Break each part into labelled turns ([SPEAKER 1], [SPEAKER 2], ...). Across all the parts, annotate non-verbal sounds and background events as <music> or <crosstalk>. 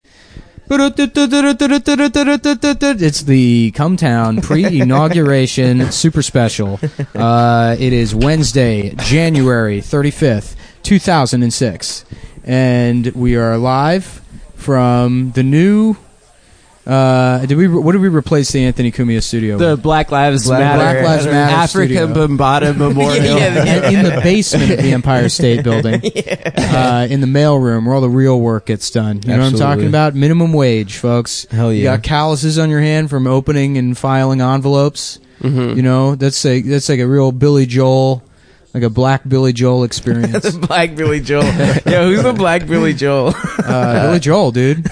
[SPEAKER 1] <laughs> It's the Cumtown pre-inauguration super special. Uh, it is Wednesday, January 35th, 2006, and we are live from the new. Uh, did we? What did we replace the Anthony Cumia studio?
[SPEAKER 2] The
[SPEAKER 1] with?
[SPEAKER 2] Black Lives
[SPEAKER 1] Black
[SPEAKER 2] Matter,
[SPEAKER 1] Lives Matter
[SPEAKER 2] Africa
[SPEAKER 1] studio. <laughs>
[SPEAKER 2] Bombada Memorial.
[SPEAKER 1] And
[SPEAKER 2] <laughs>
[SPEAKER 1] in the basement of the Empire State Building, uh, in the mailroom where all the real work gets done. You know what I'm
[SPEAKER 2] Absolutely.
[SPEAKER 1] talking about? Minimum wage, folks.
[SPEAKER 2] Hell
[SPEAKER 1] You
[SPEAKER 2] yeah.
[SPEAKER 1] got calluses on your hand from opening and filing envelopes.
[SPEAKER 2] Mm-hmm.
[SPEAKER 1] You know, that's like that's like a real Billy Joel, like a black Billy Joel
[SPEAKER 2] <laughs>
[SPEAKER 1] experience.
[SPEAKER 2] Black Billy Joel. Yo, who's the Black Billy Joel?
[SPEAKER 1] uh, Billy Joel, dude.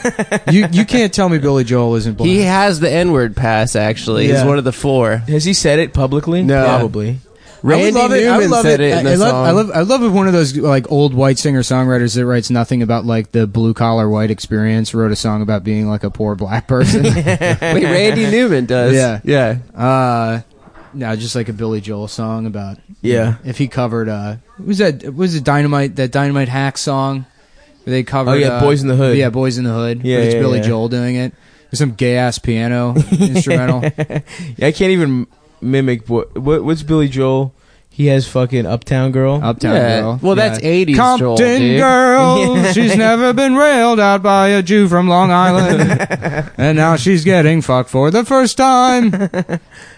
[SPEAKER 1] You you can't tell me Billy Joel isn't black.
[SPEAKER 3] He has the N word pass. Actually,
[SPEAKER 2] Yeah.
[SPEAKER 3] he's one of the four.
[SPEAKER 2] Has he said it publicly?
[SPEAKER 3] No.
[SPEAKER 2] Probably.
[SPEAKER 1] I would
[SPEAKER 3] Randy
[SPEAKER 1] love it. I
[SPEAKER 3] Newman
[SPEAKER 1] would love
[SPEAKER 3] said it,
[SPEAKER 1] I,
[SPEAKER 3] in the
[SPEAKER 1] I love,
[SPEAKER 3] song.
[SPEAKER 1] I love. I love if one of those like old white singer songwriters that writes nothing about like the blue collar white experience wrote a song about being like a poor black person.
[SPEAKER 3] <laughs> Wait, Randy Newman does.
[SPEAKER 1] Yeah.
[SPEAKER 3] yeah.
[SPEAKER 1] uh, no, just like a Billy Joel song about
[SPEAKER 2] Yeah.
[SPEAKER 1] if he covered. Uh, what was that what was it dynamite that dynamite hack song? where They covered.
[SPEAKER 2] Oh, yeah,
[SPEAKER 1] uh,
[SPEAKER 2] Boys in the Hood.
[SPEAKER 1] Yeah, boys in the hood.
[SPEAKER 2] Yeah,
[SPEAKER 1] but it's
[SPEAKER 2] yeah,
[SPEAKER 1] Billy
[SPEAKER 2] yeah.
[SPEAKER 1] Joel doing it. There's some gay ass
[SPEAKER 3] <laughs>
[SPEAKER 1] piano instrumental.
[SPEAKER 2] Yeah, I can't even mimic boy. What, what's Billy Joel? He has fucking Uptown Girl.
[SPEAKER 1] Uptown
[SPEAKER 3] Yeah.
[SPEAKER 1] Girl.
[SPEAKER 3] Well, that's 80s Joel,
[SPEAKER 1] Compton
[SPEAKER 3] dude.
[SPEAKER 1] girl. <laughs> She's never been railed out by a Jew from Long
[SPEAKER 3] <laughs>
[SPEAKER 1] Island, and now she's getting fucked for the first time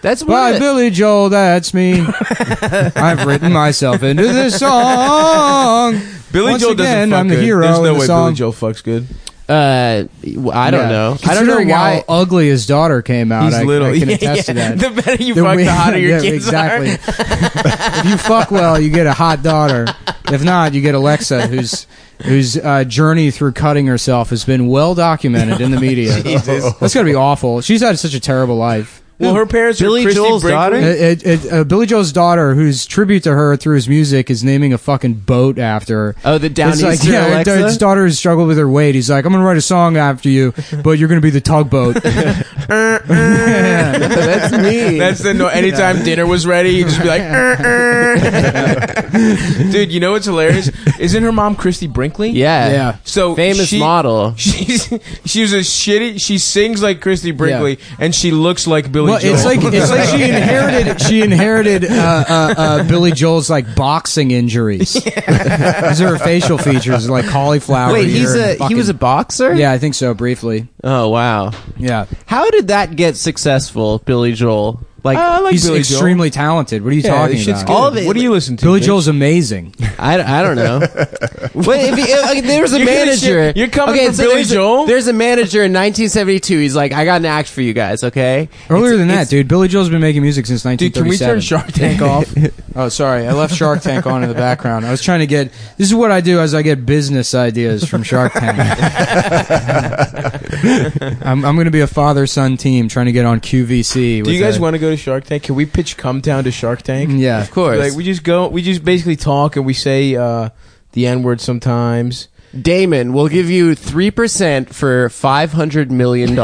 [SPEAKER 3] That's
[SPEAKER 1] by
[SPEAKER 3] one. of the-
[SPEAKER 1] Billy Joel. That's
[SPEAKER 3] <laughs>
[SPEAKER 1] me. I've written myself into this song.
[SPEAKER 2] Billy
[SPEAKER 1] Once
[SPEAKER 2] Joel
[SPEAKER 1] again,
[SPEAKER 2] doesn't fuck
[SPEAKER 1] I'm the
[SPEAKER 2] good.
[SPEAKER 1] hero
[SPEAKER 2] There's
[SPEAKER 1] in
[SPEAKER 2] no
[SPEAKER 1] the
[SPEAKER 2] way
[SPEAKER 1] song.
[SPEAKER 2] Billy Joel fucks good.
[SPEAKER 3] uh, w- I don't
[SPEAKER 1] Yeah.
[SPEAKER 3] know. I don't know
[SPEAKER 1] Considering
[SPEAKER 3] why.
[SPEAKER 1] how ugly his daughter came out.
[SPEAKER 2] He's
[SPEAKER 1] I,
[SPEAKER 2] little.
[SPEAKER 1] I can <laughs>
[SPEAKER 3] <laughs>
[SPEAKER 2] Yeah,
[SPEAKER 1] attest to that.
[SPEAKER 2] The better you
[SPEAKER 1] Then
[SPEAKER 2] fuck,
[SPEAKER 1] we-
[SPEAKER 2] the hotter
[SPEAKER 1] <laughs>
[SPEAKER 2] your
[SPEAKER 1] yeah,
[SPEAKER 2] kids
[SPEAKER 1] exactly.
[SPEAKER 2] <laughs> are.
[SPEAKER 1] if you fuck well, you get a hot daughter. If not, you get Alexa, who's whose uh, journey through cutting herself has been well documented in the
[SPEAKER 2] <laughs>
[SPEAKER 1] media. That's got to be awful. She's had such a terrible life.
[SPEAKER 2] Well, her parents
[SPEAKER 3] Billy
[SPEAKER 2] are Christy
[SPEAKER 3] Joel's
[SPEAKER 2] Brinkley.
[SPEAKER 3] daughter?
[SPEAKER 1] Uh, it- it- uh, Billy Joel's daughter, whose tribute to her through his music, is naming a fucking boat after her.
[SPEAKER 3] Oh, the
[SPEAKER 1] It's
[SPEAKER 3] Downey's
[SPEAKER 1] like, yeah, her da-
[SPEAKER 2] <laughs>
[SPEAKER 1] his daughter has struggled with her weight. He's like, I'm going to write a song after you, but you're going to be the tugboat.
[SPEAKER 3] That's
[SPEAKER 2] <laughs>
[SPEAKER 3] me.
[SPEAKER 2] That's the no. Anytime dinner was ready, you just be
[SPEAKER 1] <laughs>
[SPEAKER 2] like, "Er, er." dude. You know what's hilarious? Isn't her mom Christy Brinkley?
[SPEAKER 3] yeah.
[SPEAKER 1] Yeah.
[SPEAKER 2] So
[SPEAKER 3] Famous
[SPEAKER 2] she- <laughs>
[SPEAKER 3] model.
[SPEAKER 2] She's she was a shitty. She sings like Christy Brinkley, and she looks like Billy
[SPEAKER 1] Well,
[SPEAKER 2] Joel.
[SPEAKER 1] it's like it's
[SPEAKER 2] <laughs>
[SPEAKER 1] like she inherited she inherited uh, uh, uh, Billy Joel's like boxing
[SPEAKER 3] <laughs>
[SPEAKER 1] injuries. <laughs> These are her facial features, like cauliflower.
[SPEAKER 3] Wait,
[SPEAKER 1] ear
[SPEAKER 3] he's
[SPEAKER 1] and
[SPEAKER 3] a he
[SPEAKER 1] fucking-
[SPEAKER 3] was a boxer.
[SPEAKER 1] yeah, I think so. Briefly,
[SPEAKER 3] Oh wow.
[SPEAKER 1] yeah,
[SPEAKER 3] How did that get successful, Billy Joel? Like
[SPEAKER 2] Uh, I like
[SPEAKER 1] he's
[SPEAKER 2] Billy Joel.
[SPEAKER 1] extremely talented. What are you
[SPEAKER 2] Yeah,
[SPEAKER 1] talking
[SPEAKER 2] this shit's
[SPEAKER 1] about?
[SPEAKER 2] good.
[SPEAKER 3] All of it-
[SPEAKER 2] What do you listen to?
[SPEAKER 1] Billy
[SPEAKER 2] bitch?
[SPEAKER 1] Joel's amazing.
[SPEAKER 3] I, I
[SPEAKER 1] <laughs>
[SPEAKER 3] don't know. Wait, if he, if, like, there was a
[SPEAKER 2] You're gonna
[SPEAKER 3] manager.
[SPEAKER 2] shit- you're coming
[SPEAKER 3] okay,
[SPEAKER 2] for
[SPEAKER 3] so
[SPEAKER 2] Billy
[SPEAKER 3] there's
[SPEAKER 2] Joel?
[SPEAKER 3] A, there's a manager in 1972. He's like, I got an act for you guys. Okay.
[SPEAKER 1] Earlier than
[SPEAKER 3] it's-
[SPEAKER 1] that, dude, Billy Joel's been making music since
[SPEAKER 2] Dude, can we turn
[SPEAKER 1] 1937.
[SPEAKER 2] Shark
[SPEAKER 1] <laughs>
[SPEAKER 2] Tank off?
[SPEAKER 1] Oh, sorry. I left Shark Tank on in the background. I was trying to get. This is what I do as I get business ideas from Shark <laughs> Tank. I'm, I'm going to be a father-son team trying to get on QVC.
[SPEAKER 2] Do you guys want to go to Shark Tank? Can we pitch Cumtown to Shark Tank?
[SPEAKER 1] Yeah.
[SPEAKER 3] Of course.
[SPEAKER 2] Like we just go, we just basically talk and we say uh, the N word sometimes.
[SPEAKER 3] <laughs> Damon will give you 3% for $500 million.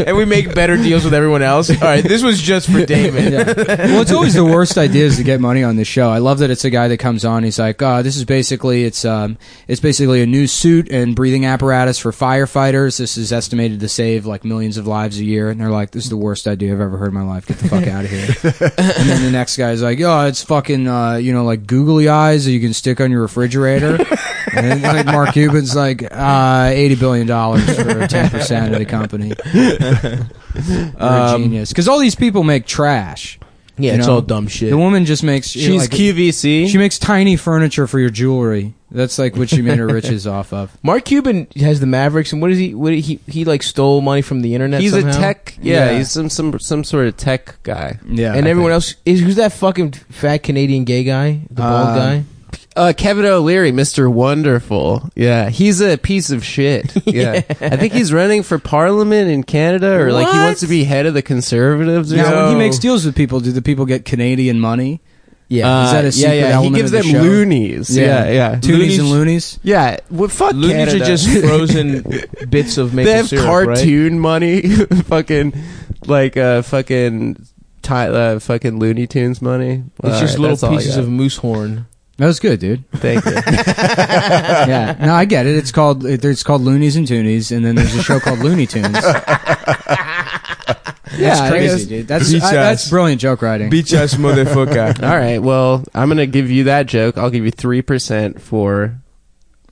[SPEAKER 2] <laughs> and we make better <laughs> deals with everyone else. All right, this was just for
[SPEAKER 3] <laughs>
[SPEAKER 2] Damon.
[SPEAKER 1] Yeah. Well, it's always the worst ideas to get money on this show. I love that it's a guy that comes on. He's like, uh, "This is basically it's um, it's basically a new suit and breathing apparatus for firefighters. This is estimated to save like millions of lives a year." And they're like, "This is the worst idea I've ever heard in my life. Get the fuck out of here." and then the next guy's like, "Oh, it's fucking uh, you know like googly eyes that you can stick on your refrigerator." and then, like Mark Cuban's like, uh, eighty billion dollars for ten percent of the company. You're a genius, because all these people make trash.
[SPEAKER 2] Yeah,
[SPEAKER 1] You
[SPEAKER 2] it's
[SPEAKER 1] know?
[SPEAKER 2] all dumb shit.
[SPEAKER 1] The woman just makes she,
[SPEAKER 3] She's
[SPEAKER 1] like,
[SPEAKER 3] QVC.
[SPEAKER 1] She makes tiny furniture for your jewelry. That's like what she made her riches off of.
[SPEAKER 2] Mark Cuban has the Mavericks, and what is he? What he he like stole money from the internet.
[SPEAKER 3] he's
[SPEAKER 2] somehow?
[SPEAKER 3] a tech. Yeah,
[SPEAKER 1] Yeah.
[SPEAKER 3] he's some, some some sort of tech guy.
[SPEAKER 1] Yeah,
[SPEAKER 2] and
[SPEAKER 1] I
[SPEAKER 2] everyone
[SPEAKER 1] think.
[SPEAKER 2] else is who's that fucking fat Canadian gay guy, the bald
[SPEAKER 1] Uh,
[SPEAKER 2] guy.
[SPEAKER 3] Uh, Kevin O'Leary, Mr. Wonderful. Yeah, he's a piece of <laughs> shit. Yeah. I think he's running for parliament in Canada or like he
[SPEAKER 2] What?
[SPEAKER 3] wants to be head of the conservatives or
[SPEAKER 1] Now, when
[SPEAKER 3] something.
[SPEAKER 1] he makes deals with people, do the people get Canadian money?
[SPEAKER 3] Uh,
[SPEAKER 1] is that a secret
[SPEAKER 3] yeah, yeah.
[SPEAKER 1] element
[SPEAKER 3] He gives
[SPEAKER 1] of the
[SPEAKER 3] them
[SPEAKER 1] show?
[SPEAKER 3] loonies. Yeah, yeah.
[SPEAKER 1] Toonies
[SPEAKER 2] Loonies-
[SPEAKER 1] and loonies.
[SPEAKER 3] Yeah, well, fuck
[SPEAKER 2] Loonies
[SPEAKER 3] Canada.
[SPEAKER 2] are
[SPEAKER 3] <laughs>
[SPEAKER 2] just frozen bits of maple
[SPEAKER 3] they have
[SPEAKER 2] syrup, right?
[SPEAKER 3] cartoon money, <laughs> fucking like uh, fucking ti- uh, fucking Looney Tunes money.
[SPEAKER 2] It's
[SPEAKER 3] All
[SPEAKER 2] just
[SPEAKER 3] right,
[SPEAKER 2] little
[SPEAKER 3] that's all I
[SPEAKER 2] pieces
[SPEAKER 3] got.
[SPEAKER 2] of moose horn.
[SPEAKER 1] That was good, dude. <laughs>
[SPEAKER 3] Thank you.
[SPEAKER 1] yeah. No, I get it. It's called it- it's called Loonies and Toonies, and then there's a show called Looney Tunes. yeah, that's
[SPEAKER 2] crazy.
[SPEAKER 1] dude. That's
[SPEAKER 2] Beach
[SPEAKER 1] I- that's
[SPEAKER 2] ass.
[SPEAKER 1] brilliant joke writing.
[SPEAKER 2] Beach ass motherfucker.
[SPEAKER 3] <laughs> All right. Well, I'm gonna give you that joke. I'll give you three percent for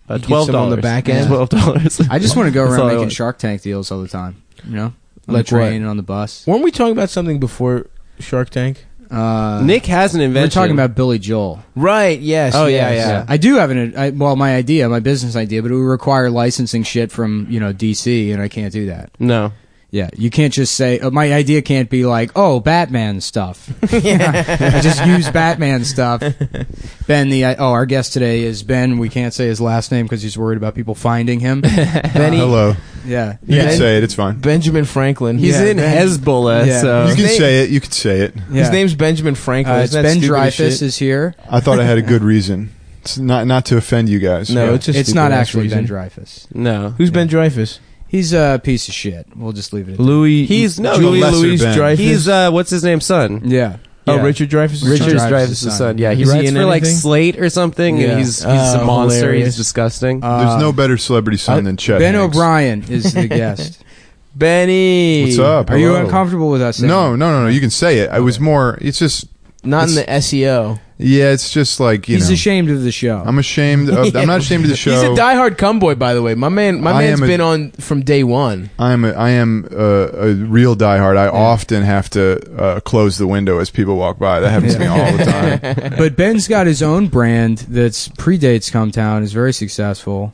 [SPEAKER 3] uh,
[SPEAKER 2] You give some
[SPEAKER 3] twelve
[SPEAKER 2] on
[SPEAKER 3] dollars
[SPEAKER 2] the back end?
[SPEAKER 3] <laughs>
[SPEAKER 2] <laughs>
[SPEAKER 3] Twelve dollars.
[SPEAKER 1] I just want to go
[SPEAKER 3] That's all
[SPEAKER 1] around
[SPEAKER 3] I
[SPEAKER 1] making
[SPEAKER 3] want.
[SPEAKER 1] Shark Tank deals all the time. You know, on
[SPEAKER 2] Like
[SPEAKER 1] the train
[SPEAKER 2] what?
[SPEAKER 1] and on the bus.
[SPEAKER 2] <laughs> Weren't we talking about something before Shark Tank?
[SPEAKER 1] Uh,
[SPEAKER 3] <laughs> Nick has an
[SPEAKER 1] we're
[SPEAKER 3] invention.
[SPEAKER 1] talking about Billy Joel.
[SPEAKER 2] Right. Yes.
[SPEAKER 3] Oh, yeah, yes. yeah.
[SPEAKER 1] I do have an I, well, my idea, my business idea, but it would require licensing shit from you know DC, and I can't do that.
[SPEAKER 3] no.
[SPEAKER 1] Yeah, you can't just say uh, my idea can't be like, oh, Batman
[SPEAKER 2] <laughs>
[SPEAKER 1] stuff. <laughs> I just use Batman stuff. Ben, the oh, our guest today is Ben. We can't say his last name because he's worried about people finding
[SPEAKER 2] <laughs>
[SPEAKER 1] him. Benny,
[SPEAKER 4] Hello.
[SPEAKER 1] yeah,
[SPEAKER 4] You
[SPEAKER 2] Yeah.
[SPEAKER 4] can say it. It's fine.
[SPEAKER 2] Benjamin Franklin.
[SPEAKER 3] He's
[SPEAKER 2] Yeah,
[SPEAKER 3] in
[SPEAKER 2] Ben- Uh,
[SPEAKER 3] Hezbollah,
[SPEAKER 1] Yeah.
[SPEAKER 3] so
[SPEAKER 4] you can
[SPEAKER 2] name-
[SPEAKER 4] say it. You can say it.
[SPEAKER 1] yeah.
[SPEAKER 2] His name's Benjamin Franklin.
[SPEAKER 1] Uh, it's
[SPEAKER 2] Isn't that
[SPEAKER 1] Ben
[SPEAKER 2] stupid as
[SPEAKER 1] Dreyfus
[SPEAKER 2] shit?
[SPEAKER 1] is here.
[SPEAKER 4] I thought I had a good reason. It's not not to offend you guys.
[SPEAKER 2] No,
[SPEAKER 4] Yeah.
[SPEAKER 2] it's just
[SPEAKER 1] it's not
[SPEAKER 2] stupid ass
[SPEAKER 1] actually Ben
[SPEAKER 2] reason.
[SPEAKER 1] Dreyfus.
[SPEAKER 3] no.
[SPEAKER 2] Who's Ben Dreyfus?
[SPEAKER 1] He's a piece of shit. We'll just leave it. At that.
[SPEAKER 2] Louis.
[SPEAKER 3] He's- no,
[SPEAKER 2] Julie
[SPEAKER 4] he's a lesser
[SPEAKER 2] Louise
[SPEAKER 4] Ben.
[SPEAKER 2] Dreyfus.
[SPEAKER 3] He's uh, what's his name's son?
[SPEAKER 1] Yeah.
[SPEAKER 2] oh
[SPEAKER 3] yeah.
[SPEAKER 2] Richard Dreyfus.
[SPEAKER 1] Richard
[SPEAKER 3] Richard
[SPEAKER 1] Dreyfuss'
[SPEAKER 3] Dreyfus' son.
[SPEAKER 1] son.
[SPEAKER 3] Yeah, he
[SPEAKER 2] Is he
[SPEAKER 3] writes
[SPEAKER 2] in
[SPEAKER 3] for like
[SPEAKER 2] anything?
[SPEAKER 3] Slate or something,
[SPEAKER 1] Yeah.
[SPEAKER 3] and he's he's
[SPEAKER 2] Oh,
[SPEAKER 3] a monster.
[SPEAKER 2] hilarious.
[SPEAKER 3] He's disgusting.
[SPEAKER 1] Uh,
[SPEAKER 4] There's no better celebrity
[SPEAKER 2] uh,
[SPEAKER 4] son than Chet.
[SPEAKER 1] Ben
[SPEAKER 4] Hanks.
[SPEAKER 1] O'Brien is
[SPEAKER 2] <laughs>
[SPEAKER 1] the guest.
[SPEAKER 2] Benny.
[SPEAKER 4] What's up?
[SPEAKER 1] Are you
[SPEAKER 4] Hello.
[SPEAKER 1] uncomfortable with us? saying
[SPEAKER 4] No, no, no, no. You can say it. I was more. It's just.
[SPEAKER 2] Not in the
[SPEAKER 4] It's-
[SPEAKER 2] SEO.
[SPEAKER 4] Yeah, it's just like you
[SPEAKER 1] He's
[SPEAKER 4] know.
[SPEAKER 1] ashamed of the show.
[SPEAKER 4] I'm ashamed of.
[SPEAKER 2] <laughs>
[SPEAKER 4] I'm not ashamed of the show.
[SPEAKER 2] He's a diehard cumboy, by the way. My man, my
[SPEAKER 4] I
[SPEAKER 2] man's
[SPEAKER 4] am a-
[SPEAKER 2] been on from day one.
[SPEAKER 4] I'm a, I am a, a real diehard. I often have to uh, close the window as people walk by. That happens to me all
[SPEAKER 2] <laughs>
[SPEAKER 4] the time.
[SPEAKER 1] but Ben's got his own brand that's predates Come Town. is very successful,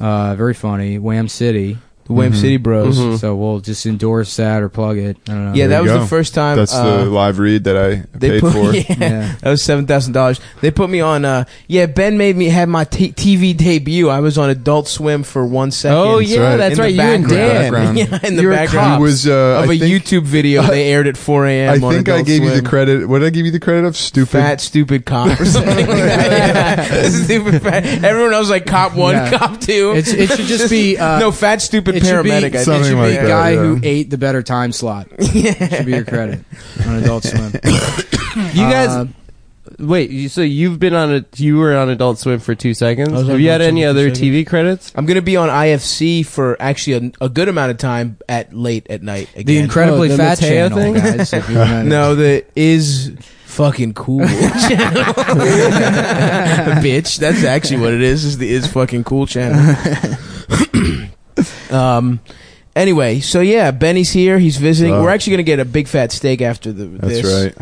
[SPEAKER 1] uh, very funny. Wham City.
[SPEAKER 2] The Wham
[SPEAKER 4] Mhm.
[SPEAKER 2] City Bros.
[SPEAKER 3] Mhm.
[SPEAKER 1] So we'll just endorse that or plug it. I don't know.
[SPEAKER 2] Yeah,
[SPEAKER 4] There
[SPEAKER 2] that
[SPEAKER 4] you
[SPEAKER 2] was the
[SPEAKER 4] go.
[SPEAKER 2] first time.
[SPEAKER 4] That's
[SPEAKER 2] uh,
[SPEAKER 4] the live read that I
[SPEAKER 2] they
[SPEAKER 4] paid
[SPEAKER 2] put, <laughs>
[SPEAKER 4] for.
[SPEAKER 2] Yeah,
[SPEAKER 3] <laughs>
[SPEAKER 1] Yeah.
[SPEAKER 2] that was seven thousand dollars. They put me on. Uh, yeah, Ben made me have my t- TV debut. I was on Adult Swim for one second.
[SPEAKER 3] oh
[SPEAKER 4] That's
[SPEAKER 3] yeah,
[SPEAKER 4] right.
[SPEAKER 3] that's
[SPEAKER 2] In
[SPEAKER 3] right.
[SPEAKER 2] the
[SPEAKER 3] You and Dan.
[SPEAKER 2] <laughs>
[SPEAKER 4] background.
[SPEAKER 2] yeah, in the
[SPEAKER 1] You're a
[SPEAKER 4] He
[SPEAKER 2] background
[SPEAKER 4] was uh,
[SPEAKER 2] of
[SPEAKER 4] I
[SPEAKER 2] a
[SPEAKER 4] think,
[SPEAKER 2] YouTube video they aired at four a.m.
[SPEAKER 4] I
[SPEAKER 2] on
[SPEAKER 4] think I
[SPEAKER 2] Adult
[SPEAKER 4] gave you
[SPEAKER 2] Swim.
[SPEAKER 4] the credit. What did I give you the credit of? Stupid.
[SPEAKER 2] Fat stupid cop or
[SPEAKER 4] <laughs>
[SPEAKER 2] something. <laughs> like that. Yeah. Stupid fat. Everyone else like cop one,
[SPEAKER 1] Yeah.
[SPEAKER 2] cop two.
[SPEAKER 1] It's, it should just be uh,
[SPEAKER 2] <laughs> no fat stupid
[SPEAKER 1] it should be-
[SPEAKER 2] paramedic. I
[SPEAKER 1] It
[SPEAKER 2] think.
[SPEAKER 4] Something
[SPEAKER 1] should be
[SPEAKER 4] like
[SPEAKER 1] a
[SPEAKER 4] that,
[SPEAKER 1] guy
[SPEAKER 4] yeah.
[SPEAKER 1] who ate the better time slot.
[SPEAKER 2] <laughs>
[SPEAKER 1] Should be your credit on Adult Swim.
[SPEAKER 3] <laughs> You guys,
[SPEAKER 1] Uh,
[SPEAKER 3] wait. You, so you've been on a you were on Adult Swim for two seconds.
[SPEAKER 2] I was on
[SPEAKER 3] Have you had
[SPEAKER 2] Adult Swim
[SPEAKER 3] any
[SPEAKER 2] for two
[SPEAKER 3] other
[SPEAKER 2] seconds.
[SPEAKER 3] TV credits?
[SPEAKER 2] I'm gonna be on IFC for actually a, a good amount of time at late at night. Again.
[SPEAKER 1] the incredibly
[SPEAKER 3] Oh, the
[SPEAKER 1] fat
[SPEAKER 3] Mateo
[SPEAKER 1] channel,
[SPEAKER 3] thing?
[SPEAKER 1] guys. if
[SPEAKER 4] <laughs>
[SPEAKER 1] you wanna-
[SPEAKER 2] No, the is fucking cool
[SPEAKER 3] <laughs>
[SPEAKER 2] channel. Bitch, that's actually what it is. Is the is fucking cool
[SPEAKER 3] <coughs>
[SPEAKER 2] channel. um. Anyway, so yeah, Benny's here. He's visiting.
[SPEAKER 4] Uh,
[SPEAKER 3] Oh.
[SPEAKER 2] We're actually gonna get a big fat steak after the.
[SPEAKER 4] That's
[SPEAKER 2] this.
[SPEAKER 4] right.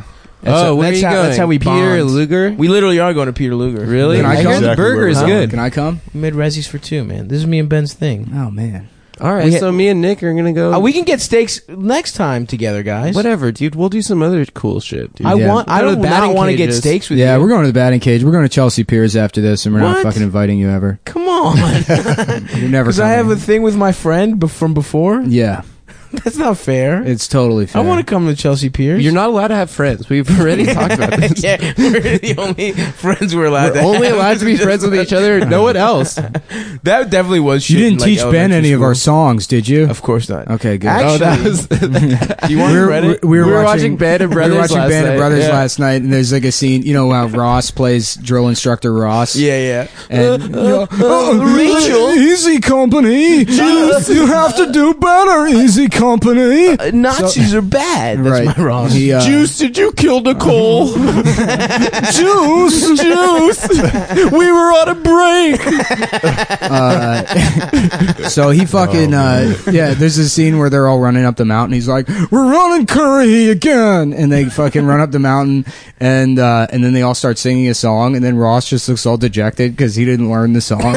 [SPEAKER 2] That's
[SPEAKER 3] oh,
[SPEAKER 2] how-
[SPEAKER 3] where
[SPEAKER 2] that's
[SPEAKER 3] are you
[SPEAKER 2] how-
[SPEAKER 3] going?
[SPEAKER 2] that's how we
[SPEAKER 3] Peter
[SPEAKER 2] bond.
[SPEAKER 3] Luger.
[SPEAKER 2] We literally are going to Peter Luger.
[SPEAKER 3] really?
[SPEAKER 1] Can I
[SPEAKER 3] I,
[SPEAKER 1] go?
[SPEAKER 3] heard the
[SPEAKER 4] Exactly
[SPEAKER 3] burger
[SPEAKER 4] where
[SPEAKER 3] is
[SPEAKER 1] Oh,
[SPEAKER 4] we're
[SPEAKER 3] good.
[SPEAKER 1] Can I come?
[SPEAKER 2] Mid resis for two, man. This is me and Ben's thing.
[SPEAKER 1] Oh man.
[SPEAKER 3] All right.
[SPEAKER 2] We ha-
[SPEAKER 3] so me and Nick are gonna go.
[SPEAKER 2] Uh, we can get steaks next time together, guys.
[SPEAKER 3] whatever, dude. We'll do some other cool shit, dude.
[SPEAKER 2] I
[SPEAKER 1] Yeah.
[SPEAKER 2] want. I
[SPEAKER 3] Go to
[SPEAKER 2] don't
[SPEAKER 3] the batting
[SPEAKER 2] not want to get
[SPEAKER 3] cages.
[SPEAKER 2] steaks with
[SPEAKER 1] Yeah,
[SPEAKER 2] you.
[SPEAKER 1] we're going to the batting cage. We're going to Chelsea Piers after this, and we're not
[SPEAKER 2] What?
[SPEAKER 1] fucking inviting you ever.
[SPEAKER 2] Come on,
[SPEAKER 1] You're never.
[SPEAKER 2] because I
[SPEAKER 1] coming.
[SPEAKER 2] have a thing with my friend be- from before.
[SPEAKER 1] Yeah,
[SPEAKER 2] That's not fair.
[SPEAKER 1] Mm. it's totally.
[SPEAKER 2] I
[SPEAKER 1] Fair.
[SPEAKER 2] want to come to Chelsea Piers. <laughs>
[SPEAKER 3] You're not allowed to have friends. We've already talked about this.
[SPEAKER 2] yeah, we're the only friends we're allowed.
[SPEAKER 3] We're
[SPEAKER 2] to
[SPEAKER 3] only
[SPEAKER 2] have.
[SPEAKER 3] allowed to be friends with each other. No one else.
[SPEAKER 2] <laughs> That definitely was.
[SPEAKER 1] You
[SPEAKER 2] shit in,
[SPEAKER 1] didn't
[SPEAKER 2] like,
[SPEAKER 1] teach Ben
[SPEAKER 2] elementary
[SPEAKER 1] any of our
[SPEAKER 2] school.
[SPEAKER 1] songs, did you?
[SPEAKER 2] Of course not.
[SPEAKER 1] Okay, good.
[SPEAKER 2] Actually,
[SPEAKER 3] Oh, that was.
[SPEAKER 2] do you want
[SPEAKER 1] we were, <laughs>
[SPEAKER 2] credit?
[SPEAKER 1] we were
[SPEAKER 3] we were
[SPEAKER 1] watching,
[SPEAKER 3] watching Band of
[SPEAKER 1] we
[SPEAKER 3] Brothers
[SPEAKER 1] were watching
[SPEAKER 3] last
[SPEAKER 1] Band
[SPEAKER 3] night.
[SPEAKER 1] of Brothers
[SPEAKER 3] Yeah.
[SPEAKER 1] last night, and there's like a scene, you know, how Ross plays drill instructor Ross.
[SPEAKER 2] <laughs> yeah, Uh, yeah.
[SPEAKER 1] And Oh,
[SPEAKER 2] Rachel.
[SPEAKER 1] Easy
[SPEAKER 2] <laughs>
[SPEAKER 1] company. you have to do better, Easy company.
[SPEAKER 2] Uh, Nazis are bad. That's
[SPEAKER 1] right.
[SPEAKER 2] my wrong.
[SPEAKER 1] He, uh,
[SPEAKER 2] Juice, did you kill Nicole? <laughs> Juice, Juice, we were on a break.
[SPEAKER 1] Uh, so he fucking
[SPEAKER 4] Oh,
[SPEAKER 1] uh, yeah. There's a scene where they're all running up the mountain. He's like, "We're running Curry again," and they fucking run up the mountain, and uh, and then they all start singing a song, and then Ross just looks all dejected because he didn't learn the song.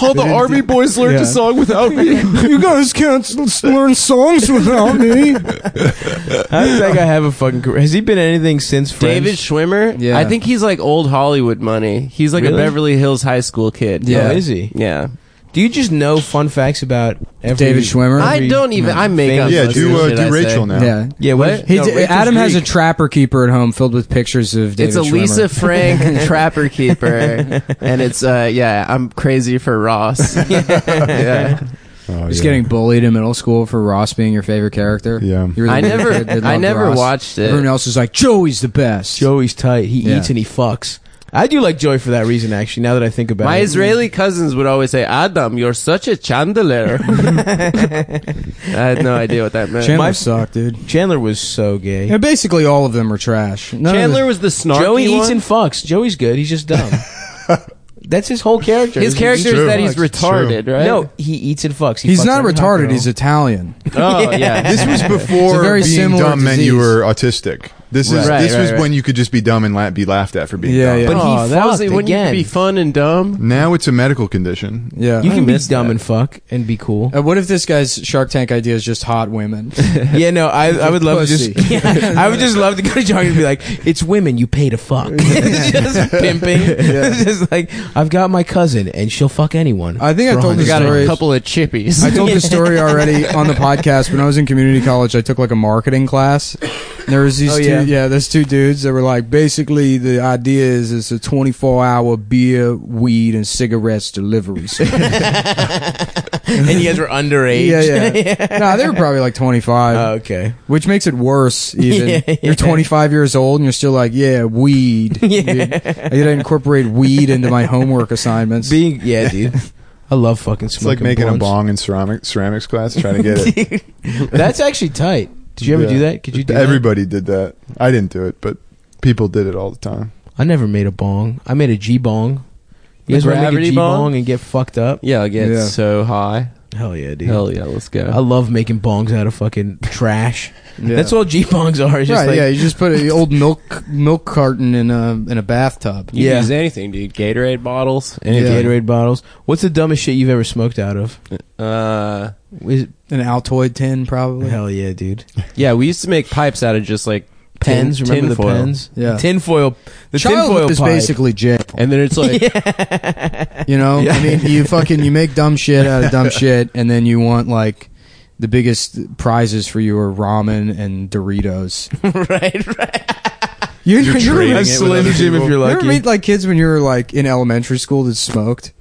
[SPEAKER 3] All the army boys learned
[SPEAKER 1] Yeah.
[SPEAKER 3] a song without <laughs> me.
[SPEAKER 1] you guys can't learn songs without me.
[SPEAKER 2] I don't think I have a fucking career. Has he been anything since Friends?
[SPEAKER 3] David Schwimmer.
[SPEAKER 1] Yeah.
[SPEAKER 3] I think he's like old Hollywood money. He's like a
[SPEAKER 2] Really?
[SPEAKER 3] Beverly Hills high school kid.
[SPEAKER 1] Yeah.
[SPEAKER 2] Oh, is he?
[SPEAKER 3] Yeah.
[SPEAKER 2] Do you just know fun facts about every,
[SPEAKER 1] David Schwimmer?
[SPEAKER 3] I don't even. I make up.
[SPEAKER 2] Famous-
[SPEAKER 4] Yeah,
[SPEAKER 3] most
[SPEAKER 4] do
[SPEAKER 3] of the
[SPEAKER 4] uh,
[SPEAKER 3] shit I
[SPEAKER 4] do
[SPEAKER 3] say.
[SPEAKER 4] Rachel now.
[SPEAKER 1] Yeah.
[SPEAKER 2] Yeah, what?
[SPEAKER 1] He
[SPEAKER 2] no,
[SPEAKER 1] d-
[SPEAKER 2] Rachel's
[SPEAKER 1] Adam has a
[SPEAKER 2] Greek.
[SPEAKER 1] trapper keeper at home filled with pictures of David
[SPEAKER 3] It's a
[SPEAKER 1] Schwimmer. <laughs>
[SPEAKER 3] Lisa Frank Trapper Keeper, and it's uh yeah. I'm crazy
[SPEAKER 1] <laughs>
[SPEAKER 3] for Ross. <laughs> yeah.
[SPEAKER 4] Oh,
[SPEAKER 1] Just
[SPEAKER 4] yeah.
[SPEAKER 1] getting bullied in middle school for Ross being your favorite character.
[SPEAKER 4] Yeah.
[SPEAKER 1] You were the
[SPEAKER 3] I
[SPEAKER 1] weird
[SPEAKER 3] never.
[SPEAKER 1] kid that
[SPEAKER 3] I
[SPEAKER 1] loved
[SPEAKER 3] never
[SPEAKER 1] Ross.
[SPEAKER 3] watched it.
[SPEAKER 1] Everyone else is like, Joey's the best.
[SPEAKER 2] Joey's tight. He
[SPEAKER 1] Yeah.
[SPEAKER 2] eats and he fucks. I do like Joy for that reason, actually. Now that I think about
[SPEAKER 3] My
[SPEAKER 2] it,
[SPEAKER 3] Israeli cousins would always say, Adam, you're such a <laughs> chandelier. I had no idea what that meant.
[SPEAKER 1] Chandler
[SPEAKER 2] My-
[SPEAKER 1] sucked, dude.
[SPEAKER 2] Chandler was so gay.
[SPEAKER 1] Yeah, basically, all of them are trash. None of
[SPEAKER 3] Chandler
[SPEAKER 1] the-
[SPEAKER 3] was the snarky
[SPEAKER 2] Joey eats
[SPEAKER 3] one.
[SPEAKER 2] and fucks. Joey's good. He's just
[SPEAKER 3] <laughs>
[SPEAKER 2] dumb. That's his whole character.
[SPEAKER 3] His
[SPEAKER 2] He
[SPEAKER 3] character
[SPEAKER 2] eats
[SPEAKER 3] is
[SPEAKER 4] true.
[SPEAKER 2] and
[SPEAKER 3] that he's
[SPEAKER 2] fucks.
[SPEAKER 4] It's true.
[SPEAKER 3] retarded, right?
[SPEAKER 2] No, he eats and fucks. He
[SPEAKER 1] he's
[SPEAKER 2] fucks
[SPEAKER 1] not
[SPEAKER 2] every hot
[SPEAKER 1] retarded.
[SPEAKER 2] girl.
[SPEAKER 1] He's Italian.
[SPEAKER 3] <laughs> Oh, yeah.
[SPEAKER 4] This was
[SPEAKER 1] It's a
[SPEAKER 4] before
[SPEAKER 1] very
[SPEAKER 4] being
[SPEAKER 1] similar
[SPEAKER 4] dumb meant you
[SPEAKER 1] disease.
[SPEAKER 4] were autistic. This is
[SPEAKER 3] Right,
[SPEAKER 4] this
[SPEAKER 3] right,
[SPEAKER 4] was
[SPEAKER 3] right.
[SPEAKER 4] when you could just be dumb and la- be laughed at for being
[SPEAKER 1] Yeah,
[SPEAKER 4] dumb.
[SPEAKER 1] yeah.
[SPEAKER 3] but
[SPEAKER 2] Oh,
[SPEAKER 3] he
[SPEAKER 2] that
[SPEAKER 3] fucked
[SPEAKER 2] was
[SPEAKER 3] Wouldn't you
[SPEAKER 2] again.
[SPEAKER 3] be fun and dumb?
[SPEAKER 4] Now it's a medical condition.
[SPEAKER 1] Yeah.
[SPEAKER 2] You
[SPEAKER 3] I
[SPEAKER 2] can be
[SPEAKER 3] missed
[SPEAKER 2] dumb
[SPEAKER 3] that.
[SPEAKER 2] and fuck and be
[SPEAKER 3] <laughs>
[SPEAKER 2] cool.
[SPEAKER 1] Uh, what if this guy's Shark Tank idea is just hot
[SPEAKER 4] <laughs>
[SPEAKER 1] women?
[SPEAKER 2] yeah, no, I, I would love to just.
[SPEAKER 1] Pussy.
[SPEAKER 2] Yeah, <laughs> I would just love to go to Johnny and be like, "It's women you pay to fuck." <laughs> It's just pimping. It's <laughs> just like I've got my cousin and she'll fuck anyone.
[SPEAKER 1] I think I
[SPEAKER 2] For
[SPEAKER 1] told
[SPEAKER 3] You
[SPEAKER 1] this
[SPEAKER 2] $100.
[SPEAKER 3] got a
[SPEAKER 1] story.
[SPEAKER 3] couple of chippies.
[SPEAKER 1] I told this story already on the podcast. When I was in community college, I took like a marketing class. And There was these
[SPEAKER 2] Oh,
[SPEAKER 1] two,
[SPEAKER 2] yeah.
[SPEAKER 1] yeah. there's two dudes that were like, basically the idea is it's a 24 hour beer, weed, and cigarettes delivery. <laughs>
[SPEAKER 2] <laughs>
[SPEAKER 1] service.
[SPEAKER 2] and you guys were underage.
[SPEAKER 1] yeah,
[SPEAKER 2] <laughs>
[SPEAKER 1] yeah. No, they were probably like 25,
[SPEAKER 2] Oh, okay.
[SPEAKER 1] which makes it worse. Even
[SPEAKER 2] Yeah, yeah.
[SPEAKER 1] you're 25 years old and you're still like, yeah, weed.
[SPEAKER 2] <laughs>
[SPEAKER 1] dude. I gotta incorporate weed into my homework assignments.
[SPEAKER 2] Being yeah, dude. I love fucking
[SPEAKER 4] It's like
[SPEAKER 2] smoking.
[SPEAKER 4] making a
[SPEAKER 2] blunts.
[SPEAKER 4] bong in ceramic, ceramics class, trying to get it.
[SPEAKER 2] That's actually tight. <laughs> Did you ever
[SPEAKER 4] Yeah.
[SPEAKER 2] do that? Could you do that?
[SPEAKER 4] Everybody did that. I didn't do it, but people did it all the time.
[SPEAKER 2] I never made a bong. I made a G bong. You guys want
[SPEAKER 3] The
[SPEAKER 2] to make a
[SPEAKER 3] gravity
[SPEAKER 2] G bong
[SPEAKER 3] bong?
[SPEAKER 2] and get fucked up?
[SPEAKER 3] <laughs> yeah, I'll get
[SPEAKER 1] Yeah.
[SPEAKER 3] so high.
[SPEAKER 2] Hell yeah, dude.
[SPEAKER 3] Hell yeah, let's
[SPEAKER 2] I
[SPEAKER 3] go.
[SPEAKER 2] love making bongs out of fucking trash.
[SPEAKER 1] Yeah.
[SPEAKER 2] That's all G bongs are. It's just
[SPEAKER 1] right,
[SPEAKER 2] like,
[SPEAKER 1] yeah, you just put an old milk milk carton in a in a bathtub.
[SPEAKER 3] You
[SPEAKER 2] Yeah.
[SPEAKER 3] can use anything, dude. Gatorade bottles.
[SPEAKER 2] And
[SPEAKER 1] Yeah.
[SPEAKER 2] Gatorade bottles. What's the dumbest shit you've ever smoked out of?
[SPEAKER 3] Uh,
[SPEAKER 2] Is-
[SPEAKER 1] An Altoid tin, probably.
[SPEAKER 2] hell yeah, dude.
[SPEAKER 3] yeah, we used to make pipes out of just like tin-
[SPEAKER 2] Pens. remember the
[SPEAKER 3] tinfoil.
[SPEAKER 2] pens?
[SPEAKER 1] Yeah.
[SPEAKER 2] Tinfoil. The tinfoil
[SPEAKER 1] Childhood is
[SPEAKER 2] pipe.
[SPEAKER 1] basically jail.
[SPEAKER 3] And then it's <laughs> like,
[SPEAKER 1] You know, <laughs>
[SPEAKER 2] Yeah.
[SPEAKER 1] I mean, you fucking you make dumb shit out of <laughs> dumb shit, and then you want like the biggest prizes for you are ramen and <laughs> Doritos.
[SPEAKER 2] right, right.
[SPEAKER 1] You,
[SPEAKER 4] You're
[SPEAKER 1] you
[SPEAKER 4] trading
[SPEAKER 1] remember-
[SPEAKER 4] it with
[SPEAKER 2] Slim
[SPEAKER 4] other
[SPEAKER 2] Jim if
[SPEAKER 4] people.
[SPEAKER 2] you're
[SPEAKER 1] you ever
[SPEAKER 2] lucky.
[SPEAKER 1] meet like kids when you were like in elementary school that smoked?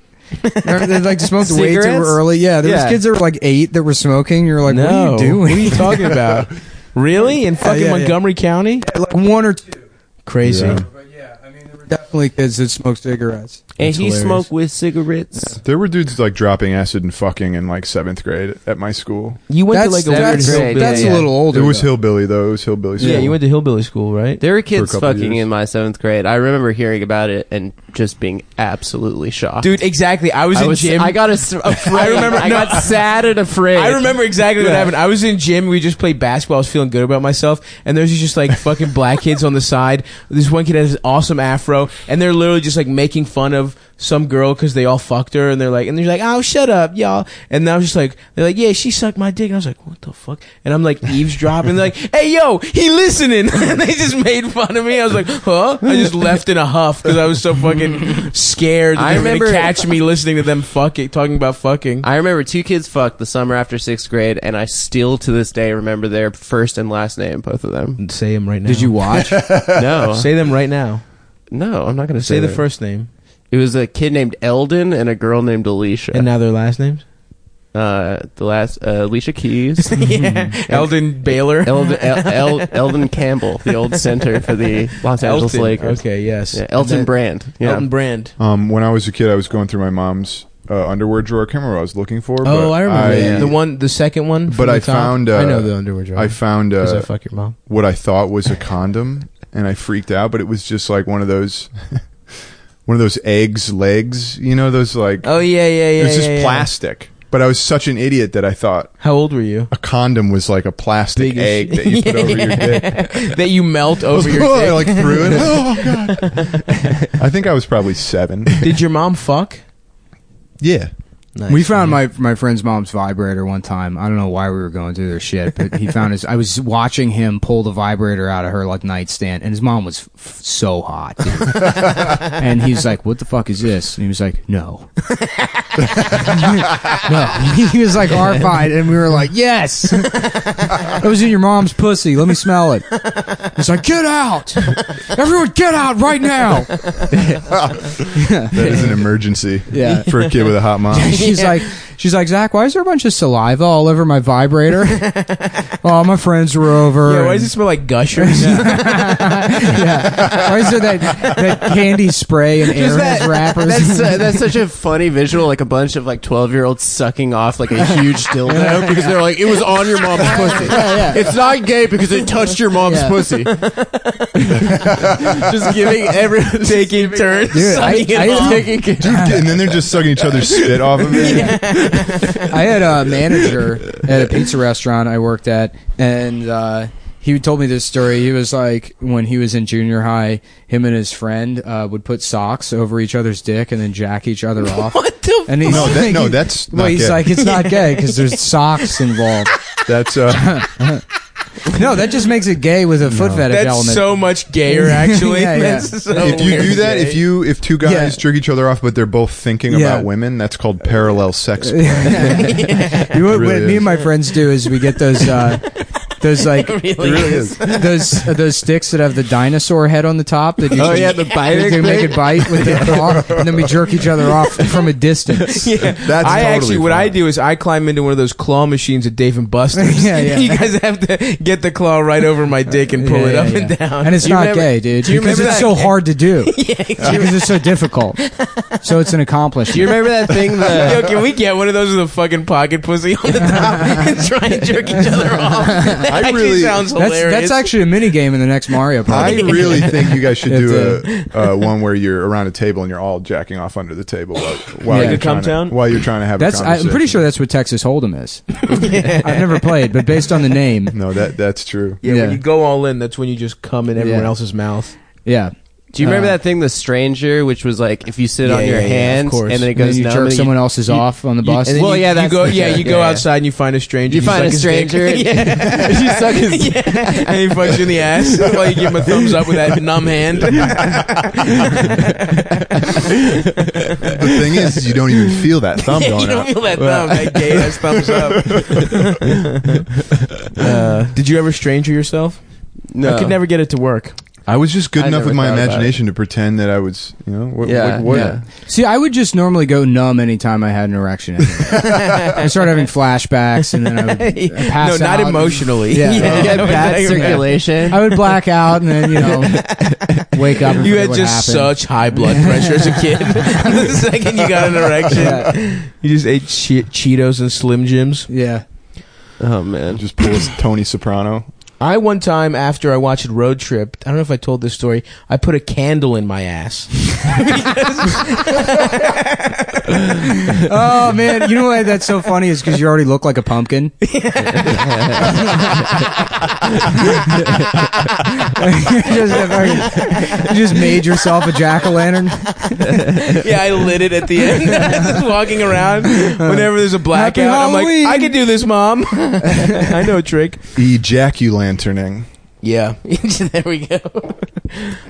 [SPEAKER 1] Remember, they like smoked way too
[SPEAKER 3] Cigarettes?
[SPEAKER 1] early. Yeah, there
[SPEAKER 3] Yeah.
[SPEAKER 1] was kids that were like eight that were smoking. You're like,
[SPEAKER 2] no.
[SPEAKER 1] what are you doing? <laughs>
[SPEAKER 2] What are you talking about? really? In fucking
[SPEAKER 1] yeah, yeah.
[SPEAKER 2] Montgomery County?
[SPEAKER 1] like one or two.
[SPEAKER 2] Crazy.
[SPEAKER 4] Yeah.
[SPEAKER 1] But yeah, I mean, there were definitely kids that smoked cigarettes.
[SPEAKER 3] and
[SPEAKER 2] That's
[SPEAKER 3] he
[SPEAKER 2] hilarious.
[SPEAKER 3] smoked with cigarettes.
[SPEAKER 4] There were dudes like dropping acid and fucking in like seventh grade at my school.
[SPEAKER 2] You went
[SPEAKER 1] that's
[SPEAKER 2] to like a weird
[SPEAKER 1] that's,
[SPEAKER 2] hillbilly.
[SPEAKER 1] that's
[SPEAKER 3] yeah.
[SPEAKER 1] a little older.
[SPEAKER 4] it was
[SPEAKER 1] though.
[SPEAKER 4] hillbilly though. It was hillbilly.
[SPEAKER 2] yeah, you went to hillbilly school, right?
[SPEAKER 3] There were kids
[SPEAKER 4] For a couple
[SPEAKER 3] fucking
[SPEAKER 4] years.
[SPEAKER 3] in my seventh grade. I remember hearing about it and just being absolutely shocked.
[SPEAKER 2] Dude, exactly. I was
[SPEAKER 3] I,
[SPEAKER 2] in
[SPEAKER 3] was,
[SPEAKER 2] gym.
[SPEAKER 3] I got as-
[SPEAKER 2] <laughs>
[SPEAKER 3] afraid. I
[SPEAKER 2] remember-
[SPEAKER 3] remember. I
[SPEAKER 2] no.
[SPEAKER 3] got sad and afraid.
[SPEAKER 2] I remember exactly what
[SPEAKER 3] Yeah.
[SPEAKER 2] happened. I was in gym. We just played basketball. I was feeling good about myself, and there's just
[SPEAKER 3] <laughs>
[SPEAKER 2] like fucking black kids on the side. This one kid has an awesome afro, and they're literally just like making fun of some girl because they all fucked her, and they're like, and they're like, oh, shut up, y'all. And I was just like, they're like, yeah, she sucked my dick, and I was like, what the fuck? And
[SPEAKER 3] <laughs>
[SPEAKER 2] I'm like eavesdropping. They're like, hey, yo, he listening. <laughs> and they just made fun of me. I was like, huh? I just left in a huff because I was so fucking scared. That
[SPEAKER 3] I
[SPEAKER 2] they were gonna
[SPEAKER 3] remember-
[SPEAKER 2] catch me listening to them fucking talking about fucking.
[SPEAKER 3] I remember two kids fucked the summer after sixth grade, and I still to this day remember their first and last name, both
[SPEAKER 2] <laughs>
[SPEAKER 3] of them.
[SPEAKER 2] Say him right now.
[SPEAKER 1] Did you watch?
[SPEAKER 3] No,
[SPEAKER 2] <laughs> Say them right now.
[SPEAKER 3] no, I'm not gonna say,
[SPEAKER 2] Say the
[SPEAKER 3] that.
[SPEAKER 2] first name
[SPEAKER 3] It was a kid named Eldon and a girl named Alicia.
[SPEAKER 2] and now their last names.
[SPEAKER 3] uh, the last uh, Alicia Keys,
[SPEAKER 2] <laughs> yeah, Eldon Baylor,
[SPEAKER 3] Eldon, El- El- Eldon Campbell, the old center for the Los Angeles
[SPEAKER 2] Elton.
[SPEAKER 3] Lakers.
[SPEAKER 2] Okay, yes,
[SPEAKER 3] Yeah, Elton
[SPEAKER 2] And then-
[SPEAKER 3] Brand. Yeah.
[SPEAKER 2] Elton Brand.
[SPEAKER 4] Um, when I was a kid, I was going through my mom's uh, underwear drawer. I can't remember what I was looking for.
[SPEAKER 2] Oh,
[SPEAKER 4] but
[SPEAKER 2] I remember that. the
[SPEAKER 4] I,
[SPEAKER 2] one, the second one. from
[SPEAKER 4] but
[SPEAKER 2] the
[SPEAKER 4] I
[SPEAKER 2] top.
[SPEAKER 4] found, uh,
[SPEAKER 2] I know the underwear drawer.
[SPEAKER 4] I found
[SPEAKER 2] because I
[SPEAKER 4] uh,
[SPEAKER 2] fuck your mom.
[SPEAKER 4] what I thought was a condom, and I freaked out. But it was just like one of those, <laughs> one of those eggs legs. You know those like
[SPEAKER 2] Oh yeah, yeah, yeah.
[SPEAKER 4] it was
[SPEAKER 2] yeah,
[SPEAKER 4] just
[SPEAKER 2] yeah.
[SPEAKER 4] plastic. But I was such an idiot that I thought
[SPEAKER 2] How old were
[SPEAKER 4] <laughs>
[SPEAKER 2] you?
[SPEAKER 4] a condom was like a plastic
[SPEAKER 2] Big as
[SPEAKER 4] egg
[SPEAKER 2] shit.
[SPEAKER 4] that you put over your dick.
[SPEAKER 2] <laughs> that you melt over your
[SPEAKER 1] <laughs>
[SPEAKER 4] I
[SPEAKER 2] dick.
[SPEAKER 4] like threw it. Oh god! I think I was probably
[SPEAKER 2] <laughs>
[SPEAKER 4] seven.
[SPEAKER 2] Did your mom fuck?
[SPEAKER 4] Yeah.
[SPEAKER 2] Nice,
[SPEAKER 1] we found
[SPEAKER 2] man.
[SPEAKER 1] my my friend's mom's vibrator one time. I don't know why we were going through their shit, but he found his. I was watching him pull the vibrator out of her like nightstand, and his mom was f- so hot. dude. and he's like, "What the fuck is this?" And he was like, "No, <laughs> no." He was like horrified, and we were like, "Yes, that was in your mom's pussy. Let me smell it." He's like, "Get out, everyone, get out right now!"
[SPEAKER 4] That is an emergency
[SPEAKER 1] Yeah.
[SPEAKER 4] for a kid with a hot mom.
[SPEAKER 2] <laughs>
[SPEAKER 3] <laughs>
[SPEAKER 1] She's like, She's like, Zach, why is there a bunch of saliva all over my
[SPEAKER 3] <laughs>
[SPEAKER 1] vibrator? all my friends were over.
[SPEAKER 2] Yeah, why
[SPEAKER 1] and-
[SPEAKER 2] does it smell like gushers?
[SPEAKER 1] <laughs> yeah. Why is there that, that candy spray and Aaron's
[SPEAKER 3] that-
[SPEAKER 1] wrappers?
[SPEAKER 3] <laughs>
[SPEAKER 1] <laughs>
[SPEAKER 3] That's uh, that's such a funny visual, like a bunch of like twelve year olds sucking off like a
[SPEAKER 1] <laughs>
[SPEAKER 3] huge dildo because they're like, it was on your mom's pussy. It's not gay because it touched your mom's
[SPEAKER 1] Yeah. <laughs>
[SPEAKER 3] pussy. just giving everyone
[SPEAKER 2] <laughs>
[SPEAKER 3] taking turns.
[SPEAKER 1] Dude, I-
[SPEAKER 3] sucking it
[SPEAKER 1] I-
[SPEAKER 3] off.
[SPEAKER 4] Dude, and then they're just sucking each other's spit off of it.
[SPEAKER 1] <laughs> I had a manager at a pizza restaurant I worked at, and uh, he told me this story. He was like, when he was in junior high, him and his friend uh, would put socks over each other's dick and then jack each
[SPEAKER 3] <laughs>
[SPEAKER 1] other off.
[SPEAKER 2] what the?
[SPEAKER 1] And he's
[SPEAKER 4] <laughs> No, that, no,
[SPEAKER 1] thinking-
[SPEAKER 4] that's
[SPEAKER 1] well,
[SPEAKER 4] not
[SPEAKER 1] he's
[SPEAKER 4] gay.
[SPEAKER 1] like, <laughs> it's not gay because there's socks involved.
[SPEAKER 4] that's uh,
[SPEAKER 1] No, that just makes it gay with a foot fetish
[SPEAKER 2] That's
[SPEAKER 1] element. <laughs>
[SPEAKER 2] so much <laughs> gayer, actually.
[SPEAKER 1] Yeah, yeah.
[SPEAKER 2] That's so
[SPEAKER 4] if you do
[SPEAKER 2] weird.
[SPEAKER 4] that, if you if two guys
[SPEAKER 1] Yeah.
[SPEAKER 4] jerk each other off, but they're both thinking
[SPEAKER 1] Yeah. Uh,
[SPEAKER 4] about women, that's called parallel sex.
[SPEAKER 1] You know what,
[SPEAKER 4] It really
[SPEAKER 1] what me
[SPEAKER 4] is.
[SPEAKER 1] and my friends do is we get those uh, those like <laughs>
[SPEAKER 2] really,
[SPEAKER 4] It really is.
[SPEAKER 1] those uh, those sticks that have the dinosaur head on the top that you
[SPEAKER 3] Oh
[SPEAKER 1] can-
[SPEAKER 3] yeah, the
[SPEAKER 1] You
[SPEAKER 3] biting
[SPEAKER 1] can make
[SPEAKER 3] thing.
[SPEAKER 1] it bite with the claw, and then we jerk each other off from a distance.
[SPEAKER 2] Yeah.
[SPEAKER 4] That's
[SPEAKER 2] I
[SPEAKER 4] totally
[SPEAKER 2] actually what
[SPEAKER 4] fine.
[SPEAKER 2] I do is I climb into one of those claw machines at Dave and
[SPEAKER 1] <laughs>
[SPEAKER 2] Buster's.
[SPEAKER 1] Yeah, yeah.
[SPEAKER 2] <laughs> you guys have to get the claw right over my dick and pull
[SPEAKER 1] Yeah,
[SPEAKER 2] it
[SPEAKER 1] yeah,
[SPEAKER 2] up
[SPEAKER 1] yeah.
[SPEAKER 2] and down.
[SPEAKER 1] And it's
[SPEAKER 2] You
[SPEAKER 1] not
[SPEAKER 2] remember-
[SPEAKER 1] gay, dude,
[SPEAKER 2] do you
[SPEAKER 1] because
[SPEAKER 2] remember
[SPEAKER 1] it's
[SPEAKER 2] <laughs>
[SPEAKER 1] so
[SPEAKER 2] that-
[SPEAKER 1] hard to do. because it's so difficult. So it's an accomplishment.
[SPEAKER 3] Do you remember that thing? The
[SPEAKER 1] <laughs>
[SPEAKER 2] Yo, can we get one of those with a fucking pocket pussy on the top <laughs> and try and jerk
[SPEAKER 1] <laughs>
[SPEAKER 2] each other off? That
[SPEAKER 4] I
[SPEAKER 2] actually
[SPEAKER 4] really-
[SPEAKER 2] sounds
[SPEAKER 1] that's,
[SPEAKER 2] hilarious.
[SPEAKER 1] that's actually a mini game in the next Mario <laughs>
[SPEAKER 4] I
[SPEAKER 1] Party.
[SPEAKER 4] really think you guys should do a uh, one where you're around a table and you're all jacking off under the table while, while
[SPEAKER 1] Like
[SPEAKER 4] you're
[SPEAKER 1] a
[SPEAKER 4] trying
[SPEAKER 2] cum
[SPEAKER 4] to,
[SPEAKER 2] town?
[SPEAKER 4] while you're trying to have.
[SPEAKER 1] That's
[SPEAKER 4] a
[SPEAKER 1] I, I'm pretty
[SPEAKER 4] conversation.
[SPEAKER 1] sure that's what Texas Hold'em
[SPEAKER 2] <laughs>
[SPEAKER 1] is. I've never played, but based on the name,
[SPEAKER 4] No, that that's
[SPEAKER 2] <laughs>
[SPEAKER 4] true.
[SPEAKER 2] yeah,
[SPEAKER 1] Yeah.
[SPEAKER 2] when you go all in, that's when you just come in everyone
[SPEAKER 1] Yeah.
[SPEAKER 2] else's mouth.
[SPEAKER 1] yeah.
[SPEAKER 3] Do you remember
[SPEAKER 1] Uh,
[SPEAKER 3] that thing, The Stranger, which was like if you sit
[SPEAKER 2] Yeah,
[SPEAKER 3] on your
[SPEAKER 2] yeah, yeah, of
[SPEAKER 3] hands
[SPEAKER 2] course.
[SPEAKER 3] and then it
[SPEAKER 1] And then
[SPEAKER 3] goes
[SPEAKER 1] you
[SPEAKER 3] numb
[SPEAKER 1] jerk
[SPEAKER 3] and
[SPEAKER 1] someone else's off on the bus.
[SPEAKER 2] And then
[SPEAKER 3] Well,
[SPEAKER 2] you,
[SPEAKER 3] yeah,
[SPEAKER 2] you
[SPEAKER 3] that's
[SPEAKER 2] go.
[SPEAKER 3] the-
[SPEAKER 2] Yeah,
[SPEAKER 3] yeah,
[SPEAKER 2] you go
[SPEAKER 3] yeah.
[SPEAKER 2] outside and you find a stranger.
[SPEAKER 3] You
[SPEAKER 2] suck
[SPEAKER 3] find a
[SPEAKER 2] his dick. <laughs>
[SPEAKER 3] stranger. <laughs>
[SPEAKER 2] yeah.
[SPEAKER 3] you suck his <laughs>
[SPEAKER 2] yeah. <laughs> and he fucks you in the ass while you give him a thumbs up with that numb
[SPEAKER 3] <laughs>
[SPEAKER 2] hand. <laughs>
[SPEAKER 4] The thing is, is you don't even feel that thumb
[SPEAKER 2] Yeah,
[SPEAKER 4] going
[SPEAKER 2] you don't <laughs>
[SPEAKER 4] up.
[SPEAKER 2] feel that thumb, that gay ass thumbs
[SPEAKER 3] <laughs>
[SPEAKER 2] up. uh, did you ever stranger yourself?
[SPEAKER 3] No,
[SPEAKER 2] I could never get it to work.
[SPEAKER 4] I was just good
[SPEAKER 3] I
[SPEAKER 4] enough
[SPEAKER 3] never
[SPEAKER 4] with my
[SPEAKER 3] thought about
[SPEAKER 4] imagination to pretend that I was, you know, what,
[SPEAKER 3] Yeah,
[SPEAKER 4] what, what-
[SPEAKER 3] yeah.
[SPEAKER 1] See, I would just normally go numb anytime I had an
[SPEAKER 2] <laughs>
[SPEAKER 1] erection. Anyway. I start having flashbacks, and then I would uh,
[SPEAKER 2] no,
[SPEAKER 1] pass
[SPEAKER 2] not
[SPEAKER 1] out.
[SPEAKER 2] emotionally.
[SPEAKER 1] Yeah. <laughs>
[SPEAKER 3] You
[SPEAKER 1] Yeah,
[SPEAKER 3] <laughs> get bad
[SPEAKER 2] circulation.
[SPEAKER 3] circulation.
[SPEAKER 1] I would black out, and then you
[SPEAKER 2] <laughs>
[SPEAKER 1] know, wake up. and
[SPEAKER 2] You
[SPEAKER 1] forget
[SPEAKER 2] had
[SPEAKER 1] what
[SPEAKER 2] just
[SPEAKER 1] happened.
[SPEAKER 2] such high
[SPEAKER 3] <laughs>
[SPEAKER 2] blood pressure as a kid. <laughs> the second you got an erection, you just ate che- Cheetos and Slim Jims.
[SPEAKER 1] Yeah,
[SPEAKER 3] <laughs> Oh man,
[SPEAKER 4] Just pulls Tony Soprano.
[SPEAKER 2] I one time after I watched Road Trip, I don't know if I told this story. I put a candle in my ass.
[SPEAKER 1] oh man, you know why that's so funny is because you already look like a pumpkin. you, <laughs> just, have already- you just made yourself a jack o' lantern.
[SPEAKER 2] yeah, I lit it at the end. <laughs> Just walking around whenever there's a blackout, I'm like,
[SPEAKER 1] Halloween.
[SPEAKER 2] I can do this, mom. I know a trick.
[SPEAKER 4] Ejaculanterning.
[SPEAKER 2] Yeah, there we go.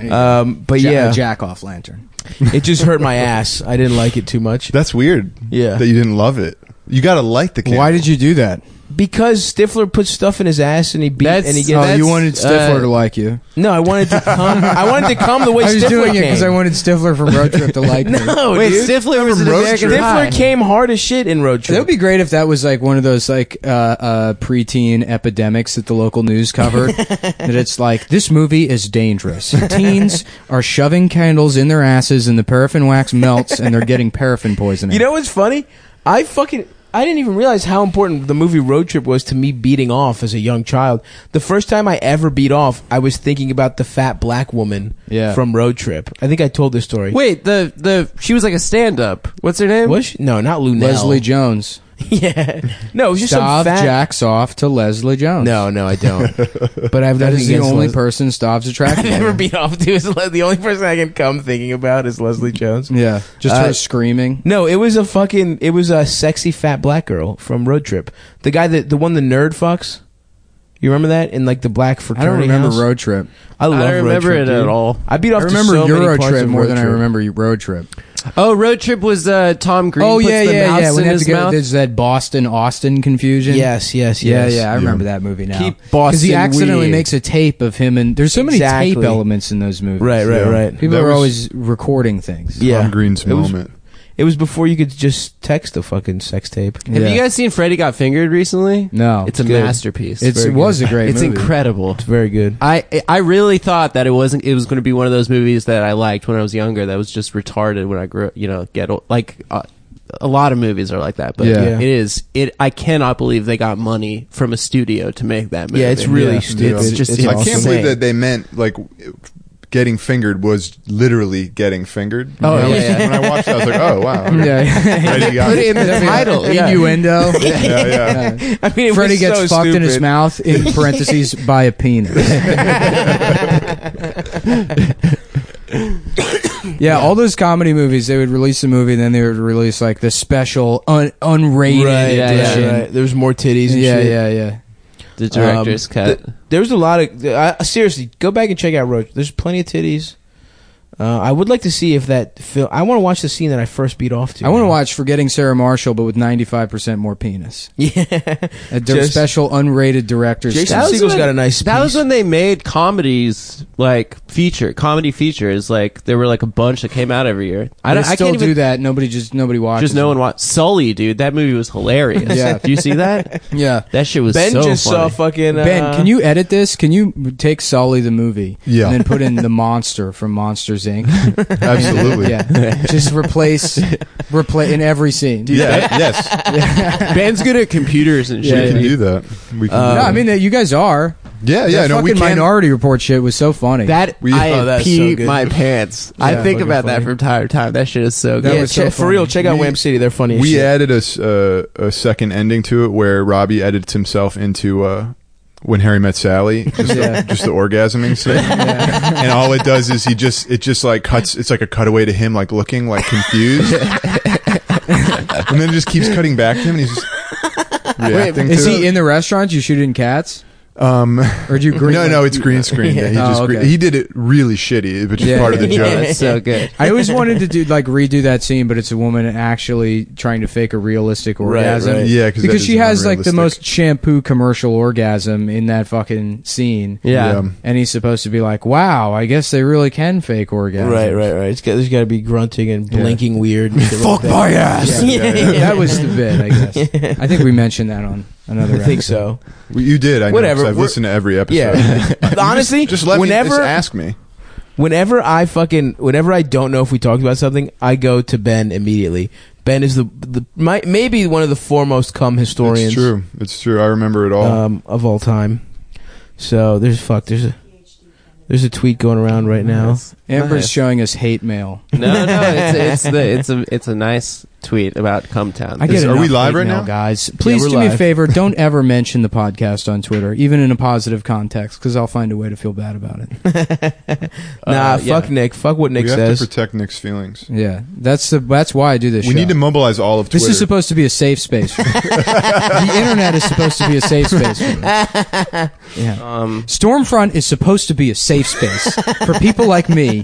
[SPEAKER 2] Um, but yeah,
[SPEAKER 1] jack off lantern.
[SPEAKER 2] it just hurt my ass. I didn't like it too much.
[SPEAKER 4] That's weird
[SPEAKER 2] Yeah,
[SPEAKER 4] that you didn't love it. You got to like the candle.
[SPEAKER 1] Why did you do that?
[SPEAKER 2] because Stifler put stuff in his ass and he beat
[SPEAKER 3] That's-
[SPEAKER 2] and he
[SPEAKER 1] oh,
[SPEAKER 2] gets.
[SPEAKER 1] you
[SPEAKER 3] that's,
[SPEAKER 1] wanted Stifler
[SPEAKER 3] uh,
[SPEAKER 1] to like you.
[SPEAKER 2] no, I
[SPEAKER 1] <laughs>
[SPEAKER 2] wanted to come. I wanted to come the way
[SPEAKER 1] I was
[SPEAKER 2] Stifler
[SPEAKER 1] doing it
[SPEAKER 2] came.
[SPEAKER 1] because I wanted Stifler from Road Trip to
[SPEAKER 2] <laughs>
[SPEAKER 1] like me.
[SPEAKER 2] no,
[SPEAKER 3] Wait,
[SPEAKER 2] dude.
[SPEAKER 3] Stifler was an
[SPEAKER 4] Road
[SPEAKER 3] American
[SPEAKER 4] Trip.
[SPEAKER 3] Pie.
[SPEAKER 2] Stifler came hard as shit in Road Trip.
[SPEAKER 1] That would be great if that was like one of those like uh, uh, preteen epidemics that the local news
[SPEAKER 2] <laughs>
[SPEAKER 1] covered. that it's like this movie is dangerous. Teens are shoving candles in their asses, and the paraffin wax melts, and they're getting paraffin poisoning.
[SPEAKER 2] You know what's funny? I fucking I didn't even realize how important the movie Road Trip was to me beating off as a young child. The first time I ever beat off, I was thinking about the fat black woman
[SPEAKER 1] Yeah.
[SPEAKER 2] from Road Trip. I think I told this story.
[SPEAKER 3] Wait, the the she was like a stand up. What's her name?
[SPEAKER 2] Was she? No, not Lunel.
[SPEAKER 1] Leslie Jones.
[SPEAKER 2] <laughs> yeah. No, it was just
[SPEAKER 1] Stav
[SPEAKER 2] some fat.
[SPEAKER 1] jacks off to Leslie Jones.
[SPEAKER 2] No, no, I don't. but I've
[SPEAKER 1] that
[SPEAKER 2] nothing
[SPEAKER 1] is the
[SPEAKER 2] against
[SPEAKER 1] only
[SPEAKER 2] Les-
[SPEAKER 1] person <laughs> Stav's attracted.
[SPEAKER 2] I
[SPEAKER 1] to.
[SPEAKER 2] never beat off <laughs> to is Le- the only person I can come thinking about is Leslie Jones.
[SPEAKER 1] Yeah, just
[SPEAKER 2] Uh,
[SPEAKER 1] her screaming.
[SPEAKER 2] No, it was a fucking it was a sexy fat black girl from Road Trip. The guy that the one the nerd fucks. You remember that in like the black
[SPEAKER 1] I
[SPEAKER 2] fraternity?
[SPEAKER 1] don't remember
[SPEAKER 2] house?
[SPEAKER 1] Road Trip.
[SPEAKER 2] I love
[SPEAKER 3] I don't remember
[SPEAKER 2] Road Trip,
[SPEAKER 3] it at
[SPEAKER 2] dude.
[SPEAKER 3] all.
[SPEAKER 2] I beat off.
[SPEAKER 1] I remember
[SPEAKER 2] to so many
[SPEAKER 1] Euro
[SPEAKER 2] parts
[SPEAKER 1] Trip
[SPEAKER 2] of
[SPEAKER 1] more
[SPEAKER 2] Road
[SPEAKER 1] than I
[SPEAKER 2] Trip.
[SPEAKER 1] remember Road Trip.
[SPEAKER 3] Oh, Road Trip was uh, Tom Green.
[SPEAKER 1] oh
[SPEAKER 3] puts
[SPEAKER 1] yeah,
[SPEAKER 3] the
[SPEAKER 1] yeah,
[SPEAKER 3] mouse
[SPEAKER 1] yeah.
[SPEAKER 3] In
[SPEAKER 1] When they have
[SPEAKER 3] his
[SPEAKER 1] to go,
[SPEAKER 3] mouth.
[SPEAKER 1] there's that Boston Austin confusion.
[SPEAKER 2] Yes, yes,
[SPEAKER 1] Yeah,
[SPEAKER 2] yes.
[SPEAKER 1] yeah, I remember that movie now.
[SPEAKER 3] Keep
[SPEAKER 1] Because he
[SPEAKER 3] Boston
[SPEAKER 1] accidentally
[SPEAKER 3] weird.
[SPEAKER 1] makes a tape of him, and there's so many tape
[SPEAKER 2] Exactly.
[SPEAKER 1] elements in those movies.
[SPEAKER 2] Right, right,
[SPEAKER 4] Yeah.
[SPEAKER 2] right.
[SPEAKER 1] People
[SPEAKER 4] That
[SPEAKER 1] are
[SPEAKER 4] was-
[SPEAKER 1] always recording things.
[SPEAKER 2] Yeah,
[SPEAKER 4] Tom Green's
[SPEAKER 2] It was-
[SPEAKER 4] moment.
[SPEAKER 2] It was, It was before you could just text the fucking sex tape.
[SPEAKER 3] Have you guys seen Freddy Got Fingered recently?
[SPEAKER 1] No,
[SPEAKER 3] It's a
[SPEAKER 2] Good.
[SPEAKER 3] masterpiece.
[SPEAKER 1] It's- it
[SPEAKER 2] very
[SPEAKER 1] was a great.
[SPEAKER 3] it's
[SPEAKER 1] movie.
[SPEAKER 3] incredible.
[SPEAKER 2] It's very good.
[SPEAKER 3] I I really thought that it wasn't it was going to be one of those movies that I liked when I was younger that was just retarded when I grew you know get old like uh, a lot of movies are like that but
[SPEAKER 1] Yeah.
[SPEAKER 2] Yeah.
[SPEAKER 3] it is it I cannot believe they got money from a studio to make that movie
[SPEAKER 2] Yeah, it's really
[SPEAKER 1] Yeah.
[SPEAKER 2] stupid.
[SPEAKER 3] It's just-
[SPEAKER 2] it's
[SPEAKER 3] it's
[SPEAKER 4] I can't
[SPEAKER 3] awesome.
[SPEAKER 4] believe that they meant like getting fingered was literally getting fingered.
[SPEAKER 3] Oh,
[SPEAKER 4] When I
[SPEAKER 3] yeah,
[SPEAKER 4] was-
[SPEAKER 3] yeah.
[SPEAKER 4] When I watched, it, I was like, oh
[SPEAKER 3] <laughs>
[SPEAKER 4] wow.
[SPEAKER 1] <laughs>
[SPEAKER 4] okay.
[SPEAKER 1] yeah.
[SPEAKER 4] <laughs> Freddy got
[SPEAKER 3] put it in the title yeah.
[SPEAKER 1] Innuendo.
[SPEAKER 4] Yeah, yeah.
[SPEAKER 2] I mean, it
[SPEAKER 1] Freddy
[SPEAKER 2] was
[SPEAKER 1] gets
[SPEAKER 2] so
[SPEAKER 1] fucked in his
[SPEAKER 2] stupid.
[SPEAKER 1] mouth in parentheses by a penis. Yeah, all those comedy movies, they would release a movie, then they would release like the special un- unrated
[SPEAKER 2] Right, yeah,
[SPEAKER 3] Yeah,
[SPEAKER 1] edition.
[SPEAKER 2] yeah, right. There was more titties. And
[SPEAKER 1] yeah,
[SPEAKER 2] shit.
[SPEAKER 1] yeah, yeah.
[SPEAKER 3] the director's
[SPEAKER 2] Um,
[SPEAKER 3] cut
[SPEAKER 2] th- there was a lot of. I, I- seriously, go back and check out Roach. There's plenty of titties. Uh, I would like to see if that film. I want to watch the scene that I first beat off to.
[SPEAKER 1] I want to watch Forgetting Sarah Marshall, but with 95% more penis.
[SPEAKER 2] <laughs> Yeah,
[SPEAKER 1] A dir-
[SPEAKER 2] Just-
[SPEAKER 1] special unrated director's
[SPEAKER 2] Jason
[SPEAKER 1] cut.
[SPEAKER 3] was
[SPEAKER 2] Siegel's
[SPEAKER 3] when-
[SPEAKER 2] got a nice.
[SPEAKER 3] that was
[SPEAKER 2] piece.
[SPEAKER 3] when they made comedies like feature comedy features like there were like a bunch that came out every year I
[SPEAKER 1] They
[SPEAKER 3] don't I
[SPEAKER 1] still
[SPEAKER 3] can't
[SPEAKER 1] do
[SPEAKER 3] even
[SPEAKER 1] that. Nobody just nobody watches.
[SPEAKER 3] just no one
[SPEAKER 1] it.
[SPEAKER 3] watched Sully dude that movie was hilarious
[SPEAKER 1] Yeah.
[SPEAKER 3] do you see that
[SPEAKER 1] Yeah.
[SPEAKER 3] that shit was
[SPEAKER 2] Ben
[SPEAKER 3] so
[SPEAKER 2] just saw
[SPEAKER 3] funny.
[SPEAKER 2] fucking. Uh,
[SPEAKER 1] Ben, can you edit this? Can you take Sully the movie
[SPEAKER 4] Yeah.
[SPEAKER 1] and then put in the monster from Monsters Inc.
[SPEAKER 4] <laughs> Absolutely. Yeah.
[SPEAKER 1] Yeah, just replace replace in every scene.
[SPEAKER 4] yes,
[SPEAKER 3] Ben's good at computers <laughs> and
[SPEAKER 1] Yeah,
[SPEAKER 4] we
[SPEAKER 3] shit.
[SPEAKER 4] can do that. We can.
[SPEAKER 3] Uh,
[SPEAKER 1] no,
[SPEAKER 4] do that. uh,
[SPEAKER 1] I mean that you guys are.
[SPEAKER 4] yeah, yeah.
[SPEAKER 1] that
[SPEAKER 4] No,
[SPEAKER 1] fucking
[SPEAKER 4] we can.
[SPEAKER 1] Minority Report shit was so funny.
[SPEAKER 3] That
[SPEAKER 2] <laughs>
[SPEAKER 4] We-
[SPEAKER 3] I
[SPEAKER 4] Oh,
[SPEAKER 2] that's
[SPEAKER 3] pee
[SPEAKER 2] so good.
[SPEAKER 3] my pants.
[SPEAKER 1] Yeah.
[SPEAKER 3] I think
[SPEAKER 1] Fucking
[SPEAKER 3] about that
[SPEAKER 1] funny.
[SPEAKER 3] from time to time. That shit is so
[SPEAKER 1] That
[SPEAKER 3] good.
[SPEAKER 2] yeah,
[SPEAKER 1] was so
[SPEAKER 2] che- for
[SPEAKER 1] funny.
[SPEAKER 2] real, check out
[SPEAKER 4] We-
[SPEAKER 2] Wham City. They're funny. as
[SPEAKER 4] we
[SPEAKER 2] shit.
[SPEAKER 4] added a, s- uh, a second ending to it where Robbie edits himself into uh, when Harry
[SPEAKER 1] <laughs>
[SPEAKER 4] met Sally, just,
[SPEAKER 1] Yeah.
[SPEAKER 4] the, just
[SPEAKER 1] <laughs>
[SPEAKER 4] the orgasming scene, and all it does is he just it just like cuts. It's like a cutaway to him like looking
[SPEAKER 1] <laughs>
[SPEAKER 4] like confused, and then it just keeps cutting back to him, and he's
[SPEAKER 1] <laughs>
[SPEAKER 4] just reacting
[SPEAKER 1] is
[SPEAKER 4] to
[SPEAKER 1] he
[SPEAKER 4] it.
[SPEAKER 1] in the restaurants? You shoot in cats, <laughs>
[SPEAKER 4] um,
[SPEAKER 1] or
[SPEAKER 4] <laughs>
[SPEAKER 1] do you green?
[SPEAKER 4] no, no, it's green screen. Yeah, he
[SPEAKER 1] Oh,
[SPEAKER 4] just
[SPEAKER 1] okay.
[SPEAKER 4] gre- he did it really shitty, which is
[SPEAKER 1] Yeah, <laughs>
[SPEAKER 4] part of the
[SPEAKER 1] yeah,
[SPEAKER 4] joke.
[SPEAKER 3] Yeah, it's
[SPEAKER 1] <laughs>
[SPEAKER 3] so good.
[SPEAKER 1] I always wanted to do like redo that scene, but it's a woman actually trying to fake a realistic orgasm.
[SPEAKER 2] right.
[SPEAKER 4] Yeah, 'cause that
[SPEAKER 1] because
[SPEAKER 4] is
[SPEAKER 1] she has like the
[SPEAKER 4] unrealistic.
[SPEAKER 1] most shampoo commercial orgasm in that fucking scene.
[SPEAKER 3] Yeah.
[SPEAKER 4] Yeah.
[SPEAKER 1] and he's supposed to be like, "Wow, I guess they really can fake orgasm."
[SPEAKER 2] Right, right, right. It's got, there's got to be grunting and
[SPEAKER 1] Yeah.
[SPEAKER 2] blinking weird. And shit like that.
[SPEAKER 4] ass.
[SPEAKER 2] <laughs>
[SPEAKER 4] Yeah, yeah, yeah.
[SPEAKER 1] that <laughs> was the bit, I guess. I think we mentioned that on another.
[SPEAKER 2] I think
[SPEAKER 1] episode.
[SPEAKER 2] <laughs> so.
[SPEAKER 4] You did. I know,
[SPEAKER 2] Whatever,
[SPEAKER 4] 'cause I've
[SPEAKER 2] we're-
[SPEAKER 4] listened to every
[SPEAKER 2] <laughs>
[SPEAKER 4] episode.
[SPEAKER 2] Yeah. Honestly,
[SPEAKER 4] <laughs> Just let
[SPEAKER 2] whenever
[SPEAKER 4] me just ask me.
[SPEAKER 2] Whenever I fucking whenever I don't know if we talked about something, I go to Ben immediately. Ben is the the my, maybe one of the foremost cum historians
[SPEAKER 4] It's true. It's true. I remember it all.
[SPEAKER 1] Uh,
[SPEAKER 2] um of all time. So there's fuck there's a there's a tweet going around
[SPEAKER 1] <laughs>
[SPEAKER 2] right now. <laughs>
[SPEAKER 1] Amber's
[SPEAKER 3] Nice.
[SPEAKER 1] showing us hate mail.
[SPEAKER 3] No, no, it's, it's the it's a it's a nice tweet about Cumtown.
[SPEAKER 1] I get
[SPEAKER 4] Is- are
[SPEAKER 1] enough
[SPEAKER 4] we live
[SPEAKER 1] hate
[SPEAKER 4] right
[SPEAKER 1] mail,
[SPEAKER 4] now?
[SPEAKER 1] guys? Please
[SPEAKER 2] we're
[SPEAKER 1] do me a
[SPEAKER 2] live.
[SPEAKER 1] favor.
[SPEAKER 4] <laughs>
[SPEAKER 1] Don't ever mention the podcast on Twitter, even in a positive context, because I'll find a way to feel bad about it.
[SPEAKER 2] Nah,
[SPEAKER 3] Uh, yeah.
[SPEAKER 2] fuck Nick. Fuck what Nick
[SPEAKER 4] we have
[SPEAKER 2] says.
[SPEAKER 4] to protect Nick's feelings.
[SPEAKER 1] Yeah, that's the that's why I do this.
[SPEAKER 4] We
[SPEAKER 1] show.
[SPEAKER 4] need to mobilize all of Twitter.
[SPEAKER 1] This is supposed to be a safe space.
[SPEAKER 4] <laughs>
[SPEAKER 1] For the internet is supposed to be a safe space. For me.
[SPEAKER 4] <laughs>
[SPEAKER 1] Yeah.
[SPEAKER 3] Um,
[SPEAKER 1] Stormfront is supposed to be a safe space for people like me.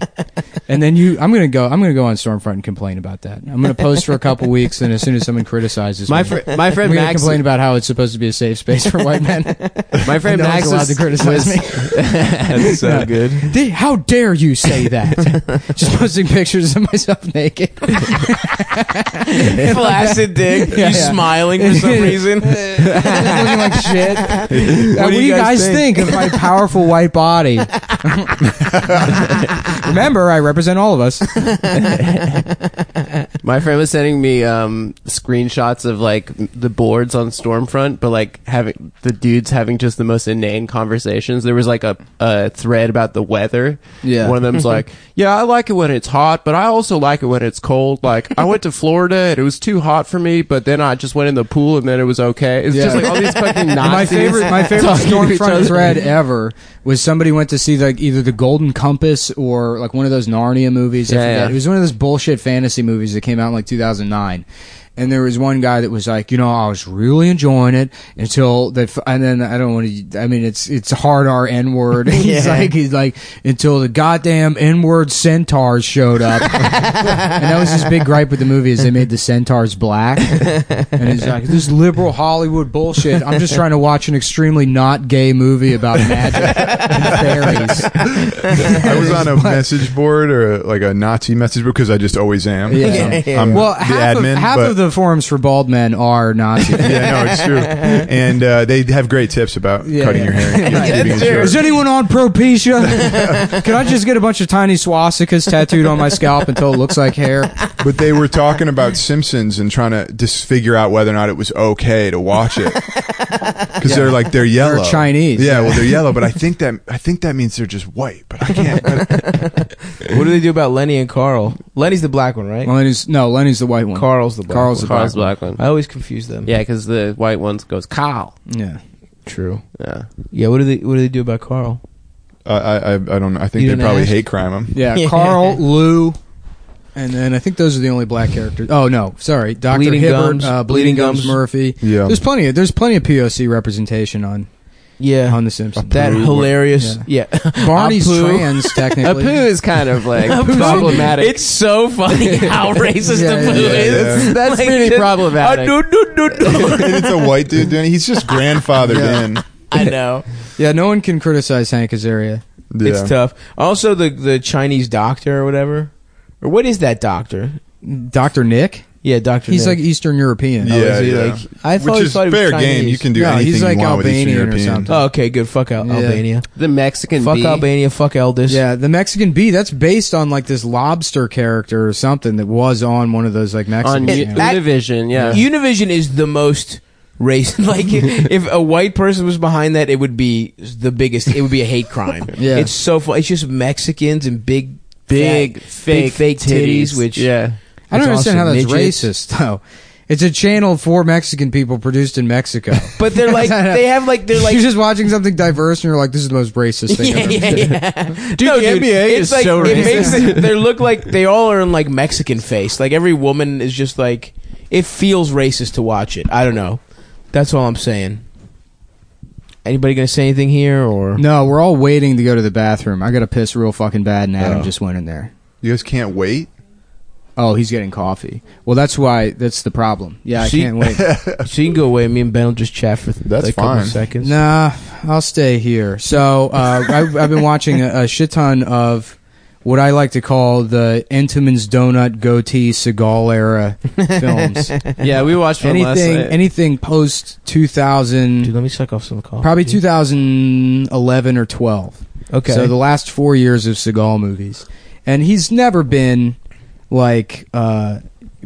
[SPEAKER 1] And then you, I'm gonna go. I'm gonna go on Stormfront and complain about that. I'm gonna post for a couple weeks, and as soon as someone criticizes
[SPEAKER 3] my
[SPEAKER 1] me,
[SPEAKER 3] fr- <laughs> my
[SPEAKER 1] I'm <laughs>
[SPEAKER 3] friend
[SPEAKER 1] gonna
[SPEAKER 3] Max,
[SPEAKER 1] complain about how it's supposed to be a safe space for white men.
[SPEAKER 3] my friend
[SPEAKER 1] no one's
[SPEAKER 3] Max
[SPEAKER 1] allowed
[SPEAKER 3] was,
[SPEAKER 1] to criticize
[SPEAKER 3] was-
[SPEAKER 1] me.
[SPEAKER 2] That's
[SPEAKER 3] <laughs>
[SPEAKER 2] so good.
[SPEAKER 1] They- how dare you say that? Just posting pictures of myself naked. <laughs>
[SPEAKER 2] <laughs> Flaccid dick.
[SPEAKER 1] Yeah,
[SPEAKER 2] you
[SPEAKER 1] yeah.
[SPEAKER 2] smiling for some reason.
[SPEAKER 1] <laughs> looking like shit.
[SPEAKER 2] <laughs>
[SPEAKER 1] Now, what do you guys, think? of my powerful white <laughs> body? Remember, I represent all of us.
[SPEAKER 3] My friend was sending me um, screenshots of like the boards on Stormfront, but like having the dudes having just the most inane conversations. There was like a, a thread about the weather.
[SPEAKER 1] Yeah.
[SPEAKER 3] One of them's like, "Yeah, I like it when it's hot, but I also like it when it's cold. Like I went to Florida and it was too hot for me, but then I just went in the pool and then it was okay. It's
[SPEAKER 1] Yeah.
[SPEAKER 3] just like all
[SPEAKER 1] <laughs>
[SPEAKER 3] these fucking Nazis.
[SPEAKER 1] my favorite, my favorite
[SPEAKER 3] talking to each other.
[SPEAKER 1] Stormfront thread ever was somebody went to see like either the Golden Compass or like one of those Narnia movies. I
[SPEAKER 3] Yeah,
[SPEAKER 1] forget.
[SPEAKER 3] yeah.
[SPEAKER 1] It was one of those bullshit fantasy movies that came out in like 2009. and there was one guy that was like, you know, I was really enjoying it until they, f- and then I don't want to. I mean, it's it's hard R N word. <laughs> he's
[SPEAKER 3] Yeah.
[SPEAKER 1] like he's like until the goddamn N word centaurs showed
[SPEAKER 3] <laughs>
[SPEAKER 1] up, and that was his big gripe with the movie is they made the centaurs
[SPEAKER 3] <laughs>
[SPEAKER 1] black, and he's like this liberal Hollywood bullshit. I'm just trying to watch an extremely not gay movie about magic and
[SPEAKER 4] <laughs>
[SPEAKER 1] fairies.
[SPEAKER 4] I was on a message board or a, like a Nazi message board because I just always am.
[SPEAKER 1] Yeah.
[SPEAKER 4] So I'm
[SPEAKER 1] well,
[SPEAKER 4] the
[SPEAKER 1] half,
[SPEAKER 4] admin.
[SPEAKER 1] of, half
[SPEAKER 4] but
[SPEAKER 1] of the forums for bald men are
[SPEAKER 4] <laughs>
[SPEAKER 1] Nazis.
[SPEAKER 4] yeah, no,
[SPEAKER 1] <laughs>
[SPEAKER 4] it's true. And uh, they have great tips about
[SPEAKER 1] Yeah,
[SPEAKER 4] cutting
[SPEAKER 1] yeah.
[SPEAKER 4] your
[SPEAKER 1] <laughs>
[SPEAKER 4] hair. And
[SPEAKER 1] Right.
[SPEAKER 4] keeping it
[SPEAKER 3] Sure.
[SPEAKER 4] short.
[SPEAKER 1] Is anyone on Propecia? <laughs> Can I just get a bunch of tiny swastikas tattooed on my scalp until it looks like hair?
[SPEAKER 4] But they were talking about Simpsons and trying to just figure out whether or not it was okay to
[SPEAKER 1] <laughs>
[SPEAKER 4] watch it because they're like they're yellow,
[SPEAKER 1] Chinese. <laughs>
[SPEAKER 4] Yeah, well, they're yellow, but I think that I think that means they're just white. But I can't.
[SPEAKER 2] What do they do about Lenny and Carl? Lenny's the black one, right?
[SPEAKER 1] Lenny's no, Lenny's the white one.
[SPEAKER 2] Carl's the black
[SPEAKER 1] Carl's
[SPEAKER 2] one.
[SPEAKER 1] the
[SPEAKER 3] Carl's
[SPEAKER 1] black
[SPEAKER 3] black one.
[SPEAKER 2] I always confuse them.
[SPEAKER 3] Yeah, because the white ones goes Kyle.
[SPEAKER 1] Yeah.
[SPEAKER 2] true.
[SPEAKER 3] Yeah.
[SPEAKER 2] Yeah, what do they what do they do about Carl?
[SPEAKER 4] Uh, I, I I don't. know. I think
[SPEAKER 2] You
[SPEAKER 4] they
[SPEAKER 2] didn't
[SPEAKER 4] probably
[SPEAKER 2] ask?
[SPEAKER 4] hate crime him.
[SPEAKER 1] yeah,
[SPEAKER 2] Yeah.
[SPEAKER 1] Carl, Lou, and then I think those are the only black characters. Oh no, sorry, Doctor
[SPEAKER 2] Bleeding
[SPEAKER 1] Hibbert,
[SPEAKER 2] Gums.
[SPEAKER 1] uh, Bleeding
[SPEAKER 2] Bleeding
[SPEAKER 1] Gums,
[SPEAKER 2] Gums.
[SPEAKER 1] Murphy.
[SPEAKER 4] Yeah.
[SPEAKER 1] There's plenty. Of, there's plenty of POC representation on
[SPEAKER 2] Yeah,
[SPEAKER 1] on The Simpsons.
[SPEAKER 2] that
[SPEAKER 4] Pooh.
[SPEAKER 2] hilarious. Yeah,
[SPEAKER 1] Barney's
[SPEAKER 2] Apu. <laughs>
[SPEAKER 1] trans
[SPEAKER 3] A poo
[SPEAKER 1] technically.
[SPEAKER 3] is kind of like
[SPEAKER 2] Pooh.
[SPEAKER 3] problematic.
[SPEAKER 2] It's so funny how racist
[SPEAKER 1] Yeah,
[SPEAKER 2] the
[SPEAKER 1] yeah,
[SPEAKER 2] poo
[SPEAKER 1] yeah,
[SPEAKER 2] is.
[SPEAKER 4] yeah.
[SPEAKER 3] That's- that's
[SPEAKER 2] <laughs> Like,
[SPEAKER 3] pretty
[SPEAKER 2] just,
[SPEAKER 3] problematic.
[SPEAKER 2] "Ah, no, no,
[SPEAKER 4] <laughs>
[SPEAKER 2] no, no."
[SPEAKER 4] and <laughs> it's a white dude doing it. He's just grandfathered
[SPEAKER 1] Yeah.
[SPEAKER 4] in.
[SPEAKER 2] I know
[SPEAKER 1] yeah, no one can criticize Hank Azaria.
[SPEAKER 4] Yeah.
[SPEAKER 2] it's tough. Also, the the Chinese doctor or whatever, or what is that doctor?
[SPEAKER 1] Doctor Nick.
[SPEAKER 2] Yeah, doctor.
[SPEAKER 1] He's like Eastern European.
[SPEAKER 4] Yeah,
[SPEAKER 2] Oh, is he,
[SPEAKER 4] yeah.
[SPEAKER 2] like- I thought
[SPEAKER 4] Which
[SPEAKER 2] he
[SPEAKER 4] is
[SPEAKER 2] thought he was
[SPEAKER 4] fair
[SPEAKER 2] Chinese.
[SPEAKER 4] game. You can do
[SPEAKER 1] No,
[SPEAKER 4] anything
[SPEAKER 1] he's like
[SPEAKER 4] you want
[SPEAKER 1] Albanian or
[SPEAKER 4] with Eastern
[SPEAKER 1] something.
[SPEAKER 4] European.
[SPEAKER 2] Oh, okay, good. Fuck Al-
[SPEAKER 1] Yeah.
[SPEAKER 2] Albania.
[SPEAKER 3] the Mexican
[SPEAKER 2] Fuck
[SPEAKER 3] bee.
[SPEAKER 2] Albania. Fuck Eldis.
[SPEAKER 1] Yeah, the Mexican bee. That's based on like this lobster character or something that was on one of those like
[SPEAKER 3] on
[SPEAKER 1] Mexican.
[SPEAKER 3] U-
[SPEAKER 1] channels.
[SPEAKER 2] that-
[SPEAKER 3] Univision. Yeah.
[SPEAKER 2] Univision is the most racist. <laughs> like if a white person was behind that, it would be the biggest. It would be a hate
[SPEAKER 3] <laughs>
[SPEAKER 2] crime.
[SPEAKER 1] Yeah.
[SPEAKER 2] it's so fu- It's just Mexicans and big,
[SPEAKER 3] big
[SPEAKER 2] fat-
[SPEAKER 3] fake
[SPEAKER 2] fake titties,
[SPEAKER 1] <laughs>
[SPEAKER 2] Which
[SPEAKER 3] yeah.
[SPEAKER 1] I don't
[SPEAKER 2] it's
[SPEAKER 1] understand how
[SPEAKER 2] awesome.
[SPEAKER 1] that's
[SPEAKER 2] Midgets.
[SPEAKER 1] racist though. It's a channel for Mexican people produced in Mexico.
[SPEAKER 2] But they're
[SPEAKER 3] <laughs>
[SPEAKER 2] like they have like <laughs> they're like
[SPEAKER 1] you're just watching something diverse, and you're like, "This is the most racist thing."
[SPEAKER 2] <laughs> yeah,
[SPEAKER 1] I've ever
[SPEAKER 2] yeah,
[SPEAKER 1] seen.
[SPEAKER 2] yeah.
[SPEAKER 3] <laughs> Dude, the NBA
[SPEAKER 2] it's
[SPEAKER 3] is
[SPEAKER 2] like,
[SPEAKER 3] so
[SPEAKER 2] It
[SPEAKER 3] racist.
[SPEAKER 2] makes it, they look
[SPEAKER 3] <laughs>
[SPEAKER 2] like they all are in like Mexican face. Like every woman is just like it feels racist to watch it. I don't know. That's all I'm saying. Anybody gonna say anything here or
[SPEAKER 1] No, we're all waiting to go to the bathroom. I got to piss real fucking bad, and Adam
[SPEAKER 2] Oh.
[SPEAKER 1] just went in there.
[SPEAKER 4] You guys can't wait.
[SPEAKER 1] Oh, he's getting coffee. Well, that's why. That's the problem. Yeah, I
[SPEAKER 2] See-
[SPEAKER 1] can't wait.
[SPEAKER 2] So you can go away. Me and Ben will just chat for
[SPEAKER 4] That's
[SPEAKER 2] like, a couple
[SPEAKER 4] fine.
[SPEAKER 2] seconds.
[SPEAKER 1] Nah, I'll stay here. So uh, I've, I've been watching a, a shit ton of what I like to call the Entenmann's donut goatee Seagal era films.
[SPEAKER 3] Yeah, we watched one last
[SPEAKER 1] anything,
[SPEAKER 3] night.
[SPEAKER 1] anything post two
[SPEAKER 2] Dude,
[SPEAKER 1] thousand,
[SPEAKER 2] let me suck off some coffee.
[SPEAKER 1] probably two
[SPEAKER 2] dude.
[SPEAKER 1] thousand eleven or twelve.
[SPEAKER 2] Okay.
[SPEAKER 1] So the last four years of Seagal movies, and he's never been like uh,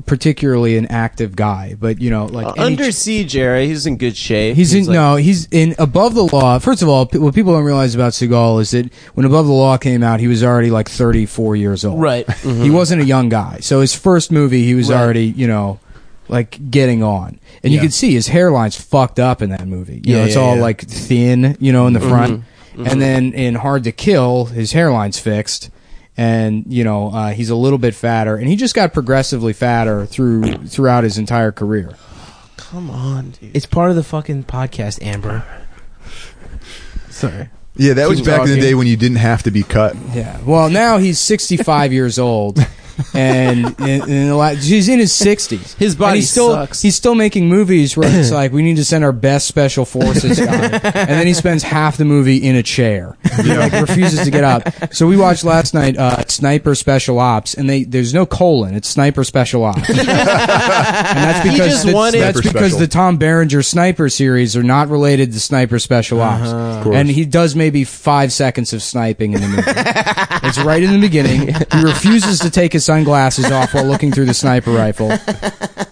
[SPEAKER 1] particularly an active guy, but you know, like
[SPEAKER 3] Uh,
[SPEAKER 1] any
[SPEAKER 3] under siege, Jerry. He's in good shape.
[SPEAKER 1] He's, in
[SPEAKER 3] like-
[SPEAKER 1] no, he's in above the law. First of all, pe- what people don't realize about Seagal is that when Above the Law came out, he was already like 34 years old. <laughs>
[SPEAKER 2] right.
[SPEAKER 1] He wasn't a young guy. So his first movie, he was
[SPEAKER 2] Right.
[SPEAKER 1] already, you know, like getting on. And
[SPEAKER 2] Yeah.
[SPEAKER 1] you can see his hairline's fucked up in that movie. You
[SPEAKER 2] Yeah,
[SPEAKER 1] know, it's
[SPEAKER 2] yeah, Mm-hmm.
[SPEAKER 1] all
[SPEAKER 2] yeah.
[SPEAKER 1] like thin, you know, in the front. And then in Hard to Kill, his hairline's fixed. And you know uh, he's a little bit fatter, and he just got progressively fatter through throughout his entire career.
[SPEAKER 3] Come on, dude.
[SPEAKER 2] It's part of the fucking podcast, Amber. Sorry.
[SPEAKER 4] Yeah, that was
[SPEAKER 2] Keep
[SPEAKER 4] back in
[SPEAKER 2] talking.
[SPEAKER 4] the day when you didn't have to be cut.
[SPEAKER 1] Yeah. Well, now he's
[SPEAKER 3] <laughs>
[SPEAKER 1] 65 years old, and in, in the la- he's in his 60s.
[SPEAKER 3] His
[SPEAKER 1] and
[SPEAKER 3] body
[SPEAKER 1] he's still
[SPEAKER 3] sucks.
[SPEAKER 1] he's still making movies where
[SPEAKER 3] <clears throat>
[SPEAKER 1] it's like we need to send our best special forces guy, and then he spends half the movie in a chair, you know, like, refuses to get up. So we watched last night uh, Sniper Special Ops, and they there's no colon. It's Sniper Special
[SPEAKER 3] <laughs>
[SPEAKER 1] Ops, and that's because
[SPEAKER 3] just
[SPEAKER 1] that's,
[SPEAKER 3] wanted-
[SPEAKER 1] that's
[SPEAKER 4] Sniper
[SPEAKER 1] because
[SPEAKER 4] Special.
[SPEAKER 1] the Tom Berenger Sniper series are not related to Sniper Special Ops,
[SPEAKER 4] course.
[SPEAKER 1] and he does maybe five seconds of sniping in the movie. <laughs> It's right in the beginning. He refuses to take his sunglasses off while looking through the sniper rifle.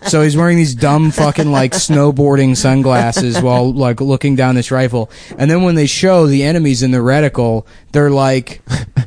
[SPEAKER 1] So he's wearing these dumb fucking like snowboarding sunglasses while like looking down this rifle. And then when they show the enemies in the reticle, they're like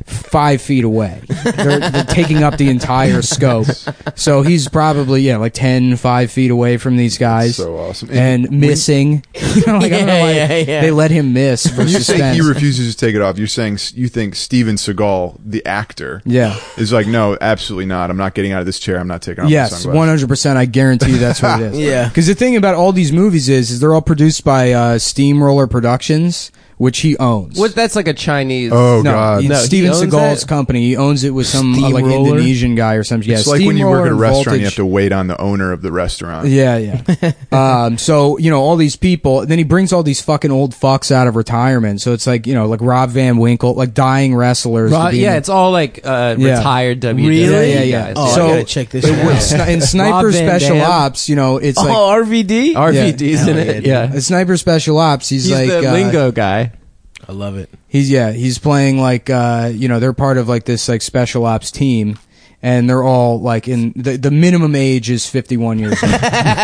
[SPEAKER 1] five feet away. They're, they're taking up the entire scope. So he's probably yeah like 10, 5 feet away from these guys.
[SPEAKER 4] so awesome.
[SPEAKER 1] and missing. <laughs> You know, like, I don't know
[SPEAKER 2] Yeah,
[SPEAKER 1] why
[SPEAKER 2] yeah, yeah.
[SPEAKER 1] they let him miss for
[SPEAKER 4] when <laughs> you say
[SPEAKER 1] suspense.
[SPEAKER 4] he refuses to take it off, you're saying s- you think Steven Seagal, the actor,
[SPEAKER 1] yeah.
[SPEAKER 4] is like, no, absolutely not. I'm not getting out of this chair. I'm not taking off. my
[SPEAKER 1] Yes,
[SPEAKER 4] sunglasses."
[SPEAKER 1] one hundred percent. I guarantee you that's what
[SPEAKER 3] <laughs>
[SPEAKER 1] it is.
[SPEAKER 2] Yeah.
[SPEAKER 1] Because the thing about all these movies is, is they're all produced by uh, Steamroller Productions, which he owns.
[SPEAKER 3] What? That's like a Chinese.
[SPEAKER 4] Oh
[SPEAKER 1] no,
[SPEAKER 4] god.
[SPEAKER 1] it's
[SPEAKER 3] No, he
[SPEAKER 1] Steven
[SPEAKER 3] owns
[SPEAKER 1] Seagal's
[SPEAKER 3] that?
[SPEAKER 1] company. He owns it with some uh, like
[SPEAKER 2] Steamroller?
[SPEAKER 1] Indonesian guy or something. Yeah,
[SPEAKER 4] it's like when you work
[SPEAKER 1] Steamroller
[SPEAKER 4] at a
[SPEAKER 1] and
[SPEAKER 4] restaurant, you
[SPEAKER 1] Voltage.
[SPEAKER 4] have to wait on the owner of the restaurant.
[SPEAKER 1] Yeah, yeah.
[SPEAKER 3] <laughs>
[SPEAKER 1] um, so you know all these people. Then he brings all these fucking old fucks out of retirement. So it's like you know like Rob Van Winkle, like dying wrestlers. to
[SPEAKER 3] Ro-
[SPEAKER 1] being-
[SPEAKER 3] yeah, it's all like uh,
[SPEAKER 1] Yeah.
[SPEAKER 3] retired WWE.
[SPEAKER 1] Really? Yeah, yeah, yeah.
[SPEAKER 3] guys.
[SPEAKER 2] Oh,
[SPEAKER 1] So-
[SPEAKER 2] I gotta check this.
[SPEAKER 1] It was-
[SPEAKER 2] out.
[SPEAKER 3] <laughs>
[SPEAKER 1] in sniper
[SPEAKER 3] Rob Van
[SPEAKER 1] special
[SPEAKER 3] Dam.
[SPEAKER 1] ops, you know, it's like
[SPEAKER 2] oh, RVD.
[SPEAKER 3] RVD's in it. Yeah,
[SPEAKER 1] in sniper special ops. He's,
[SPEAKER 3] he's
[SPEAKER 1] like
[SPEAKER 3] the
[SPEAKER 1] uh,
[SPEAKER 3] lingo guy.
[SPEAKER 2] I love it.
[SPEAKER 1] He's yeah, he's playing like uh, you know, they're part of like this like special ops team and they're all like in the, the minimum age is 51 years
[SPEAKER 3] <laughs>
[SPEAKER 1] old.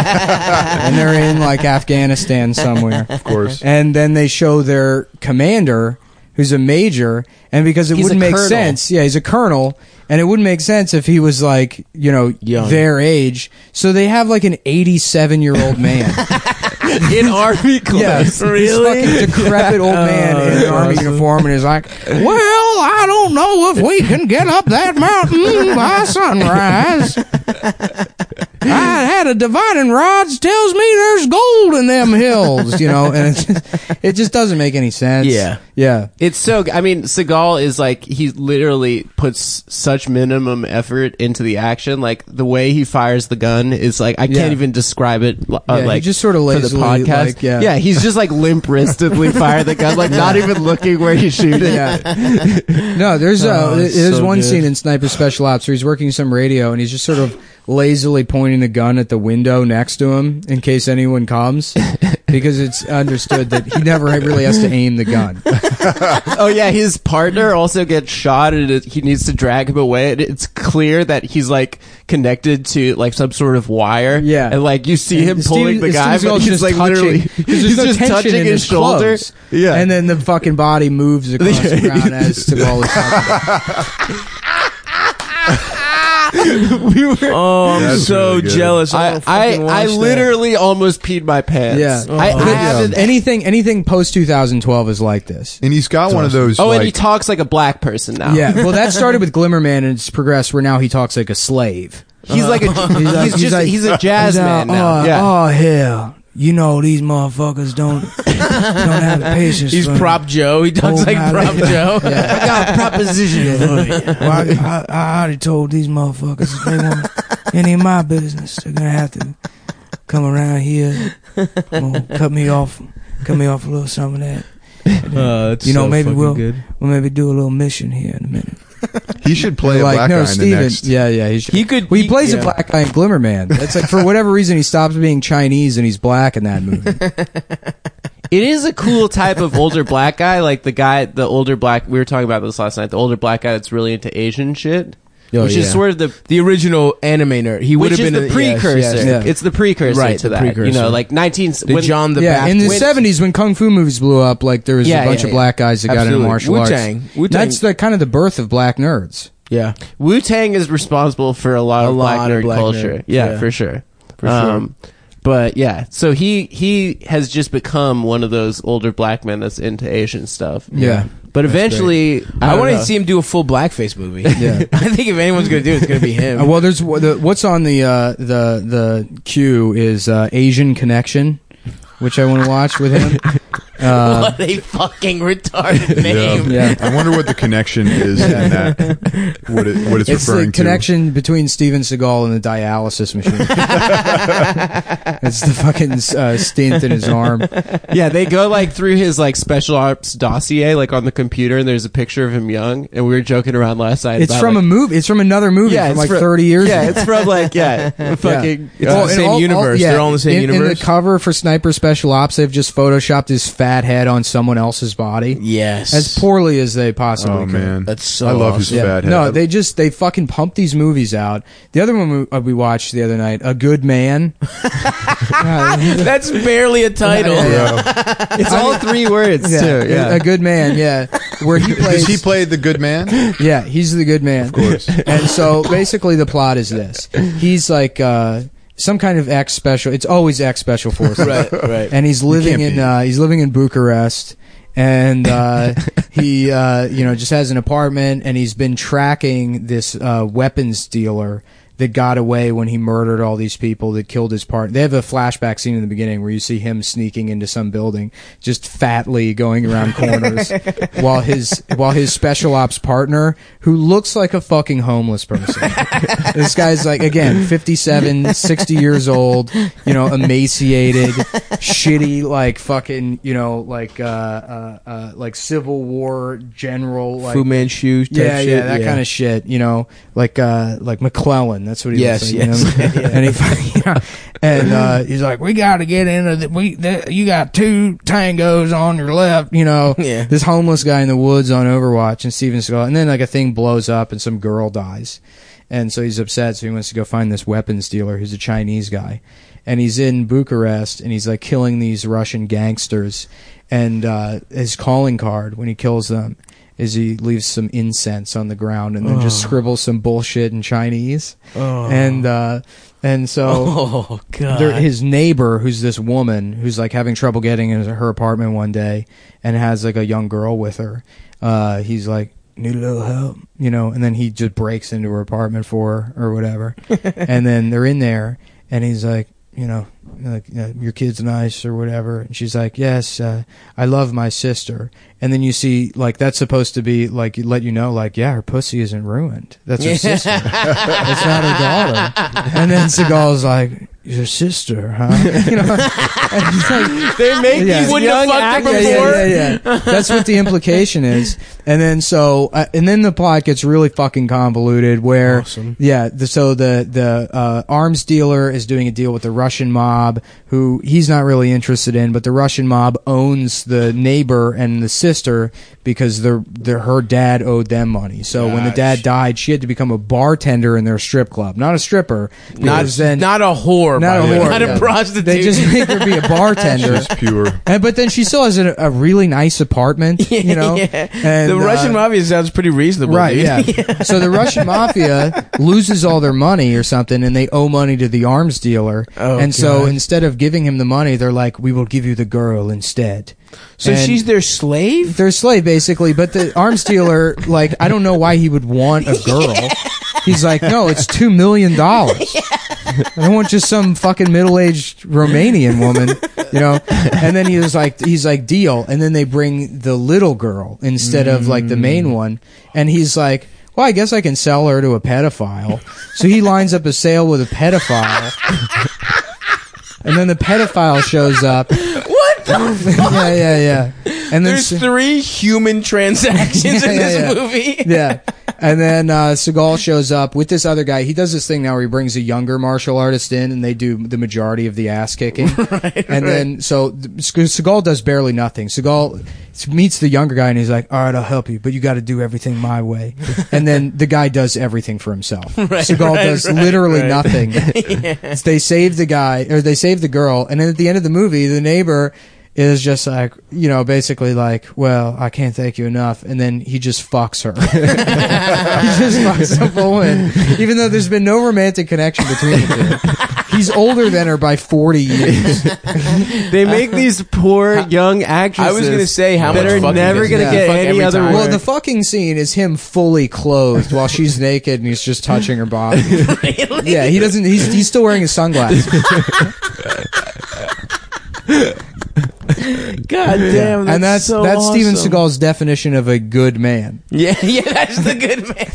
[SPEAKER 1] and they're in like Afghanistan somewhere. Of
[SPEAKER 4] course.
[SPEAKER 1] And then they show their commander who's a major and because it
[SPEAKER 3] He's a
[SPEAKER 1] wouldn't make
[SPEAKER 3] colonel.
[SPEAKER 1] sense. Yeah, he's a colonel and it wouldn't make sense if he was like, you know,
[SPEAKER 2] Young.
[SPEAKER 1] their age. So they have like an
[SPEAKER 3] <laughs>
[SPEAKER 1] 87-year-old man.
[SPEAKER 2] <laughs>
[SPEAKER 3] in army
[SPEAKER 1] Yes, This fucking decrepit old man in an army uniform, and he's like, "Well, I don't know if we can get up that mountain by sunrise. I had a dividing rods tells me there's gold in them hills, you know." And it's it just doesn't make any sense.
[SPEAKER 2] Yeah.
[SPEAKER 1] yeah.
[SPEAKER 3] It's so. I mean, Seagal is like he literally puts such minimum effort into the action. Like the way he fires the gun is like I
[SPEAKER 1] Yeah.
[SPEAKER 3] can't even describe it. Uh,
[SPEAKER 1] Yeah, he
[SPEAKER 3] like
[SPEAKER 1] just sort of
[SPEAKER 3] for the
[SPEAKER 1] lazily,
[SPEAKER 3] podcast.
[SPEAKER 1] like, yeah.
[SPEAKER 3] he's just like limp
[SPEAKER 1] <laughs>
[SPEAKER 3] wristedly fire the gun, like not even looking where he's shooting.
[SPEAKER 1] yeah.
[SPEAKER 3] <laughs>
[SPEAKER 1] No, there's uh,
[SPEAKER 3] Oh, it's
[SPEAKER 1] there's
[SPEAKER 3] so
[SPEAKER 1] one
[SPEAKER 3] good.
[SPEAKER 1] scene in Sniper Special Ops where he's working some radio and he's just sort of lazily pointing the gun at the window next to him in case anyone
[SPEAKER 3] <laughs>
[SPEAKER 1] comes because it's understood that he never really has to aim the
[SPEAKER 3] <laughs>
[SPEAKER 1] gun.
[SPEAKER 3] oh yeah, his partner also gets shot, and it, he needs to drag him away. And it's clear that he's like connected to like some sort of wire.
[SPEAKER 1] Yeah.
[SPEAKER 3] and like you see
[SPEAKER 1] And
[SPEAKER 3] him
[SPEAKER 1] Steven-
[SPEAKER 3] pulling the
[SPEAKER 1] Steven
[SPEAKER 3] guy, but
[SPEAKER 1] Seagal's
[SPEAKER 3] he's like literally
[SPEAKER 1] <laughs> touching- 'cause there's
[SPEAKER 3] <laughs> he's
[SPEAKER 1] no
[SPEAKER 3] just
[SPEAKER 1] tension
[SPEAKER 3] touching
[SPEAKER 1] in
[SPEAKER 3] his, shoulder.
[SPEAKER 1] clothes.
[SPEAKER 4] Yeah.
[SPEAKER 1] and then the fucking body
[SPEAKER 3] <laughs>
[SPEAKER 1] moves across the ground as Seagal is talking.
[SPEAKER 3] we were.
[SPEAKER 2] Oh, I'm
[SPEAKER 4] That's
[SPEAKER 2] so
[SPEAKER 4] really good.
[SPEAKER 2] jealous. I
[SPEAKER 3] I
[SPEAKER 2] wanna
[SPEAKER 3] I,
[SPEAKER 2] fucking
[SPEAKER 3] I
[SPEAKER 2] watch that.
[SPEAKER 3] literally almost peed my pants.
[SPEAKER 1] Yeah,
[SPEAKER 3] I, I
[SPEAKER 1] But
[SPEAKER 3] haven't. And,
[SPEAKER 1] anything anything post 2012 is like this.
[SPEAKER 4] And he's got one of those.
[SPEAKER 3] oh,
[SPEAKER 4] like,
[SPEAKER 3] and he talks like a black person now.
[SPEAKER 1] Yeah, well, that started with Glimmerman and it's progressed where now he talks like a slave.
[SPEAKER 3] <laughs> he's like a he's,
[SPEAKER 1] like-
[SPEAKER 3] just
[SPEAKER 1] he's
[SPEAKER 3] he's,
[SPEAKER 1] like-
[SPEAKER 3] a jazz
[SPEAKER 1] He's out,
[SPEAKER 3] man now.
[SPEAKER 1] Oh,
[SPEAKER 3] yeah.
[SPEAKER 1] oh, hell. You know these motherfuckers <laughs> don't don't have patience.
[SPEAKER 2] He's
[SPEAKER 1] for me.
[SPEAKER 2] prop Joe. He talks
[SPEAKER 1] Oh,
[SPEAKER 2] like
[SPEAKER 1] God.
[SPEAKER 2] prop Joe.
[SPEAKER 1] Yeah.
[SPEAKER 3] I got a proposition for you.
[SPEAKER 1] <laughs> Well, I, I, I already told these motherfuckers if they want any of my business, they're gonna have to come around here, you know, cut me off, cut me off a little some of that.
[SPEAKER 2] <laughs> Uh, it's
[SPEAKER 1] You know,
[SPEAKER 2] so
[SPEAKER 1] maybe
[SPEAKER 2] fucking
[SPEAKER 1] we'll-
[SPEAKER 2] good.
[SPEAKER 1] We'll maybe do a little mission here in a minute.
[SPEAKER 4] he should play a black guy in the next.
[SPEAKER 1] yeah, yeah, he should.
[SPEAKER 2] He could.
[SPEAKER 1] Well, he plays
[SPEAKER 2] yeah.
[SPEAKER 1] a black guy in Glimmerman. That's like for whatever reason he stops being Chinese and he's black in that movie.
[SPEAKER 3] It is a cool type of older black guy, like the guy, the older black. We were talking about this last night. The older black guy that's really into Asian shit,
[SPEAKER 2] Oh,
[SPEAKER 3] which
[SPEAKER 2] yeah.
[SPEAKER 3] is sort of the
[SPEAKER 2] The original anime nerd. He would have
[SPEAKER 3] which is
[SPEAKER 2] been
[SPEAKER 3] the
[SPEAKER 2] a- yes,
[SPEAKER 3] precursor.
[SPEAKER 2] yes.
[SPEAKER 1] Yeah.
[SPEAKER 3] It's the precursor
[SPEAKER 2] Right,
[SPEAKER 3] to
[SPEAKER 2] the
[SPEAKER 3] that. You
[SPEAKER 2] precursor.
[SPEAKER 3] know, like nineteen.
[SPEAKER 2] The
[SPEAKER 3] when-
[SPEAKER 2] John the
[SPEAKER 1] yeah, in the
[SPEAKER 2] Baptist.
[SPEAKER 1] seventies when kung fu movies blew up, like there was
[SPEAKER 3] Yeah,
[SPEAKER 1] a bunch
[SPEAKER 3] yeah,
[SPEAKER 1] of
[SPEAKER 3] yeah.
[SPEAKER 1] black guys that got into
[SPEAKER 2] Absolutely.
[SPEAKER 1] martial
[SPEAKER 2] Wu-Tang.
[SPEAKER 1] arts.
[SPEAKER 2] Wu-Tang.
[SPEAKER 1] That's the kind of the birth of black nerds.
[SPEAKER 2] Yeah.
[SPEAKER 3] Wu Tang is responsible for a lot
[SPEAKER 2] A
[SPEAKER 3] of
[SPEAKER 2] lot
[SPEAKER 3] black
[SPEAKER 2] of
[SPEAKER 3] nerd
[SPEAKER 2] black
[SPEAKER 3] culture.
[SPEAKER 2] nerd.
[SPEAKER 3] Yeah,
[SPEAKER 2] Yeah.
[SPEAKER 3] for sure. Um,
[SPEAKER 2] For sure.
[SPEAKER 3] but yeah, so he he has just become one of those older black men that's into Asian stuff.
[SPEAKER 1] Yeah.
[SPEAKER 3] but eventually,
[SPEAKER 2] I,
[SPEAKER 3] don't
[SPEAKER 2] want
[SPEAKER 3] know.
[SPEAKER 2] to see him do a full blackface movie.
[SPEAKER 1] Yeah.
[SPEAKER 2] <laughs> I think if anyone's gonna do it, it's
[SPEAKER 1] <laughs>
[SPEAKER 2] gonna be him.
[SPEAKER 1] Uh,
[SPEAKER 2] <laughs>
[SPEAKER 1] well, there's wh- the, what's on the uh, the the queue is uh, Asian Connection, which I want to watch with him. Uh,
[SPEAKER 2] what a fucking retarded
[SPEAKER 4] Yeah.
[SPEAKER 1] <laughs>
[SPEAKER 2] name.
[SPEAKER 1] yeah.
[SPEAKER 4] I wonder what the connection is in that. What it, what it's,
[SPEAKER 1] It's
[SPEAKER 4] referring
[SPEAKER 1] the
[SPEAKER 4] to.
[SPEAKER 1] connection between Steven Seagal and the dialysis
[SPEAKER 2] <laughs>
[SPEAKER 1] machine. it's the fucking uh, stint in his arm.
[SPEAKER 3] yeah, they go like through his like special ops dossier like on the computer, and there's a picture of him young, and we were joking around last night.
[SPEAKER 1] It's
[SPEAKER 3] about,
[SPEAKER 1] from a
[SPEAKER 3] like,
[SPEAKER 1] movie. It's from another movie
[SPEAKER 3] Yeah,
[SPEAKER 1] from
[SPEAKER 3] it's
[SPEAKER 1] like
[SPEAKER 3] from-
[SPEAKER 1] thirty years.
[SPEAKER 3] yeah,
[SPEAKER 1] ago.
[SPEAKER 3] it's from like yeah, fucking
[SPEAKER 2] It's all
[SPEAKER 1] and
[SPEAKER 2] the same universe. They're all in the same
[SPEAKER 1] in, In
[SPEAKER 2] universe.
[SPEAKER 1] the cover for Sniper Special Ops, they've just photoshopped his fat head on someone else's body
[SPEAKER 2] Yes.
[SPEAKER 1] as poorly as they possibly
[SPEAKER 4] Oh
[SPEAKER 1] could.
[SPEAKER 4] man,
[SPEAKER 2] That's so
[SPEAKER 4] I love his
[SPEAKER 2] awesome.
[SPEAKER 1] Yeah.
[SPEAKER 4] fat head.
[SPEAKER 1] No, they just they fucking pump these movies out. The other one we, uh, we watched the other night, A Good Man. God,
[SPEAKER 2] <laughs> That's barely a title.
[SPEAKER 1] Yeah, yeah.
[SPEAKER 3] It's all three words
[SPEAKER 1] yeah,
[SPEAKER 3] too. Yeah.
[SPEAKER 1] A Good Man. Yeah, where he plays.
[SPEAKER 4] Does he play the good man?
[SPEAKER 1] yeah, he's the good man. Of
[SPEAKER 4] course.
[SPEAKER 1] <laughs> And so basically, the plot is this: he's like uh, some kind of ex special. It's always ex special forces.
[SPEAKER 2] Right, right.
[SPEAKER 1] and he's living
[SPEAKER 4] can't
[SPEAKER 1] in
[SPEAKER 4] be.
[SPEAKER 1] uh, he's living in Bucharest, and
[SPEAKER 4] <laughs>
[SPEAKER 1] uh, he uh, you know just has an apartment, and he's been tracking this uh, weapons dealer that got away when he murdered all these people that killed his partner. They have a flashback scene in the beginning where you see him sneaking into some building, just fatly going around
[SPEAKER 4] <laughs>
[SPEAKER 1] corners, while his while his special ops partner, who looks like a fucking homeless person, this guy's like again 57 60 years old you know emaciated shitty like fucking you know like uh uh, uh like civil war general like
[SPEAKER 2] Fu Manchu type
[SPEAKER 1] yeah,
[SPEAKER 2] shit.
[SPEAKER 1] yeah, that kind of shit. You know, like uh, like McClellan. That's what he
[SPEAKER 2] Yes,
[SPEAKER 1] was.
[SPEAKER 2] yes.
[SPEAKER 1] <laughs>
[SPEAKER 2] <laughs>
[SPEAKER 1] And he, fucking- yeah. and uh, he's like, "We got to get into the we. The, you got two tangos on your left. You know,
[SPEAKER 2] <laughs> Yeah.
[SPEAKER 1] This homeless guy in the woods on Overwatch and Steven Seagal, and then like a thing blows up and some girl dies, and so he's upset. So he wants to go find this weapons dealer who's a Chinese guy, and he's in Bucharest and he's like killing these Russian gangsters. And uh, his calling card when he kills them is he leaves some incense on the ground and then
[SPEAKER 2] Oh.
[SPEAKER 1] just scribbles some bullshit in Chinese. And uh, and so
[SPEAKER 2] <laughs> Oh god.
[SPEAKER 1] there, his neighbor, who's this woman who's like having trouble getting into her apartment one day and has like a young girl with her, uh, he's like. Need a little help, you know, and then he just breaks into her apartment for her or whatever, and then they're in there, and he's like, you know, like uh, your kid's nice or whatever, and she's like, yes, uh, I love my sister, and then you see like that's supposed to be like let you know like yeah her pussy isn't ruined that's her
[SPEAKER 2] Yeah.
[SPEAKER 1] sister it's not her daughter, and then Seagal's like your sister, huh? You know, and he's like,
[SPEAKER 2] they make
[SPEAKER 1] Yeah.
[SPEAKER 2] these
[SPEAKER 3] Wouldn't have
[SPEAKER 2] young
[SPEAKER 3] fucked her
[SPEAKER 2] actors.
[SPEAKER 3] before.
[SPEAKER 1] yeah, yeah, yeah. That's what the implication is. And then so, uh, and then the plot gets really fucking convoluted. Where,
[SPEAKER 2] Awesome.
[SPEAKER 1] yeah, the, so the the uh, arms dealer is doing a deal with the Russian mob, who he's not really interested in, but the Russian mob owns the neighbor and the sister because their their her dad owed them money. So when the dad died, she had to become a bartender in their strip club, not a stripper,
[SPEAKER 2] Not,
[SPEAKER 1] because then.
[SPEAKER 2] not a whore.
[SPEAKER 1] not a
[SPEAKER 2] by the way.
[SPEAKER 1] whore,
[SPEAKER 2] Not
[SPEAKER 1] yeah.
[SPEAKER 2] a prostitute.
[SPEAKER 1] they
[SPEAKER 2] <laughs>
[SPEAKER 1] just make her be a bartender.
[SPEAKER 4] She's pure.
[SPEAKER 1] And, but then she still has a, a really nice
[SPEAKER 2] <laughs>
[SPEAKER 1] apartment, you know.
[SPEAKER 2] Yeah.
[SPEAKER 1] And,
[SPEAKER 2] the
[SPEAKER 1] uh,
[SPEAKER 2] Russian mafia sounds pretty reasonable,
[SPEAKER 1] right?
[SPEAKER 2] dude.
[SPEAKER 1] Yeah. So the Russian mafia loses all their money or something, and they owe money to the arms dealer.
[SPEAKER 2] Oh,
[SPEAKER 1] and so
[SPEAKER 2] God.
[SPEAKER 1] instead of giving him the money, they're like, "We will give you the girl instead."
[SPEAKER 2] <laughs> So
[SPEAKER 1] And-
[SPEAKER 2] she's their
[SPEAKER 1] <laughs>
[SPEAKER 2] slave.
[SPEAKER 1] they're a slave basically but the arms dealer like i don't know why he would want a girl he's like no it's two million dollars i don't want just some fucking middle-aged romanian woman you know and then he was like he's like deal and then they bring the little girl instead of like the main one and he's like well, I guess I can sell her to a pedophile. So he lines up a sale with a pedophile. and then the pedophile shows up. <laughs>
[SPEAKER 2] What the? Fuck?
[SPEAKER 1] yeah, yeah, yeah. And then
[SPEAKER 2] There's
[SPEAKER 1] so-
[SPEAKER 2] three human
[SPEAKER 1] <laughs>
[SPEAKER 2] transactions
[SPEAKER 1] Yeah,
[SPEAKER 2] in
[SPEAKER 1] yeah,
[SPEAKER 2] this
[SPEAKER 1] yeah. <laughs>
[SPEAKER 2] movie.
[SPEAKER 1] yeah. And then uh, Seagal shows up with this other guy. He does this thing now where he brings a younger martial artist in, and they do the majority of the ass
[SPEAKER 2] <laughs>
[SPEAKER 1] kicking. and then so th- Seagal does barely nothing. Seagal meets the younger guy, and he's like, "All right, I'll help you, but you got to do everything my
[SPEAKER 2] <laughs>
[SPEAKER 1] way." and then the guy does everything for himself. Seagal
[SPEAKER 2] right,
[SPEAKER 1] does
[SPEAKER 2] right,
[SPEAKER 1] literally
[SPEAKER 2] right. <laughs>
[SPEAKER 1] nothing. <laughs> They save the guy or they save the girl, and then at the end of the movie, the neighbor is just like you know basically like well i can't thank you enough and then he just fucks her <laughs> he just fucks a woman even though there's been no romantic connection between the two he's older than her by 40 years
[SPEAKER 3] <laughs> They make these poor young actresses.
[SPEAKER 2] I was gonna say how
[SPEAKER 3] that
[SPEAKER 2] much
[SPEAKER 3] are
[SPEAKER 2] fucking
[SPEAKER 3] never
[SPEAKER 2] does
[SPEAKER 3] gonna
[SPEAKER 2] he
[SPEAKER 3] get
[SPEAKER 2] fuck
[SPEAKER 3] any
[SPEAKER 2] every
[SPEAKER 3] other
[SPEAKER 2] time?
[SPEAKER 3] work.
[SPEAKER 1] well the fucking scene is him fully clothed while she's naked and he's just touching her body
[SPEAKER 2] <laughs> Really?
[SPEAKER 1] yeah he doesn't he's, he's still wearing his sunglasses
[SPEAKER 2] God damn. That's
[SPEAKER 1] and that's
[SPEAKER 2] so
[SPEAKER 1] that's steven
[SPEAKER 2] awesome.
[SPEAKER 1] seagal's definition of a good man
[SPEAKER 2] Yeah, <laughs> yeah, that's the good man.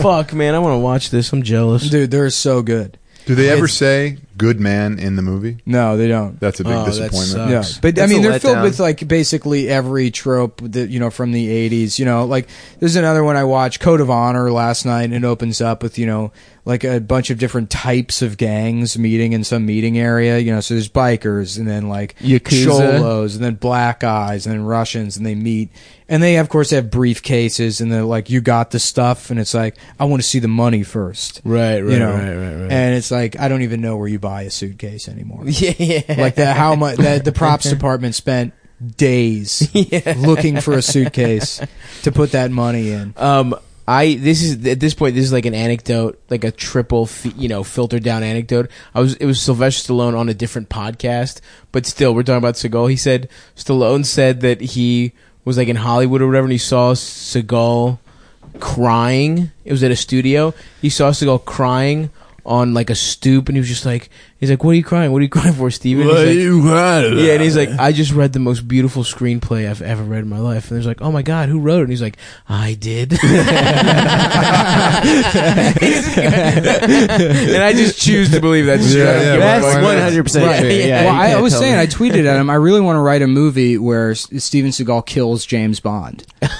[SPEAKER 2] Fuck, man, I want to watch this. I'm jealous.
[SPEAKER 1] dude they're so good
[SPEAKER 4] Do they ever say good man in the movie?
[SPEAKER 1] No, they don't.
[SPEAKER 4] That's a big
[SPEAKER 2] Oh, that
[SPEAKER 4] disappointment.
[SPEAKER 2] sucks.
[SPEAKER 1] Yeah, but I
[SPEAKER 3] That's
[SPEAKER 1] mean,
[SPEAKER 3] a
[SPEAKER 1] they're filled
[SPEAKER 3] letdown.
[SPEAKER 1] with like basically every trope that you know from the '80s. You know, like there's another one I watched, Code of Honor, last night, and it opens up with you know like a bunch of different types of gangs meeting in some meeting area. You know, so there's bikers, and then like
[SPEAKER 3] Yakuza.
[SPEAKER 1] cholos, and then black eyes, and then Russians, and they meet, and they of course have briefcases, and they're like, "You got the stuff," and it's like, "I want to see the money first.
[SPEAKER 2] Right, right,
[SPEAKER 1] you know,
[SPEAKER 2] right, right, right.
[SPEAKER 1] and it's like I don't even know where you buy a suitcase anymore
[SPEAKER 2] <laughs> yeah, yeah.
[SPEAKER 1] like that how much that the <laughs> props department spent <laughs> days looking for a suitcase to put that money in
[SPEAKER 2] Um, I this is at this point this is like an anecdote, like a triple fi- you know filtered down anecdote. I was it was Sylvester Stallone on a different podcast, but still we're talking about Seagal. He said Stallone said that he was like in Hollywood or whatever, and he saw Seagal crying. It was at a studio. He saw Seagal crying on like a stoop, and he was just like, he's like, "What are you crying? What are you <laughs> crying for, Steven? He's like, yeah, and he's like, I just read the most beautiful screenplay I've ever read in my life. And there's like, oh my god, who wrote it? And he's like, I did. <laughs> and I just choose to believe that's true.
[SPEAKER 4] Yeah, yeah,
[SPEAKER 2] That's
[SPEAKER 4] why not?
[SPEAKER 2] one hundred.
[SPEAKER 3] percent
[SPEAKER 2] Right.
[SPEAKER 3] true.
[SPEAKER 2] Yeah,
[SPEAKER 3] Yeah,
[SPEAKER 1] well
[SPEAKER 3] you
[SPEAKER 1] I, I
[SPEAKER 3] can't
[SPEAKER 1] was
[SPEAKER 3] tell
[SPEAKER 1] saying
[SPEAKER 3] me.
[SPEAKER 1] i tweeted at him i really want to write a movie where S- steven seagal kills james bond and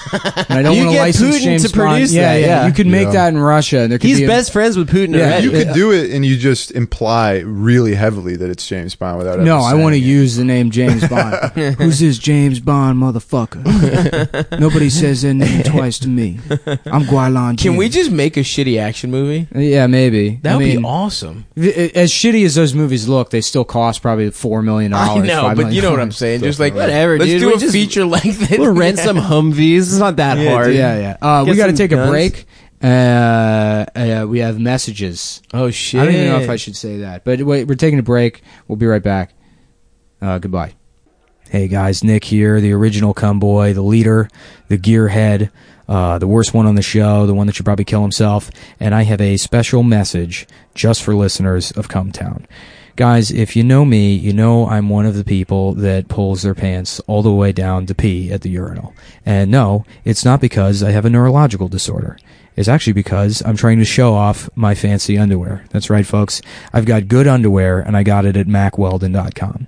[SPEAKER 1] i don't
[SPEAKER 3] You
[SPEAKER 1] want to
[SPEAKER 3] get
[SPEAKER 1] license
[SPEAKER 3] Putin
[SPEAKER 1] james
[SPEAKER 3] to
[SPEAKER 1] bond
[SPEAKER 3] produce
[SPEAKER 1] yeah,
[SPEAKER 3] that,
[SPEAKER 1] yeah
[SPEAKER 3] yeah.
[SPEAKER 1] you could make
[SPEAKER 4] Yeah.
[SPEAKER 1] that in russia and there could
[SPEAKER 3] He's
[SPEAKER 1] be a-
[SPEAKER 3] best friends with Putin
[SPEAKER 1] Yeah.
[SPEAKER 3] already.
[SPEAKER 4] You could do it, and you just imply really heavily that it's James Bond without.
[SPEAKER 1] no, I want to
[SPEAKER 4] use.
[SPEAKER 1] use the name James Bond. Who's this James Bond motherfucker? Nobody says their name twice to me. I'm Guilan.
[SPEAKER 2] Can
[SPEAKER 1] Jin.
[SPEAKER 2] we just make a shitty action movie?
[SPEAKER 1] Yeah, maybe.
[SPEAKER 2] That
[SPEAKER 1] I
[SPEAKER 2] would
[SPEAKER 1] mean, <laughs>
[SPEAKER 2] be awesome.
[SPEAKER 1] Th- As shitty as those movies look, they still cost probably four million
[SPEAKER 2] I
[SPEAKER 1] dollars.
[SPEAKER 2] know,
[SPEAKER 1] five
[SPEAKER 2] but
[SPEAKER 1] million
[SPEAKER 2] you know what I'm
[SPEAKER 1] dollars.
[SPEAKER 2] saying. Just like
[SPEAKER 4] Definitely.
[SPEAKER 3] Whatever,
[SPEAKER 2] Let's
[SPEAKER 3] dude.
[SPEAKER 2] do
[SPEAKER 3] We
[SPEAKER 2] a
[SPEAKER 3] just-
[SPEAKER 2] feature length.
[SPEAKER 3] We'll
[SPEAKER 2] <laughs>
[SPEAKER 3] rent some Humvees. It's not that
[SPEAKER 2] Yeah,
[SPEAKER 3] hard.
[SPEAKER 2] dude.
[SPEAKER 1] Yeah, yeah. Uh,
[SPEAKER 3] Get
[SPEAKER 1] we got to
[SPEAKER 3] some
[SPEAKER 1] take a
[SPEAKER 3] guns.
[SPEAKER 1] break. Uh, uh, we have messages.
[SPEAKER 2] Oh shit!
[SPEAKER 1] I don't even know if I should say that, but wait, we're taking a break. We'll be right back. Uh, goodbye. Hey guys, Nick here, the original cumboy, the leader, the gearhead, uh, the worst one on the show, the one that should probably kill himself, and I have a special message just for listeners of Cumtown. Guys, if you know me, you know I'm one of the people that pulls their pants all the way down to pee at the urinal. And no, it's not because I have a neurological disorder. It's actually because I'm trying to show off my fancy underwear. That's right, folks. I've got good underwear, and I got it at macweldon.com.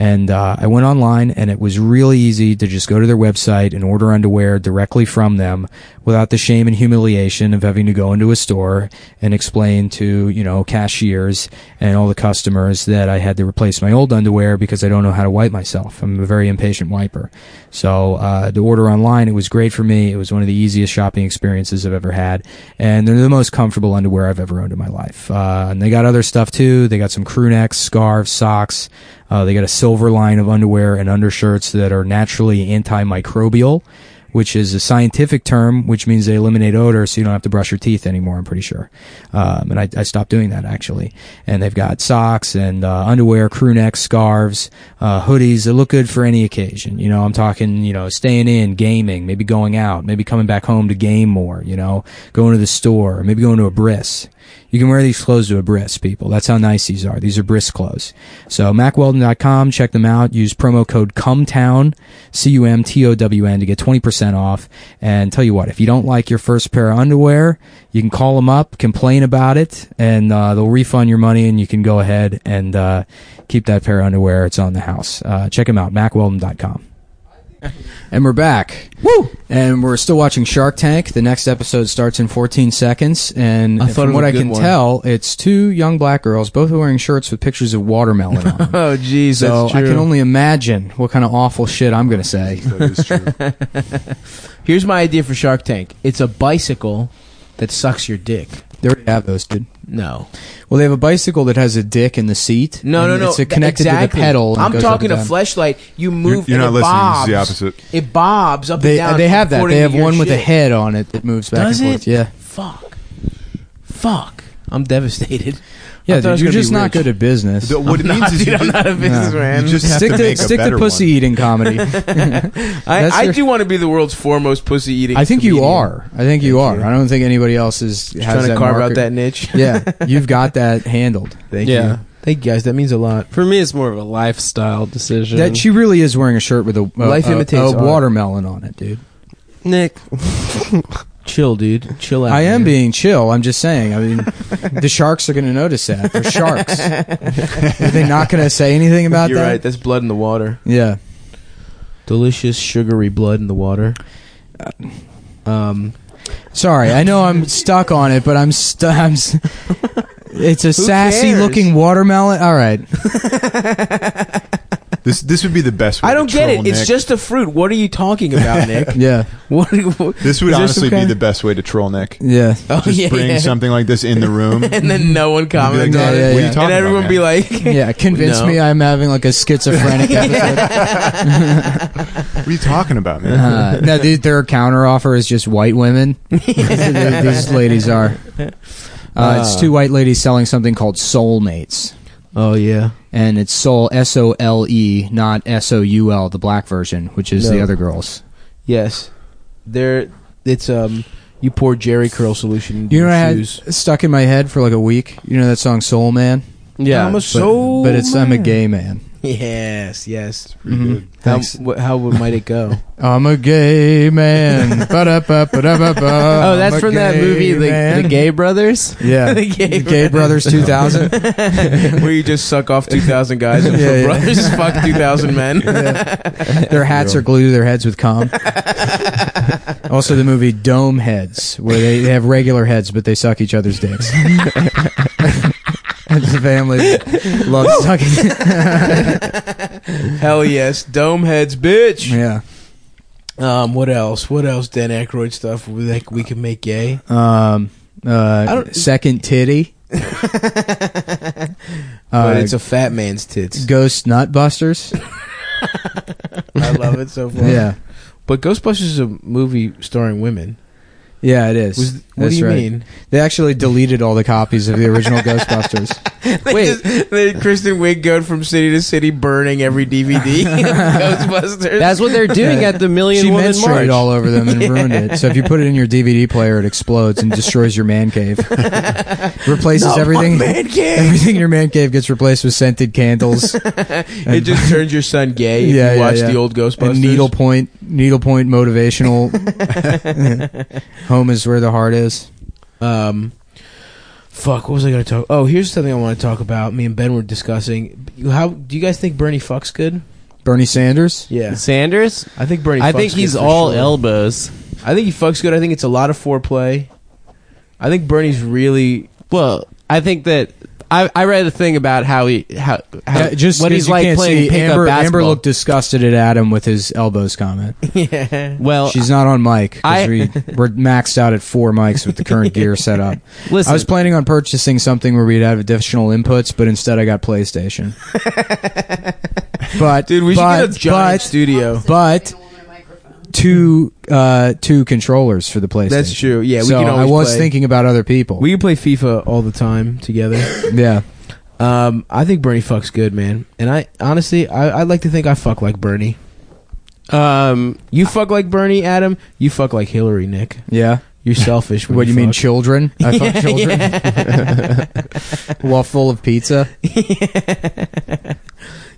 [SPEAKER 1] And uh, I went online, and it was really easy to just go to their website and order underwear directly from them without the shame and humiliation of having to go into a store and explain to, you know, cashiers and all the customers that I had to replace my old underwear because I don't know how to wipe myself. I'm a very impatient wiper. So uh, the order online, it was great for me. It was one of the easiest shopping experiences I've ever had. And they're the most comfortable underwear I've ever owned in my life. Uh, and they got other stuff too. They got some crew necks, scarves, socks. Uh, they got a silver line of underwear and undershirts that are naturally antimicrobial, which is a scientific term, which means they eliminate odor, so you don't have to brush your teeth anymore. I'm pretty sure. Um, and I, I stopped doing that actually. And they've got socks and uh, underwear, crew necks, scarves, uh, hoodies that look good for any occasion. You know, I'm talking, you know, staying in, gaming, maybe going out, maybe coming back home to game more. You know, going to the store, maybe going to a bris. You can wear these clothes to a bris, people. That's how nice these are. These are bris clothes. So macweldon.com, check them out. Use promo code CUMTOWN, C-U-M-T-O-W-N, to get 20% off. And tell you what, if you don't like your first pair of underwear, you can call them up, complain about it, and uh, they'll refund your money, and you can go ahead and uh, keep that pair of underwear. It's on the house. Uh, check them out, macweldon.com. And we're back. Woo! And we're still watching Shark Tank. The next episode starts in 14 seconds. And
[SPEAKER 2] I thought it
[SPEAKER 1] from
[SPEAKER 2] was
[SPEAKER 1] what
[SPEAKER 2] a
[SPEAKER 1] I
[SPEAKER 2] good
[SPEAKER 1] can
[SPEAKER 2] one.
[SPEAKER 1] tell, it's two young black girls, both are wearing shirts with pictures of watermelon on them.
[SPEAKER 2] Oh jeez,
[SPEAKER 1] so
[SPEAKER 2] <laughs> that's
[SPEAKER 1] I
[SPEAKER 2] true.
[SPEAKER 1] can only imagine what kind of awful shit I'm going to say.
[SPEAKER 4] That is true.
[SPEAKER 2] Here's my idea for Shark Tank. It's a bicycle that sucks your dick.
[SPEAKER 1] They already have those, dude.
[SPEAKER 2] No.
[SPEAKER 1] Well, they have a bicycle that has a dick in the seat.
[SPEAKER 2] No,
[SPEAKER 1] and
[SPEAKER 2] no, no.
[SPEAKER 1] It's uh, connected to
[SPEAKER 2] exactly.
[SPEAKER 1] the pedal. and
[SPEAKER 2] I'm
[SPEAKER 1] goes up
[SPEAKER 2] talking a
[SPEAKER 1] and down.
[SPEAKER 2] fleshlight. You
[SPEAKER 4] You're,
[SPEAKER 2] move.
[SPEAKER 4] you're not
[SPEAKER 2] and it
[SPEAKER 4] listening.
[SPEAKER 2] Bobs.
[SPEAKER 4] This is the opposite.
[SPEAKER 2] It bobs up and
[SPEAKER 1] They,
[SPEAKER 2] down.
[SPEAKER 1] they have that.
[SPEAKER 2] according
[SPEAKER 1] They
[SPEAKER 2] to
[SPEAKER 1] have
[SPEAKER 2] your
[SPEAKER 1] one with a
[SPEAKER 2] shit.
[SPEAKER 1] head on it that moves back
[SPEAKER 2] Does
[SPEAKER 1] and
[SPEAKER 2] it?
[SPEAKER 1] forth. Yeah.
[SPEAKER 2] Fuck. Fuck. I'm devastated. I
[SPEAKER 1] Yeah, dude,
[SPEAKER 2] thought I was
[SPEAKER 1] you're
[SPEAKER 2] gonna be
[SPEAKER 1] just not
[SPEAKER 2] rich.
[SPEAKER 1] good at business.
[SPEAKER 4] The- what it
[SPEAKER 2] I'm
[SPEAKER 4] means
[SPEAKER 2] not, <laughs>
[SPEAKER 4] is
[SPEAKER 2] dude,
[SPEAKER 4] you
[SPEAKER 2] I'm
[SPEAKER 4] just,
[SPEAKER 2] not a businessman.
[SPEAKER 4] you just have
[SPEAKER 1] stick
[SPEAKER 4] to,
[SPEAKER 1] to,
[SPEAKER 4] make
[SPEAKER 1] stick to
[SPEAKER 4] a better
[SPEAKER 1] pussy
[SPEAKER 4] one.
[SPEAKER 1] eating
[SPEAKER 2] <laughs>
[SPEAKER 1] comedy.
[SPEAKER 2] I,
[SPEAKER 1] That's
[SPEAKER 2] I
[SPEAKER 1] your-
[SPEAKER 2] do want to be the world's foremost pussy eating.
[SPEAKER 1] I think you
[SPEAKER 2] comedian.
[SPEAKER 1] are. I think you are. I don't think anybody else is has
[SPEAKER 2] trying to
[SPEAKER 1] that
[SPEAKER 2] carve out
[SPEAKER 1] market.
[SPEAKER 2] that niche. <laughs>
[SPEAKER 1] yeah, you've got that handled.
[SPEAKER 2] Thank
[SPEAKER 3] Yeah.
[SPEAKER 2] you. Thank you guys. That means a lot.
[SPEAKER 3] For me, it's more of a lifestyle decision.
[SPEAKER 1] That she really is wearing a shirt with a, a
[SPEAKER 2] Life
[SPEAKER 1] a-
[SPEAKER 2] imitates
[SPEAKER 1] a
[SPEAKER 2] art.
[SPEAKER 1] watermelon on it, dude.
[SPEAKER 3] Nick.
[SPEAKER 2] Chill, dude. Chill out.
[SPEAKER 1] I am
[SPEAKER 2] man.
[SPEAKER 1] being chill. I'm just saying. I mean, the sharks are going to notice that. They're
[SPEAKER 2] <laughs>
[SPEAKER 1] sharks. are they not going to say anything about
[SPEAKER 2] You're
[SPEAKER 1] that?
[SPEAKER 2] right. That's blood in the water.
[SPEAKER 1] Yeah.
[SPEAKER 2] Delicious, sugary blood in the water. Um,
[SPEAKER 1] Sorry, I know I'm stuck on it, but I'm stu I'm. s- it's a sassy
[SPEAKER 2] cares?
[SPEAKER 1] looking watermelon. All right,
[SPEAKER 4] This this would be the best. Way
[SPEAKER 2] I don't
[SPEAKER 4] to
[SPEAKER 2] get
[SPEAKER 4] troll
[SPEAKER 2] it. It's
[SPEAKER 4] Nick.
[SPEAKER 2] just a fruit. What are you talking about, <laughs> Nick?
[SPEAKER 1] yeah,
[SPEAKER 2] what, what-
[SPEAKER 4] this would
[SPEAKER 2] is there
[SPEAKER 4] honestly
[SPEAKER 2] some
[SPEAKER 4] be
[SPEAKER 2] kind
[SPEAKER 4] the
[SPEAKER 2] of-
[SPEAKER 4] best way to troll Nick.
[SPEAKER 2] <laughs>
[SPEAKER 1] yeah.
[SPEAKER 2] Oh
[SPEAKER 4] Just
[SPEAKER 2] yeah,
[SPEAKER 4] bring
[SPEAKER 2] yeah.
[SPEAKER 4] something like this in the room. Be
[SPEAKER 2] and then no one
[SPEAKER 4] like,
[SPEAKER 2] comments
[SPEAKER 1] Yeah,
[SPEAKER 2] on
[SPEAKER 1] yeah,
[SPEAKER 2] it,
[SPEAKER 1] yeah.
[SPEAKER 4] What are you talking
[SPEAKER 2] and everyone
[SPEAKER 4] about,
[SPEAKER 2] be
[SPEAKER 4] man?"
[SPEAKER 2] like,
[SPEAKER 1] Yeah, convince
[SPEAKER 2] No.
[SPEAKER 1] me I'm having like a
[SPEAKER 2] <laughs>
[SPEAKER 1] schizophrenic episode.
[SPEAKER 4] What are you talking about, man?
[SPEAKER 1] Uh, no, the, their counter offer is just white
[SPEAKER 3] <laughs>
[SPEAKER 1] women. <laughs> These ladies are. Uh, it's
[SPEAKER 2] Uh.
[SPEAKER 1] two white ladies selling something called Soulmates,
[SPEAKER 2] "Oh <laughs> yeah,
[SPEAKER 1] and it's Soul S O L E, not S O U L, the black version, which is the
[SPEAKER 2] No.
[SPEAKER 1] other girls.
[SPEAKER 2] yes." There, it's um, you pour Jerry curl solution. Into
[SPEAKER 1] You know what I
[SPEAKER 2] your
[SPEAKER 1] had
[SPEAKER 2] shoes.
[SPEAKER 1] stuck in my head for like a week? You know that song Soul Man,
[SPEAKER 3] Yeah.
[SPEAKER 2] I'm a
[SPEAKER 1] but,
[SPEAKER 2] soul,
[SPEAKER 1] but it's I'm a
[SPEAKER 2] man.
[SPEAKER 1] gay man.
[SPEAKER 2] Yes, yes.
[SPEAKER 3] Mm-hmm.
[SPEAKER 1] Mhm.
[SPEAKER 2] How,
[SPEAKER 1] Thanks.
[SPEAKER 2] wh- how might it <laughs> go?
[SPEAKER 1] I'm a gay
[SPEAKER 3] <laughs>
[SPEAKER 1] man. Ba-da-ba-ba-da-ba-ba.
[SPEAKER 2] Uh,
[SPEAKER 3] Oh,
[SPEAKER 1] I'm
[SPEAKER 3] that's
[SPEAKER 1] a
[SPEAKER 3] from that
[SPEAKER 1] gay
[SPEAKER 3] movie, the,
[SPEAKER 1] man.
[SPEAKER 3] the
[SPEAKER 2] <laughs>
[SPEAKER 3] Gay Brothers. <laughs>
[SPEAKER 1] Yeah,
[SPEAKER 2] The Gay
[SPEAKER 1] Brothers 2000.
[SPEAKER 2] Where you just suck
[SPEAKER 3] <laughs>
[SPEAKER 2] off two thousand guys and
[SPEAKER 1] Yeah,
[SPEAKER 2] yeah,
[SPEAKER 1] yeah.
[SPEAKER 2] brothers fuck two thousand men. <laughs>
[SPEAKER 1] Their hats are glued to their heads with cum. also, the movie Dome Heads, where they, they have regular heads but they suck each other's dicks. <laughs> And the family loves sucking.
[SPEAKER 2] Hell yes, dome heads, bitch.
[SPEAKER 1] yeah.
[SPEAKER 2] Um, what else? What else? Dan Aykroyd stuff we- like we can make <laughs> gay.
[SPEAKER 1] Um.
[SPEAKER 2] I
[SPEAKER 1] Uh.
[SPEAKER 2] don't-
[SPEAKER 1] Second titty.
[SPEAKER 2] But
[SPEAKER 1] Uh,
[SPEAKER 2] it's a fat man's tits.
[SPEAKER 1] Ghost Nutbusters.
[SPEAKER 2] <laughs> I love it <laughs> so far.
[SPEAKER 1] yeah.
[SPEAKER 2] But Ghostbusters is a movie starring women.
[SPEAKER 1] Yeah, it is.
[SPEAKER 2] Was, what
[SPEAKER 1] That's
[SPEAKER 2] do you
[SPEAKER 1] right.
[SPEAKER 2] mean?
[SPEAKER 1] They actually deleted all the copies of the original Ghostbusters.
[SPEAKER 2] They
[SPEAKER 1] Wait.
[SPEAKER 2] just, they Kristen Wiig going from city to city burning every
[SPEAKER 1] <laughs>
[SPEAKER 2] <laughs> DVD. Ghostbusters.
[SPEAKER 3] That's what they're doing at the Million
[SPEAKER 1] she
[SPEAKER 3] Woman
[SPEAKER 1] menstruated
[SPEAKER 3] March.
[SPEAKER 1] all over
[SPEAKER 3] <laughs>
[SPEAKER 1] them and ruined it. So if you put it in your DVD player, it explodes and destroys your man
[SPEAKER 3] <laughs>
[SPEAKER 1] cave. Replaces
[SPEAKER 2] Not my
[SPEAKER 1] everything.
[SPEAKER 2] man cave.
[SPEAKER 1] Everything in your man cave gets replaced with scented
[SPEAKER 3] <laughs>
[SPEAKER 1] candles
[SPEAKER 2] It just turns your son gay if
[SPEAKER 1] Yeah,
[SPEAKER 2] you
[SPEAKER 1] yeah,
[SPEAKER 2] watch
[SPEAKER 1] yeah.
[SPEAKER 2] the old
[SPEAKER 1] <laughs>
[SPEAKER 2] Ghostbusters.
[SPEAKER 1] and needlepoint, needlepoint
[SPEAKER 3] <laughs>
[SPEAKER 1] motivational. Home is where the heart is.
[SPEAKER 2] Um, fuck. What was I going to talk? Oh, here's something I want to talk about. Me and Ben were discussing. How do you guys think Bernie fucks good?
[SPEAKER 1] Bernie Sanders.
[SPEAKER 2] Yeah,
[SPEAKER 3] Sanders?
[SPEAKER 2] I think Bernie.
[SPEAKER 3] I
[SPEAKER 2] fucks
[SPEAKER 3] think
[SPEAKER 2] good
[SPEAKER 3] he's
[SPEAKER 2] for
[SPEAKER 3] all
[SPEAKER 2] sure.
[SPEAKER 3] elbows.
[SPEAKER 2] I think he fucks good. I think it's a lot of foreplay. I think Bernie's really.
[SPEAKER 3] Well, I think that I, I read a thing about how he how, how
[SPEAKER 1] Yeah, just
[SPEAKER 3] what
[SPEAKER 1] 'cause
[SPEAKER 3] he's
[SPEAKER 1] you
[SPEAKER 3] like
[SPEAKER 1] can't
[SPEAKER 3] playing
[SPEAKER 1] see,
[SPEAKER 3] pickup
[SPEAKER 1] Amber,
[SPEAKER 3] basketball.
[SPEAKER 1] Amber looked disgusted at Adam with his elbows comment.
[SPEAKER 2] yeah.
[SPEAKER 3] well,
[SPEAKER 1] She's not on mic. 'cause
[SPEAKER 3] Oh, I- <laughs>
[SPEAKER 1] we, we're maxed out at four mics with the current gear set up.
[SPEAKER 3] listen,
[SPEAKER 1] I was planning on purchasing something where we'd have additional inputs, but instead I got
[SPEAKER 2] <laughs>
[SPEAKER 1] PlayStation. but
[SPEAKER 2] Dude, we
[SPEAKER 1] but,
[SPEAKER 2] should get a giant
[SPEAKER 1] but,
[SPEAKER 2] studio.
[SPEAKER 1] but two uh, two controllers for the PlayStation.
[SPEAKER 2] That's true. Yeah, we
[SPEAKER 1] so
[SPEAKER 2] can
[SPEAKER 1] I
[SPEAKER 2] always
[SPEAKER 1] was
[SPEAKER 2] play.
[SPEAKER 1] thinking about other people.
[SPEAKER 2] We can play FIFA all the
[SPEAKER 1] <laughs>
[SPEAKER 2] time together.
[SPEAKER 1] yeah,
[SPEAKER 2] um, I think Bernie fucks good, man. And I honestly, I, I like to think I fuck like Bernie.
[SPEAKER 3] um,
[SPEAKER 2] You fuck like Bernie, Adam. You fuck like Hillary, Nick.
[SPEAKER 1] yeah.
[SPEAKER 2] <laughs> You're selfish. When
[SPEAKER 1] What do you mean,
[SPEAKER 2] fuck.
[SPEAKER 1] children? I
[SPEAKER 2] <laughs>
[SPEAKER 1] fuck children. While full of pizza.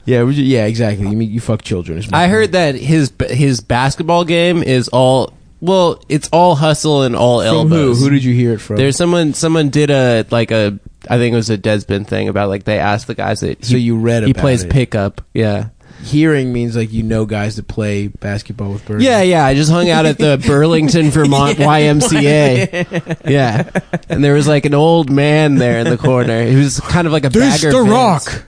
[SPEAKER 2] Yeah, we ju- yeah, exactly. You mean you fuck children? is my
[SPEAKER 3] I
[SPEAKER 2] point.
[SPEAKER 3] heard that his his basketball game is all well, it's all hustle and all
[SPEAKER 2] from who?
[SPEAKER 3] elbows.
[SPEAKER 2] Who did you hear it from?
[SPEAKER 3] There's someone someone did a like a I think it was a Desmond thing about like they asked the guys that
[SPEAKER 2] so
[SPEAKER 3] he,
[SPEAKER 2] you read
[SPEAKER 3] he
[SPEAKER 2] about
[SPEAKER 3] plays
[SPEAKER 2] it.
[SPEAKER 3] pickup. Yeah.
[SPEAKER 2] Hearing means like you know guys that play basketball with Bernie.
[SPEAKER 3] Yeah, yeah. I just hung out at
[SPEAKER 2] <laughs>
[SPEAKER 3] the Burlington, Vermont YMCA. yeah. And there was like an old man there in the corner. He was kind of like a bagger. Vince.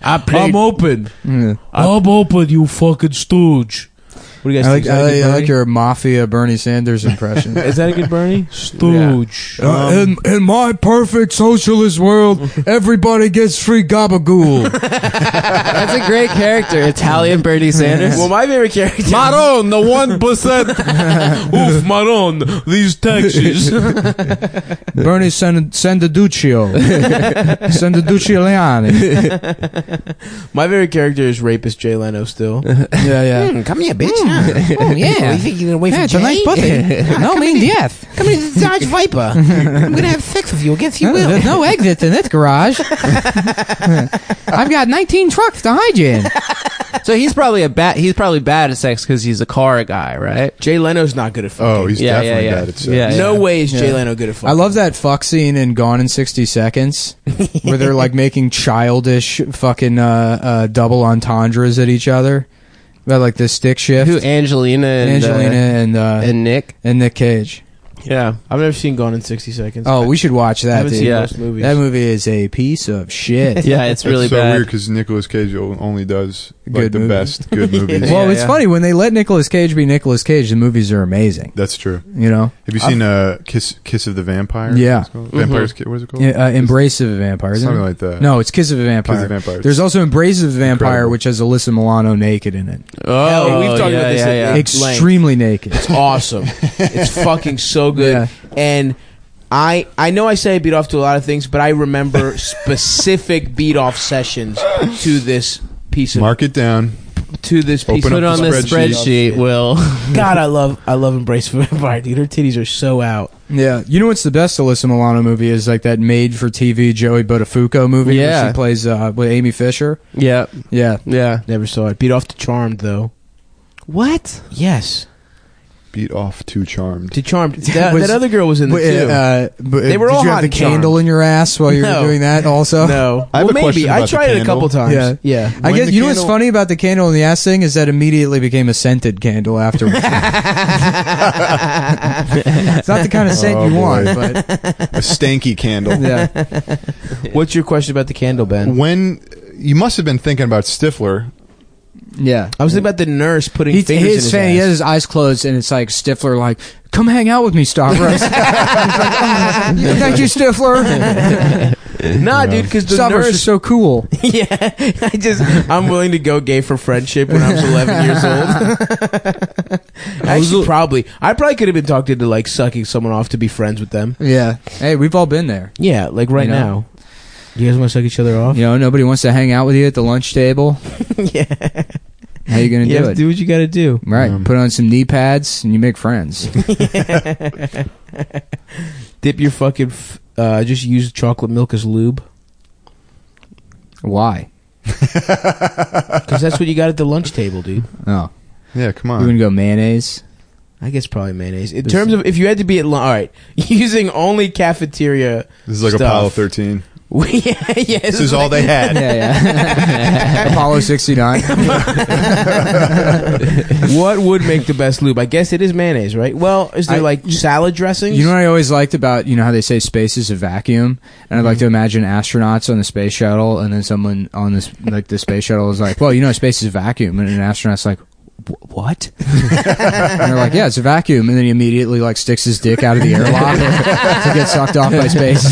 [SPEAKER 3] I played-
[SPEAKER 2] open.
[SPEAKER 1] Yeah.
[SPEAKER 2] I'm open. You fucking stooge. uh, What do you
[SPEAKER 1] I
[SPEAKER 2] guys
[SPEAKER 1] like,
[SPEAKER 2] think?
[SPEAKER 1] I like,
[SPEAKER 2] Is that a
[SPEAKER 1] I
[SPEAKER 2] good
[SPEAKER 1] like your mafia Bernie Sanders impression.
[SPEAKER 2] Bernie? Is that a good <laughs> Bernie? Stooge.
[SPEAKER 1] Uh, in, in my perfect socialist <laughs> world, everybody gets free <laughs> gabagool.
[SPEAKER 3] That's a great character, Italian Bernie Sanders.
[SPEAKER 2] well, my favorite character.
[SPEAKER 3] Maron, the one
[SPEAKER 1] <laughs>
[SPEAKER 3] percent.
[SPEAKER 2] Oof, Maron. These taxes.
[SPEAKER 1] Bernie San- <laughs> Sandiduccio. Sandiduccio Leani.
[SPEAKER 2] <laughs> my favorite character is rapist Jay Leno. Still.
[SPEAKER 1] <laughs>
[SPEAKER 2] Hmm,
[SPEAKER 1] Yeah, yeah.
[SPEAKER 3] Come here, bitch.
[SPEAKER 2] Oh
[SPEAKER 1] yeah.
[SPEAKER 2] you think you're gonna wait
[SPEAKER 1] Yeah, it's a nice puppy. No mean death.
[SPEAKER 2] Come here, this Dodge Viper. I'm gonna have sex with you against your will.
[SPEAKER 1] no exits in this garage. I've got 19 trucks to hide you in. It's
[SPEAKER 3] So he's probably a bad. He's probably bad at sex because he's a car guy, right?
[SPEAKER 2] Jay Leno's not good at fucking.
[SPEAKER 4] Oh, he's
[SPEAKER 3] Yeah, yeah,
[SPEAKER 4] definitely
[SPEAKER 3] yeah.
[SPEAKER 4] bad at sex.
[SPEAKER 3] Yeah,
[SPEAKER 2] no way is Jay
[SPEAKER 1] Yeah.
[SPEAKER 2] Leno good at fucking.
[SPEAKER 1] I love that fuck scene in Gone in 60 Seconds where they're like making childish fucking uh, uh, double entendres at each other about like the stick shift.
[SPEAKER 3] Who Angelina and
[SPEAKER 1] Angelina
[SPEAKER 3] uh,
[SPEAKER 1] and uh, and,
[SPEAKER 3] and Nick?
[SPEAKER 1] Nick Cage.
[SPEAKER 3] Yeah,
[SPEAKER 2] I've never seen Gone in 60 Seconds.
[SPEAKER 1] Oh, we should watch
[SPEAKER 2] I
[SPEAKER 1] that.
[SPEAKER 2] haven't
[SPEAKER 1] Dude.
[SPEAKER 2] seen
[SPEAKER 3] Yeah.
[SPEAKER 2] most movies.
[SPEAKER 1] That movie is a piece of shit.
[SPEAKER 3] <laughs> yeah, it's really
[SPEAKER 4] it's so
[SPEAKER 3] bad.
[SPEAKER 4] weird because Nicolas Cage o- only does like
[SPEAKER 1] Good
[SPEAKER 4] the
[SPEAKER 1] movies.
[SPEAKER 4] best good movies.
[SPEAKER 3] Yeah.
[SPEAKER 1] Well, it's funny when they let Nicolas Cage be Nicolas Cage. The movies are amazing.
[SPEAKER 4] That's true.
[SPEAKER 1] You know,
[SPEAKER 4] Have you seen uh, Kiss Kiss of the Vampire?
[SPEAKER 1] Yeah.
[SPEAKER 4] It's called? Vampire's Ki- What is it called?
[SPEAKER 1] Yeah, uh, embrace of a vampire. Isn't
[SPEAKER 4] Something
[SPEAKER 1] it?
[SPEAKER 4] like that.
[SPEAKER 1] No, it's Kiss of a Vampire.
[SPEAKER 4] Kiss of Vampire.
[SPEAKER 1] There's also Embrace of a Vampire,
[SPEAKER 4] Incredible.
[SPEAKER 1] which has Alyssa Milano naked in it.
[SPEAKER 3] oh,
[SPEAKER 2] Hell, we've talked
[SPEAKER 3] yeah,
[SPEAKER 2] about this
[SPEAKER 3] yeah,
[SPEAKER 2] at
[SPEAKER 3] yeah.
[SPEAKER 2] Ex-
[SPEAKER 1] Extremely naked.
[SPEAKER 2] It's <laughs> awesome. it's
[SPEAKER 1] <laughs>
[SPEAKER 2] fucking so good.
[SPEAKER 1] Yeah.
[SPEAKER 2] And I I know I say I beat off to a lot of things, but
[SPEAKER 1] <laughs>
[SPEAKER 2] I remember specific beat off sessions to this piece of
[SPEAKER 4] Mark it down.
[SPEAKER 2] to this piece
[SPEAKER 4] Open
[SPEAKER 2] of
[SPEAKER 4] up
[SPEAKER 3] Put on the
[SPEAKER 4] spreadsheet.
[SPEAKER 3] spreadsheet,
[SPEAKER 4] <laughs>
[SPEAKER 3] Will.
[SPEAKER 2] God, I love I love Embrace of <laughs> Vampire. Dude, her titties are so out.
[SPEAKER 1] Yeah, you know what's the best Alyssa Milano movie is like that made-for-TV Joey Buttafuoco movie where
[SPEAKER 3] Yeah.
[SPEAKER 1] she plays uh, with Amy Fisher.
[SPEAKER 3] yeah,
[SPEAKER 1] Yeah,
[SPEAKER 3] yeah.
[SPEAKER 2] Never saw it. Beat off to Charmed though.
[SPEAKER 3] What?
[SPEAKER 2] Yes,
[SPEAKER 4] Beat off
[SPEAKER 2] <laughs>
[SPEAKER 4] to Charmed.
[SPEAKER 2] to
[SPEAKER 4] <laughs>
[SPEAKER 2] Charmed. That,
[SPEAKER 1] Was-
[SPEAKER 2] that other girl was in the
[SPEAKER 1] But,
[SPEAKER 2] too.
[SPEAKER 1] uh, but,
[SPEAKER 2] They were
[SPEAKER 1] did
[SPEAKER 2] all
[SPEAKER 1] you have
[SPEAKER 2] hot
[SPEAKER 1] the
[SPEAKER 2] and charmed.
[SPEAKER 1] candle in your ass while you
[SPEAKER 2] No.
[SPEAKER 1] were doing that?
[SPEAKER 2] <laughs>
[SPEAKER 1] Also,
[SPEAKER 2] no,
[SPEAKER 4] uh, I have
[SPEAKER 2] well,
[SPEAKER 4] a question
[SPEAKER 2] maybe I
[SPEAKER 4] about the
[SPEAKER 2] tried it a
[SPEAKER 4] candle.
[SPEAKER 2] couple times.
[SPEAKER 1] Yeah.
[SPEAKER 2] yeah.
[SPEAKER 1] I
[SPEAKER 4] When
[SPEAKER 1] guess
[SPEAKER 4] the
[SPEAKER 1] you know what's
[SPEAKER 4] candle-
[SPEAKER 1] funny about the candle in the ass thing is that immediately became a scented candle <laughs> afterwards.
[SPEAKER 4] <laughs>
[SPEAKER 1] it's not the kind of scent
[SPEAKER 4] Oh,
[SPEAKER 1] you
[SPEAKER 4] boy.
[SPEAKER 1] want, but
[SPEAKER 4] A stanky candle.
[SPEAKER 1] yeah.
[SPEAKER 2] What's your question about the candle, Ben?
[SPEAKER 4] When you must have been thinking about Stifler.
[SPEAKER 1] <laughs> Yeah.
[SPEAKER 2] I was thinking about the nurse putting
[SPEAKER 1] He,
[SPEAKER 2] fingers in
[SPEAKER 1] his
[SPEAKER 2] his
[SPEAKER 1] fan,
[SPEAKER 2] ass.
[SPEAKER 1] he has his eyes closed, and it's like Stifler, like, come hang out with me, <laughs> Stavros. Thank you, Stifler. <laughs>
[SPEAKER 2] Nah, dude, because the
[SPEAKER 1] Stavros is
[SPEAKER 2] nurse.
[SPEAKER 1] so cool.
[SPEAKER 2] <laughs> yeah, I just I'm willing to go gay for friendship when I was 11 years old. <laughs> Actually, probably I probably could have been talked into like sucking someone off to be friends with them.
[SPEAKER 1] Yeah. Hey, we've all been there.
[SPEAKER 2] Yeah, like right
[SPEAKER 1] You know?
[SPEAKER 2] now. You guys want to suck each other off?
[SPEAKER 1] You know, nobody wants to hang out with you at the lunch table.
[SPEAKER 2] <laughs> yeah,
[SPEAKER 1] How you going
[SPEAKER 2] you
[SPEAKER 1] to do
[SPEAKER 2] have to
[SPEAKER 1] it?
[SPEAKER 2] do what you got to do.
[SPEAKER 1] right.
[SPEAKER 4] Um,
[SPEAKER 1] Put on some knee pads, and you make <laughs> friends.
[SPEAKER 2] <laughs> Dip your fucking. F- uh, just use chocolate milk as lube
[SPEAKER 1] Why?
[SPEAKER 2] because that's what you got at the lunch table, dude.
[SPEAKER 1] Oh.
[SPEAKER 4] Yeah, come
[SPEAKER 1] You're
[SPEAKER 4] on.
[SPEAKER 1] gonna go mayonnaise.
[SPEAKER 2] I guess probably mayonnaise. In terms of if you had to be at lunch, all right, <laughs> using only cafeteria. <laughs>
[SPEAKER 4] This is like
[SPEAKER 2] stuff.
[SPEAKER 4] Apollo 13.
[SPEAKER 2] yeah, yeah,
[SPEAKER 4] This is
[SPEAKER 2] <laughs>
[SPEAKER 4] all they had.
[SPEAKER 1] yeah, yeah. <laughs> Apollo sixty nine.
[SPEAKER 2] what would make the best lube? I guess it is mayonnaise, right? Well, is there
[SPEAKER 1] I-
[SPEAKER 2] like salad dressings?
[SPEAKER 1] You know what I always liked about you know how they say space is a vacuum, and I'd like to imagine astronauts on the space shuttle, and then someone on this like the space shuttle is like, well, you know, space is a vacuum, and an astronaut's like. "Wh- What? and they're like, yeah, it's a vacuum, and then he immediately like sticks his dick out of the airlock <laughs> to get sucked off by space.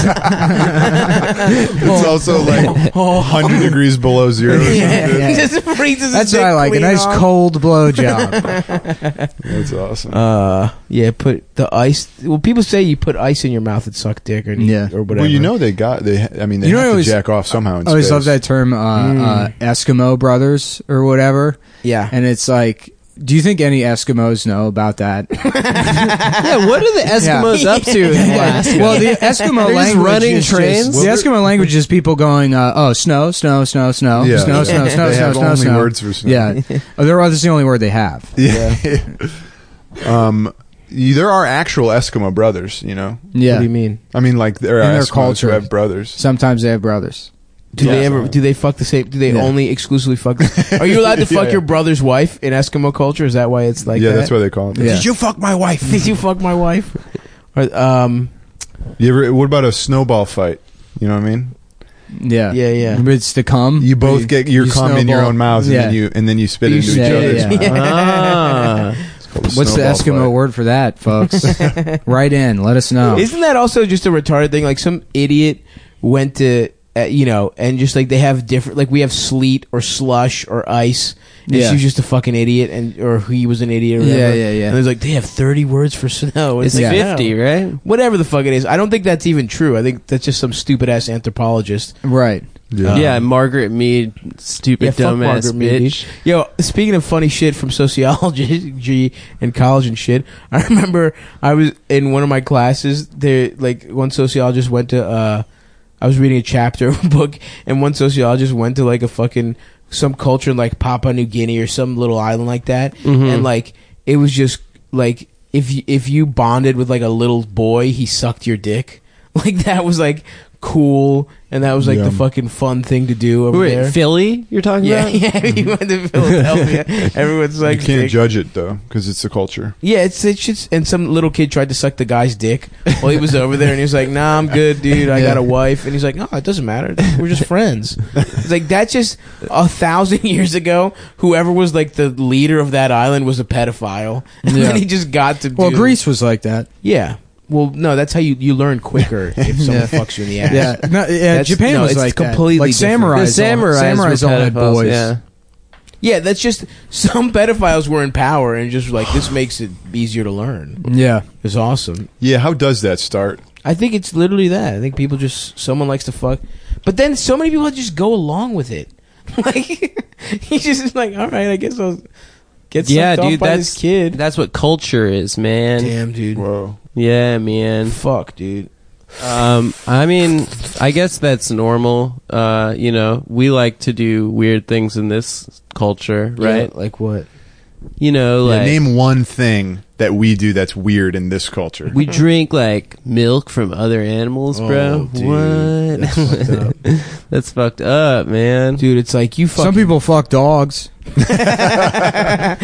[SPEAKER 4] It's also like 100 degrees below zero.
[SPEAKER 2] <laughs>
[SPEAKER 4] or
[SPEAKER 1] Yeah.
[SPEAKER 4] something.
[SPEAKER 1] Yeah.
[SPEAKER 2] just freezes. his
[SPEAKER 1] That's what
[SPEAKER 2] dick
[SPEAKER 1] I like—a
[SPEAKER 2] clean
[SPEAKER 1] nice
[SPEAKER 2] off.
[SPEAKER 1] cold blow job.
[SPEAKER 4] That's awesome.
[SPEAKER 2] Uh, yeah. Put the ice. Well, people say you put ice in your mouth and suck dick, or
[SPEAKER 1] Yeah.
[SPEAKER 2] or whatever.
[SPEAKER 4] well, you know they got they. ha- I mean, they
[SPEAKER 1] You know
[SPEAKER 4] have
[SPEAKER 1] I
[SPEAKER 4] to
[SPEAKER 1] always-
[SPEAKER 4] jack off somehow. In
[SPEAKER 1] I always
[SPEAKER 4] space.
[SPEAKER 1] love that term, uh, uh, Eskimo brothers or whatever.
[SPEAKER 2] Yeah.
[SPEAKER 1] and it's like do you think any Eskimos know about that?
[SPEAKER 3] Yeah, what are the <laughs>
[SPEAKER 2] <laughs>
[SPEAKER 3] Eskimos
[SPEAKER 2] Yeah.
[SPEAKER 3] up to? in Alaska?
[SPEAKER 1] Well, the Eskimo
[SPEAKER 3] They're just
[SPEAKER 1] language
[SPEAKER 3] running
[SPEAKER 1] is
[SPEAKER 3] trains?
[SPEAKER 1] Just, the Eskimo language is people going, uh, "Oh, snow, snow, snow, snow,
[SPEAKER 4] Yeah.
[SPEAKER 1] snow,
[SPEAKER 4] Yeah.
[SPEAKER 1] snow,
[SPEAKER 4] They
[SPEAKER 1] snow, snow,
[SPEAKER 4] have
[SPEAKER 1] snow,
[SPEAKER 4] only
[SPEAKER 1] snow."
[SPEAKER 4] words for snow.
[SPEAKER 1] Yeah,
[SPEAKER 4] <laughs>
[SPEAKER 1] oh, they're that's the only word they have.
[SPEAKER 4] <laughs> Yeah.
[SPEAKER 1] <laughs>
[SPEAKER 4] um, you, there are actual Eskimo brothers. You know,
[SPEAKER 1] Yeah,
[SPEAKER 2] What do you mean?
[SPEAKER 4] I mean, like there are
[SPEAKER 1] In their
[SPEAKER 4] Eskimos
[SPEAKER 1] culture.
[SPEAKER 4] who have brothers.
[SPEAKER 1] sometimes they have brothers.
[SPEAKER 2] Do
[SPEAKER 4] Yeah.
[SPEAKER 2] they ever? Do they fuck the same? Do they
[SPEAKER 4] Yeah.
[SPEAKER 2] only exclusively fuck? The, are you allowed
[SPEAKER 1] <laughs>
[SPEAKER 2] to
[SPEAKER 4] Yeah,
[SPEAKER 2] fuck
[SPEAKER 4] yeah.
[SPEAKER 2] your brother's wife in Eskimo culture? Is that why it's like?
[SPEAKER 4] yeah,
[SPEAKER 2] that?
[SPEAKER 4] that's why they call them.
[SPEAKER 1] Yeah.
[SPEAKER 2] Did you fuck my wife? Did you fuck my wife? Or, um,
[SPEAKER 4] You ever? What about a snowball fight? You know what I mean?
[SPEAKER 1] Yeah,
[SPEAKER 2] Yeah, yeah.
[SPEAKER 1] It's the cum.
[SPEAKER 4] You both get your
[SPEAKER 1] you
[SPEAKER 4] cum in your
[SPEAKER 1] snowball.
[SPEAKER 4] own mouths, and
[SPEAKER 1] Yeah.
[SPEAKER 4] then you and then you spit
[SPEAKER 1] You
[SPEAKER 4] into
[SPEAKER 1] should-
[SPEAKER 4] each
[SPEAKER 1] yeah,
[SPEAKER 4] other's
[SPEAKER 1] yeah,
[SPEAKER 4] mouth.
[SPEAKER 1] yeah.
[SPEAKER 3] Ah.
[SPEAKER 4] It's called a
[SPEAKER 1] What's the
[SPEAKER 4] snowball
[SPEAKER 1] Eskimo
[SPEAKER 4] fight.
[SPEAKER 1] word for that,
[SPEAKER 3] <laughs>
[SPEAKER 1] folks? Write in. Let us know.
[SPEAKER 2] Isn't that also just a retarded thing? Like some idiot went to uh, you know, and just like they have different. Like we have sleet or slush or ice. And
[SPEAKER 1] Yeah.
[SPEAKER 2] she was just a fucking idiot, and or he was an idiot. Or
[SPEAKER 1] Yeah,
[SPEAKER 2] whatever.
[SPEAKER 1] yeah, yeah.
[SPEAKER 2] And there's like they have 30 words for snow.
[SPEAKER 3] It's
[SPEAKER 1] Yeah.
[SPEAKER 2] like, no.
[SPEAKER 3] 50, right?
[SPEAKER 2] Whatever the fuck it is, I don't think that's even true. I think that's just some stupid ass anthropologist.
[SPEAKER 1] right.
[SPEAKER 4] Yeah.
[SPEAKER 3] <laughs> yeah, Margaret Mead, stupid
[SPEAKER 2] Yeah, fuck
[SPEAKER 3] dumbass
[SPEAKER 2] Margaret Mead,
[SPEAKER 3] bitch.
[SPEAKER 2] dude. Yo, speaking of funny shit from sociology <laughs> and college and shit, I remember I was in one of my classes. There, like one sociologist went to uh, I was reading a chapter of a book, and one sociologist went to like a fucking some culture in like Papua New Guinea or some little island like that, and like it was just like if you, if you bonded with like a little boy, he sucked your dick. <laughs> Like that was like cool, and that was like the
[SPEAKER 4] Yum.
[SPEAKER 2] fucking fun thing to do over
[SPEAKER 3] Wait,
[SPEAKER 2] there.
[SPEAKER 3] Philly? You're
[SPEAKER 2] <laughs>
[SPEAKER 3] talking
[SPEAKER 2] yeah,
[SPEAKER 3] about?
[SPEAKER 2] yeah.
[SPEAKER 1] Mm-hmm.
[SPEAKER 2] You went
[SPEAKER 1] <laughs>
[SPEAKER 2] to Philadelphia. Everyone's
[SPEAKER 4] you
[SPEAKER 2] like,
[SPEAKER 4] can't
[SPEAKER 2] dick.
[SPEAKER 4] judge it though because it's the culture.
[SPEAKER 2] Yeah, it's it's just and some little kid tried to suck the guy's dick while he was over there, and he was like, "Nah, I'm good, dude. I got a wife." And he's like, "No, it doesn't matter. We're just friends." It's like that's just a thousand <laughs> years ago. Whoever was like the leader of that island was a pedophile, and then
[SPEAKER 1] Yeah.
[SPEAKER 2] he just got to.
[SPEAKER 1] Well,
[SPEAKER 2] do-
[SPEAKER 1] Greece was like that.
[SPEAKER 2] Yeah. Well, no, that's how you you learn quicker if
[SPEAKER 1] <laughs>
[SPEAKER 2] someone
[SPEAKER 1] Yeah.
[SPEAKER 2] fucks you in the ass.
[SPEAKER 1] Yeah, no, yeah
[SPEAKER 2] That's-
[SPEAKER 1] Japan
[SPEAKER 2] no,
[SPEAKER 1] was
[SPEAKER 2] it's
[SPEAKER 1] like that.
[SPEAKER 2] completely
[SPEAKER 1] like
[SPEAKER 2] different.
[SPEAKER 1] samurais.
[SPEAKER 3] The
[SPEAKER 1] all-
[SPEAKER 3] samurais,
[SPEAKER 1] samurais
[SPEAKER 3] were
[SPEAKER 1] all had
[SPEAKER 3] pedophiles,
[SPEAKER 1] boys.
[SPEAKER 3] Yeah.
[SPEAKER 2] yeah. That's just <laughs> some pedophiles were in power and just like this makes it easier to learn.
[SPEAKER 1] yeah.
[SPEAKER 2] It's awesome.
[SPEAKER 4] Yeah, how does that start?
[SPEAKER 2] I think it's literally that. I think people just someone likes to fuck, but then so many people just go along with it. <laughs> Like he's just like, all right, I guess I'll get sucked
[SPEAKER 3] Yeah,
[SPEAKER 2] off
[SPEAKER 3] dude,
[SPEAKER 2] by
[SPEAKER 3] that's
[SPEAKER 2] this kid.
[SPEAKER 3] That's what culture is, man.
[SPEAKER 2] Damn, dude.
[SPEAKER 4] Whoa,
[SPEAKER 3] Yeah, man.
[SPEAKER 2] Fuck, dude.
[SPEAKER 3] Um, I mean, I guess that's normal. Uh, you know, we like to do weird things in this culture, right?
[SPEAKER 2] Yeah, like what?
[SPEAKER 3] You know,
[SPEAKER 4] Yeah,
[SPEAKER 3] like
[SPEAKER 4] name one thing that we do that's weird in this culture.
[SPEAKER 3] we drink like milk from other animals, bro.
[SPEAKER 2] Oh, dude,
[SPEAKER 3] what? <laughs>
[SPEAKER 2] That's fucked
[SPEAKER 4] uh,
[SPEAKER 2] up.
[SPEAKER 3] That's fucked up, man.
[SPEAKER 2] dude, it's like you Oh, fucking. <laughs>
[SPEAKER 1] Some people fuck dogs.
[SPEAKER 2] yeah,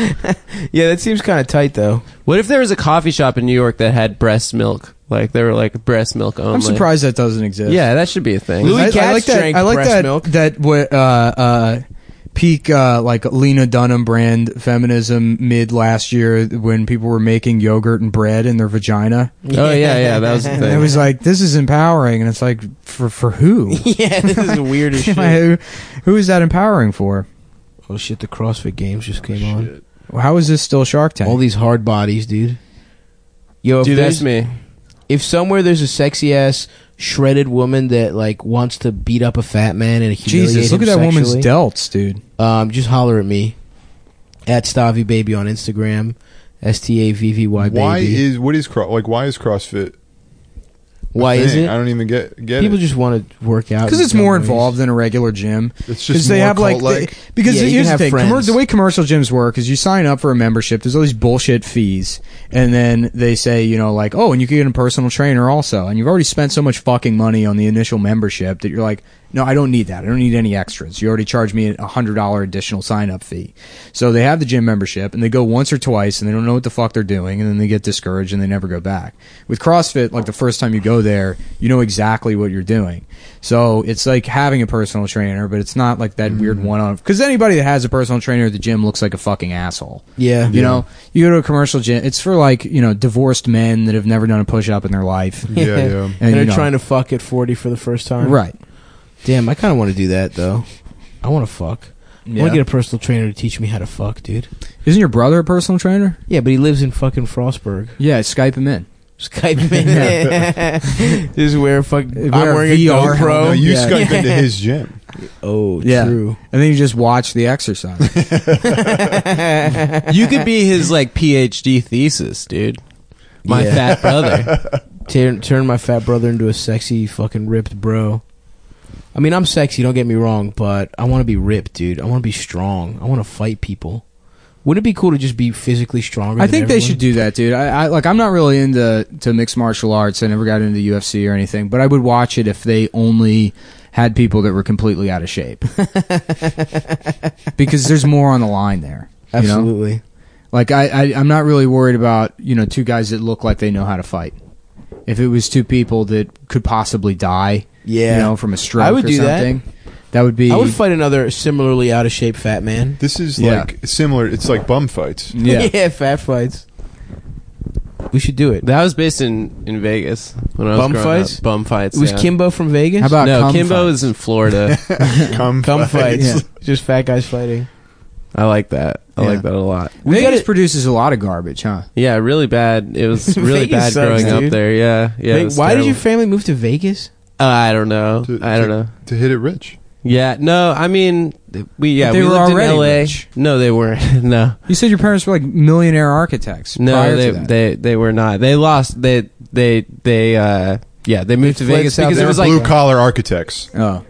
[SPEAKER 2] that seems kind of tight though.
[SPEAKER 3] What if there was a coffee shop in New York that had breast milk? Like they were like breast milk only.
[SPEAKER 1] I'm surprised that doesn't exist.
[SPEAKER 3] Yeah, that should be a thing.
[SPEAKER 2] Louis
[SPEAKER 1] I, I
[SPEAKER 2] Katz
[SPEAKER 1] like that.
[SPEAKER 2] drank
[SPEAKER 1] I like
[SPEAKER 2] breast
[SPEAKER 1] that.
[SPEAKER 2] milk.
[SPEAKER 1] That what uh, uh, peak uh, like Lena Dunham brand feminism mid last year when people were making yogurt and bread in their vagina.
[SPEAKER 3] Oh yeah, yeah, that was the
[SPEAKER 1] And
[SPEAKER 2] <laughs>
[SPEAKER 3] thing.
[SPEAKER 1] it was like this is empowering, and it's like for for who?
[SPEAKER 2] <laughs> yeah, this is <laughs> weird as
[SPEAKER 1] <laughs>
[SPEAKER 2] shit.
[SPEAKER 1] who, who is that empowering for?
[SPEAKER 2] Oh shit, the CrossFit Games just came on.
[SPEAKER 1] How is this still Shark Tank?
[SPEAKER 2] All these hard bodies, dude. Yo, if
[SPEAKER 3] Dude,
[SPEAKER 2] there's
[SPEAKER 3] that's me.
[SPEAKER 2] if somewhere there's a sexy ass shredded woman that like wants to beat up a fat man and humiliate
[SPEAKER 1] Jesus, look
[SPEAKER 2] him
[SPEAKER 1] at that woman's
[SPEAKER 2] sexually,
[SPEAKER 1] delts, dude.
[SPEAKER 2] Um, just holler at me at Stavi Baby on Instagram, S T A V V Y Baby.
[SPEAKER 4] why is what is cross like? Why is CrossFit? a
[SPEAKER 2] Why is
[SPEAKER 4] thing?
[SPEAKER 2] it?
[SPEAKER 4] I don't even get get
[SPEAKER 2] People
[SPEAKER 4] it.
[SPEAKER 2] just want to work out
[SPEAKER 1] Because
[SPEAKER 2] in
[SPEAKER 1] it's
[SPEAKER 2] some
[SPEAKER 1] more
[SPEAKER 2] ways.
[SPEAKER 1] involved than a regular gym.
[SPEAKER 4] it's
[SPEAKER 1] Because
[SPEAKER 4] just
[SPEAKER 1] they
[SPEAKER 4] more
[SPEAKER 1] have like
[SPEAKER 4] cult-like.
[SPEAKER 1] they- because
[SPEAKER 2] Yeah, you
[SPEAKER 1] here's
[SPEAKER 2] can
[SPEAKER 1] the
[SPEAKER 2] have
[SPEAKER 1] thing:
[SPEAKER 2] friends.
[SPEAKER 1] commer- the way commercial gyms work is you sign up for a membership. There's all these bullshit fees, and then they say you know like oh, and you can get a personal trainer also, and you've already spent so much fucking money on the initial membership that you're like, no, I don't need that. I don't need any extras. You already charged me a hundred dollar additional sign up fee. So they have the gym membership, and they go once or twice, and they don't know what the fuck they're doing, and then they get discouraged and they never go back. With CrossFit, like the first time you go there, you know exactly what you're doing. So it's like having a personal trainer, but it's not like that weird
[SPEAKER 2] Mm-hmm.
[SPEAKER 1] one on. Because anybody that has a personal trainer at the gym looks like a fucking asshole.
[SPEAKER 2] Yeah.
[SPEAKER 1] You know, you go to a commercial gym, it's for like, you know, divorced men that have never done a push up in their life.
[SPEAKER 2] <laughs>
[SPEAKER 4] <laughs> Yeah, yeah.
[SPEAKER 2] And,
[SPEAKER 1] you
[SPEAKER 2] they're
[SPEAKER 1] know.
[SPEAKER 2] trying to fuck at 40 for the first time.
[SPEAKER 1] Right.
[SPEAKER 2] Damn, I kind of want to do that though. I want to fuck. I
[SPEAKER 1] Yeah.
[SPEAKER 2] want to get a personal trainer to teach me how to fuck, dude.
[SPEAKER 1] Isn't your brother a personal trainer?
[SPEAKER 2] Yeah, but he lives in fucking Frostburg.
[SPEAKER 1] Yeah, Skype him in.
[SPEAKER 2] <laughs> Skype me. <laughs> Just wear fuck.
[SPEAKER 1] Wear
[SPEAKER 2] I'm
[SPEAKER 1] a
[SPEAKER 2] wearing a
[SPEAKER 1] VR
[SPEAKER 2] GoPro.
[SPEAKER 4] No, you
[SPEAKER 1] Yeah.
[SPEAKER 4] Skype into his gym.
[SPEAKER 2] Oh,
[SPEAKER 1] Yeah.
[SPEAKER 2] true.
[SPEAKER 1] And then you just watch the <laughs> exercise.
[SPEAKER 3] You could be his like PhD thesis, dude. My
[SPEAKER 2] Yeah.
[SPEAKER 3] fat brother.
[SPEAKER 1] <laughs>
[SPEAKER 2] Turn, turn my fat brother into a sexy fucking ripped bro. I mean, I'm sexy. Don't get me wrong, but I want to be ripped, dude. I want to be strong. I want to fight people. Wouldn't it be cool to just be physically stronger?
[SPEAKER 1] I
[SPEAKER 2] than
[SPEAKER 1] think they
[SPEAKER 2] everyone?
[SPEAKER 1] should do that, dude. I, I like. I'm not really into to mixed martial arts. I never got into UFC or anything, but I would watch it if they only had people that were completely out of
[SPEAKER 2] <laughs>
[SPEAKER 1] shape, because there's more on the line there. you know?
[SPEAKER 2] Absolutely.
[SPEAKER 1] Like I, I, I'm not really worried about you know two guys that look like they know how to fight. If it was two people that could possibly die,
[SPEAKER 2] Yeah.
[SPEAKER 1] you know, from a stroke
[SPEAKER 2] I would
[SPEAKER 1] or
[SPEAKER 2] do that.
[SPEAKER 1] something, that. would be
[SPEAKER 2] I would fight another similarly out of shape fat man.
[SPEAKER 4] This is
[SPEAKER 1] Yeah.
[SPEAKER 4] like similar. It's like
[SPEAKER 1] <laughs>
[SPEAKER 4] bum fights.
[SPEAKER 1] yeah.
[SPEAKER 2] <laughs> yeah, fat fights. We should do it.
[SPEAKER 3] that was based in in Vegas when I was
[SPEAKER 2] Bum
[SPEAKER 3] growing
[SPEAKER 2] fights?
[SPEAKER 3] Up. Bum fights.
[SPEAKER 2] It was
[SPEAKER 3] yeah.
[SPEAKER 2] Kimbo from Vegas.
[SPEAKER 1] How about
[SPEAKER 3] No,
[SPEAKER 1] cum
[SPEAKER 3] Kimbo
[SPEAKER 1] fight?
[SPEAKER 3] is
[SPEAKER 2] <laughs>
[SPEAKER 3] in Florida.
[SPEAKER 4] Come,
[SPEAKER 2] cum
[SPEAKER 4] fight.
[SPEAKER 2] fights?
[SPEAKER 1] Yeah.
[SPEAKER 2] <laughs> Just fat guys fighting.
[SPEAKER 3] I like that. I
[SPEAKER 1] Yeah.
[SPEAKER 3] like that a lot.
[SPEAKER 2] We
[SPEAKER 1] Vegas
[SPEAKER 2] gotta-
[SPEAKER 1] produces a lot of garbage, huh?
[SPEAKER 3] Yeah, really bad. It
[SPEAKER 2] <laughs>
[SPEAKER 3] was really
[SPEAKER 2] Vegas
[SPEAKER 3] bad
[SPEAKER 2] sucks,
[SPEAKER 3] growing
[SPEAKER 2] dude.
[SPEAKER 3] up there. Yeah, yeah. it
[SPEAKER 2] Like,
[SPEAKER 3] was
[SPEAKER 2] why did
[SPEAKER 3] terrible.
[SPEAKER 2] your family move to Vegas?
[SPEAKER 3] Uh, I don't know.
[SPEAKER 4] To-
[SPEAKER 3] I don't know.
[SPEAKER 4] to hit it rich.
[SPEAKER 3] Yeah, no. I mean, we yeah.
[SPEAKER 1] But they
[SPEAKER 3] we
[SPEAKER 1] were
[SPEAKER 3] lived in
[SPEAKER 1] already
[SPEAKER 3] L.A.
[SPEAKER 1] rich.
[SPEAKER 3] No, they weren't. <laughs> no.
[SPEAKER 1] You said your parents were like millionaire architects.
[SPEAKER 3] No,
[SPEAKER 1] prior
[SPEAKER 3] they
[SPEAKER 1] to that.
[SPEAKER 3] they they were not. They lost. They they they uh Yeah, they moved to
[SPEAKER 2] fled
[SPEAKER 3] Vegas
[SPEAKER 2] South
[SPEAKER 3] because it
[SPEAKER 2] Africa.
[SPEAKER 3] was
[SPEAKER 4] Blue
[SPEAKER 3] like
[SPEAKER 4] collar architects.
[SPEAKER 1] Oh,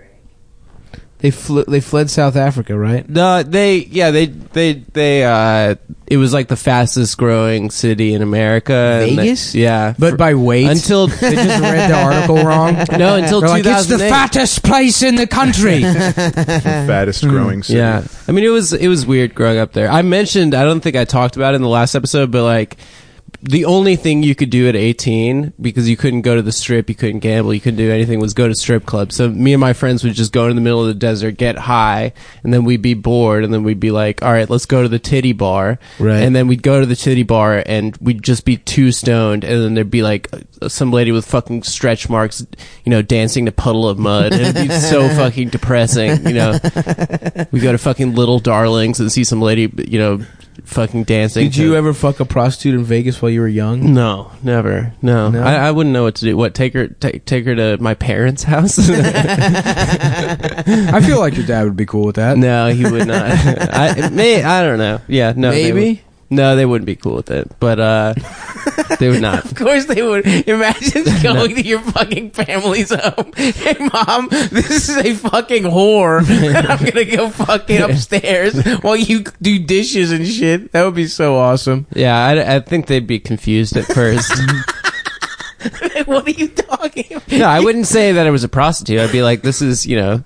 [SPEAKER 2] They flew. They fled South Africa, right?
[SPEAKER 3] no, they yeah they they they uh it was like the fastest growing city in America. and they-
[SPEAKER 2] Vegas?
[SPEAKER 3] yeah,
[SPEAKER 1] but
[SPEAKER 3] For-
[SPEAKER 1] by weight, <laughs>
[SPEAKER 3] until
[SPEAKER 1] they just read the article wrong.
[SPEAKER 3] no <laughs>
[SPEAKER 1] <laughs>
[SPEAKER 3] until
[SPEAKER 1] They're like, it's the
[SPEAKER 3] 2008.
[SPEAKER 1] fattest place in the country.
[SPEAKER 3] <laughs>
[SPEAKER 4] The fattest growing city.
[SPEAKER 3] Yeah, I mean it was it was weird growing up there. I mentioned I don't think I talked about it in the last episode, but like the only thing you could do at 18 because you couldn't go to the strip, you couldn't gamble, you couldn't do anything was go to strip clubs. So me and my friends would just go in the middle of the desert, get high, and then we'd be bored, and then we'd be like, all right, let's go to the titty bar,
[SPEAKER 2] Right.
[SPEAKER 3] And then we'd go to the titty bar and we'd just be too stoned, and then there'd be like uh, some lady with fucking stretch marks, you know, dancing to puddle of mud, and it'd be so fucking depressing, you know. We go to fucking Little Darlings and see some lady, you know, fucking dancing.
[SPEAKER 2] Did you
[SPEAKER 3] to-
[SPEAKER 2] ever fuck a prostitute in Vegas while you were young?
[SPEAKER 3] No, never. No,
[SPEAKER 2] No?
[SPEAKER 3] I, I wouldn't know what to do. What take her take, take her to my parents' house? <laughs>
[SPEAKER 1] I feel like your dad would be cool with that.
[SPEAKER 3] no, he would not. I may I don't know. Yeah, no, they
[SPEAKER 2] Maybe.
[SPEAKER 3] would- no, they wouldn't be cool with it, but uh, they would not.
[SPEAKER 2] Of course they would.
[SPEAKER 3] <laughs>
[SPEAKER 2] Imagine going to your fucking family's home. Hey, mom, this is a fucking
[SPEAKER 3] <laughs>
[SPEAKER 2] whore. And I'm going to go fucking upstairs while you do dishes and shit. That would be so awesome.
[SPEAKER 3] Yeah, I, I think they'd be confused at
[SPEAKER 2] <laughs>
[SPEAKER 3] first.
[SPEAKER 2] what are you talking about?
[SPEAKER 3] no, I wouldn't say that I was a prostitute. I'd be like, this is you know,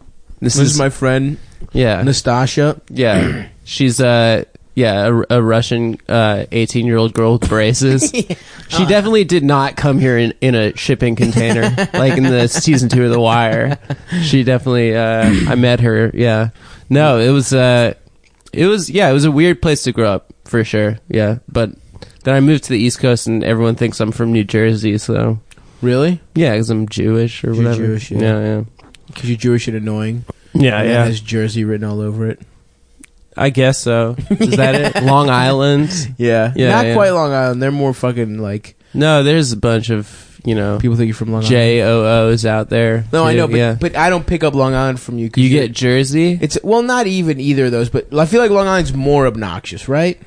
[SPEAKER 3] this,
[SPEAKER 2] This is my friend,
[SPEAKER 3] yeah.
[SPEAKER 2] Nastasha. <clears throat>
[SPEAKER 3] Yeah, she's uh, yeah a, a Russian uh, eighteen year old girl
[SPEAKER 2] <laughs>
[SPEAKER 3] with braces. She definitely did not come here in, in a shipping
[SPEAKER 2] <laughs>
[SPEAKER 3] container like in the season two of The Wire. She definitely uh, I met her. Yeah, no, it was uh, it was yeah, it was a weird place to grow up for sure. Yeah, but then I moved to the East Coast and everyone thinks I'm from New Jersey. So
[SPEAKER 2] Really?
[SPEAKER 3] yeah, because I'm Jewish or
[SPEAKER 2] You're
[SPEAKER 3] whatever.
[SPEAKER 2] Jewish, yeah.
[SPEAKER 3] yeah, yeah,
[SPEAKER 2] Because you're Jewish and annoying.
[SPEAKER 3] yeah,
[SPEAKER 2] And it has Jersey written all over it.
[SPEAKER 3] I guess so. Is
[SPEAKER 2] <laughs>
[SPEAKER 3] that it? Long Island.
[SPEAKER 2] Yeah.
[SPEAKER 3] Yeah,
[SPEAKER 2] Not
[SPEAKER 3] yeah.
[SPEAKER 2] quite Long Island. They're more fucking like
[SPEAKER 3] No, there's a bunch of you know
[SPEAKER 2] people think you're from Long Island.
[SPEAKER 3] J O O's out there.
[SPEAKER 2] No, I
[SPEAKER 3] too,
[SPEAKER 2] know, but,
[SPEAKER 3] yeah,
[SPEAKER 2] but I don't pick up Long Island from you. 'cause
[SPEAKER 3] you
[SPEAKER 2] you're-
[SPEAKER 3] get Jersey.
[SPEAKER 2] It's well, not even either of those, but I feel like Long Island's more obnoxious, right?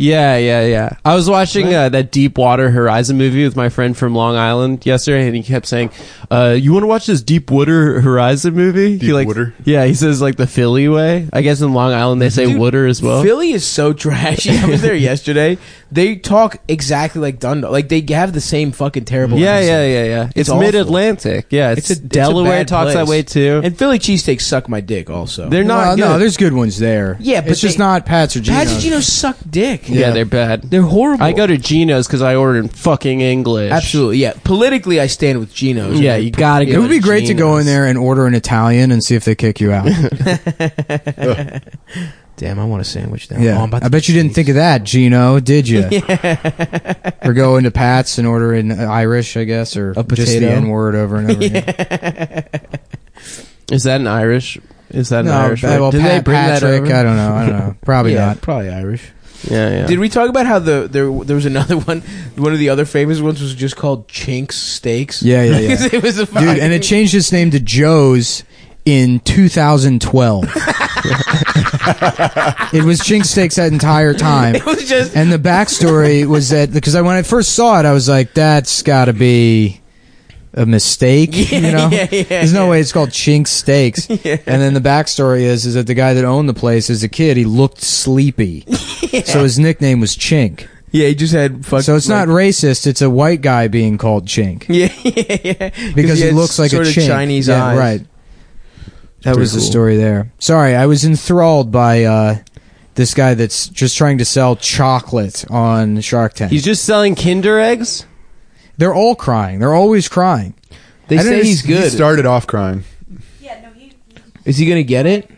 [SPEAKER 3] Yeah, yeah, yeah. I was watching uh, that Deepwater Horizon movie with my friend from Long Island yesterday, and he kept saying, uh, "You want to watch this Deepwater Horizon movie?" he like,
[SPEAKER 4] Deepwater?
[SPEAKER 3] yeah, he says like the Philly way. I guess in Long Island they say
[SPEAKER 2] Dude,
[SPEAKER 3] Wooder as well.
[SPEAKER 2] Philly is so trashy. I
[SPEAKER 3] <laughs>
[SPEAKER 2] was there yesterday. They talk exactly like Dundalk. Like they have the same fucking terrible.
[SPEAKER 3] yeah,
[SPEAKER 2] accent.
[SPEAKER 3] yeah, yeah, yeah. It's,
[SPEAKER 2] It's awful.
[SPEAKER 3] mid Atlantic. Yeah,
[SPEAKER 2] It's
[SPEAKER 3] it's,
[SPEAKER 2] a- it's a
[SPEAKER 3] Delaware
[SPEAKER 2] bad
[SPEAKER 3] talks that
[SPEAKER 2] place.
[SPEAKER 3] way too.
[SPEAKER 2] And Philly cheesesteaks suck my dick. Also,
[SPEAKER 3] they're
[SPEAKER 1] Well,
[SPEAKER 3] not good.
[SPEAKER 1] no, there's good ones there.
[SPEAKER 2] Yeah, but
[SPEAKER 1] it's just
[SPEAKER 2] they-
[SPEAKER 1] not Pat's or Gino's.
[SPEAKER 2] Pat Gino suck dick.
[SPEAKER 3] yeah, they're bad.
[SPEAKER 2] they're horrible.
[SPEAKER 3] I go to Gino's because I order in fucking English.
[SPEAKER 2] absolutely yeah. Politically, I stand with Geno's.
[SPEAKER 3] Yeah, you gotta go.
[SPEAKER 1] It would be great to go in
[SPEAKER 3] Gino's.
[SPEAKER 1] there and order an Italian and see if they kick
[SPEAKER 3] <laughs>
[SPEAKER 1] you out.
[SPEAKER 2] Damn, I want a sandwich now.
[SPEAKER 1] Yeah,
[SPEAKER 2] Oh, I'm about
[SPEAKER 1] I
[SPEAKER 2] to
[SPEAKER 1] bet you didn't think of that, Gino, did
[SPEAKER 3] <laughs>
[SPEAKER 1] you? or go into Pat's and order in Irish, I guess, or
[SPEAKER 2] A
[SPEAKER 1] just the
[SPEAKER 2] potato?
[SPEAKER 1] N word over
[SPEAKER 3] <laughs>
[SPEAKER 1] and over again.
[SPEAKER 3] Is that an Irish? Is that an
[SPEAKER 1] No,
[SPEAKER 3] Irish?
[SPEAKER 1] uh, well,
[SPEAKER 3] word? Did
[SPEAKER 1] Pat,
[SPEAKER 3] they bring
[SPEAKER 1] Patrick,
[SPEAKER 3] that
[SPEAKER 1] I
[SPEAKER 3] over?
[SPEAKER 1] don't know, I don't know, probably
[SPEAKER 2] yeah,
[SPEAKER 1] not.
[SPEAKER 2] Probably Irish.
[SPEAKER 3] Yeah, yeah.
[SPEAKER 2] Did we talk about how the there there was another <laughs> one? One of the other famous ones was just called Chinks Steaks.
[SPEAKER 1] Yeah,
[SPEAKER 2] <laughs>
[SPEAKER 1] yeah, yeah.
[SPEAKER 2] 'Cause it was a
[SPEAKER 1] Dude, and it changed its name to Joe's in
[SPEAKER 2] <laughs>
[SPEAKER 1] 2012. it was Chink Steaks that entire time.
[SPEAKER 2] <laughs> It was just
[SPEAKER 1] And the backstory was that because I when I first saw it, I was like, "That's got to be a mistake," you know.
[SPEAKER 2] <laughs> yeah, yeah,
[SPEAKER 1] There's no
[SPEAKER 2] yeah.
[SPEAKER 1] way it's called Chink Steaks.
[SPEAKER 2] <laughs>
[SPEAKER 1] And then the backstory is is that the guy that owned the place as a kid, he looked
[SPEAKER 2] <laughs>
[SPEAKER 1] sleepy, so his nickname was Chink.
[SPEAKER 2] yeah. He just had fuck.
[SPEAKER 1] So it's not racist; it's a white guy being called Chink
[SPEAKER 2] <laughs> Yeah, yeah, yeah.
[SPEAKER 1] because he
[SPEAKER 2] had
[SPEAKER 1] looks like
[SPEAKER 2] sort
[SPEAKER 1] a
[SPEAKER 2] of
[SPEAKER 1] chink.
[SPEAKER 2] Chinese
[SPEAKER 1] yeah,
[SPEAKER 2] eyes.
[SPEAKER 1] right? That
[SPEAKER 2] Pretty
[SPEAKER 1] was the
[SPEAKER 2] cool.
[SPEAKER 1] story there. Sorry, I was enthralled by uh, this guy that's just trying to sell chocolate on Shark Tank.
[SPEAKER 3] He's just selling Kinder eggs.
[SPEAKER 1] They're all crying. They're always crying.
[SPEAKER 2] They
[SPEAKER 1] I
[SPEAKER 2] say
[SPEAKER 1] didn't-
[SPEAKER 2] he's
[SPEAKER 4] He
[SPEAKER 2] good.
[SPEAKER 4] started off crying.
[SPEAKER 5] Yeah, no, you.
[SPEAKER 2] Is he gonna get it?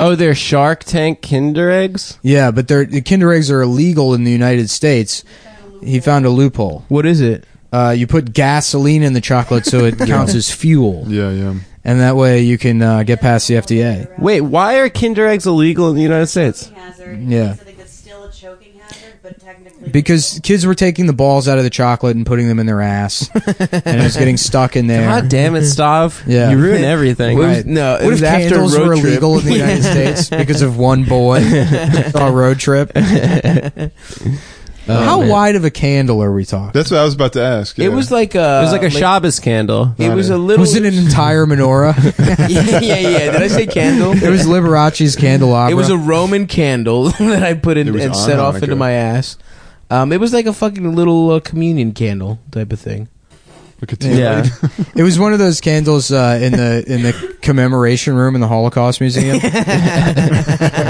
[SPEAKER 3] Oh, they're Shark Tank Kinder eggs.
[SPEAKER 1] Yeah, but they're, the Kinder eggs are illegal in the United States. He found a loophole.
[SPEAKER 2] What is it?
[SPEAKER 1] Uh, you put gasoline in the chocolate so
[SPEAKER 2] <laughs>
[SPEAKER 1] it counts as fuel,
[SPEAKER 4] Yeah, yeah.
[SPEAKER 1] and that way you can uh, get past the FDA.
[SPEAKER 3] Wait, why are Kinder eggs illegal in the United States?
[SPEAKER 5] Hazard.
[SPEAKER 1] Yeah.
[SPEAKER 5] It's like it's still a choking hazard, but technically.
[SPEAKER 1] Because kids were taking the balls out of the chocolate and putting them in their <laughs> ass, and it was getting stuck in there.
[SPEAKER 3] God damn it, Stav!
[SPEAKER 1] <laughs> Yeah.
[SPEAKER 3] you ruin everything.
[SPEAKER 2] What if- no, it
[SPEAKER 1] What
[SPEAKER 2] was
[SPEAKER 1] if
[SPEAKER 2] after a
[SPEAKER 1] candles
[SPEAKER 2] road
[SPEAKER 1] were
[SPEAKER 2] trip.
[SPEAKER 1] illegal <laughs>
[SPEAKER 2] <laughs>
[SPEAKER 1] in the
[SPEAKER 2] <laughs>
[SPEAKER 1] United States because of one boy on a road trip?
[SPEAKER 6] How
[SPEAKER 1] Oh, man.
[SPEAKER 6] wide of a candle are we talking?
[SPEAKER 4] That's what I was about to ask.
[SPEAKER 2] It
[SPEAKER 4] yeah.
[SPEAKER 2] was like a.
[SPEAKER 3] it was like
[SPEAKER 1] Uh,
[SPEAKER 3] a
[SPEAKER 1] <laughs>
[SPEAKER 3] Shabbos candle.
[SPEAKER 2] It was a little.
[SPEAKER 1] Was it an entire menorah?
[SPEAKER 2] yeah, <laughs> yeah, yeah. Did I say candle?
[SPEAKER 1] it was Liberace's candelabra.
[SPEAKER 2] It was a Roman candle <laughs> that I put in
[SPEAKER 4] It was
[SPEAKER 2] and
[SPEAKER 4] on
[SPEAKER 2] set off
[SPEAKER 4] Hanukkah.
[SPEAKER 2] into my ass. Um, it was like a fucking little uh, communion candle type of thing.
[SPEAKER 4] Look at you.
[SPEAKER 1] <laughs>
[SPEAKER 3] Yeah,
[SPEAKER 1] It was one of those candles uh, in the in the commemoration room in the Holocaust
[SPEAKER 2] <laughs>
[SPEAKER 1] Museum.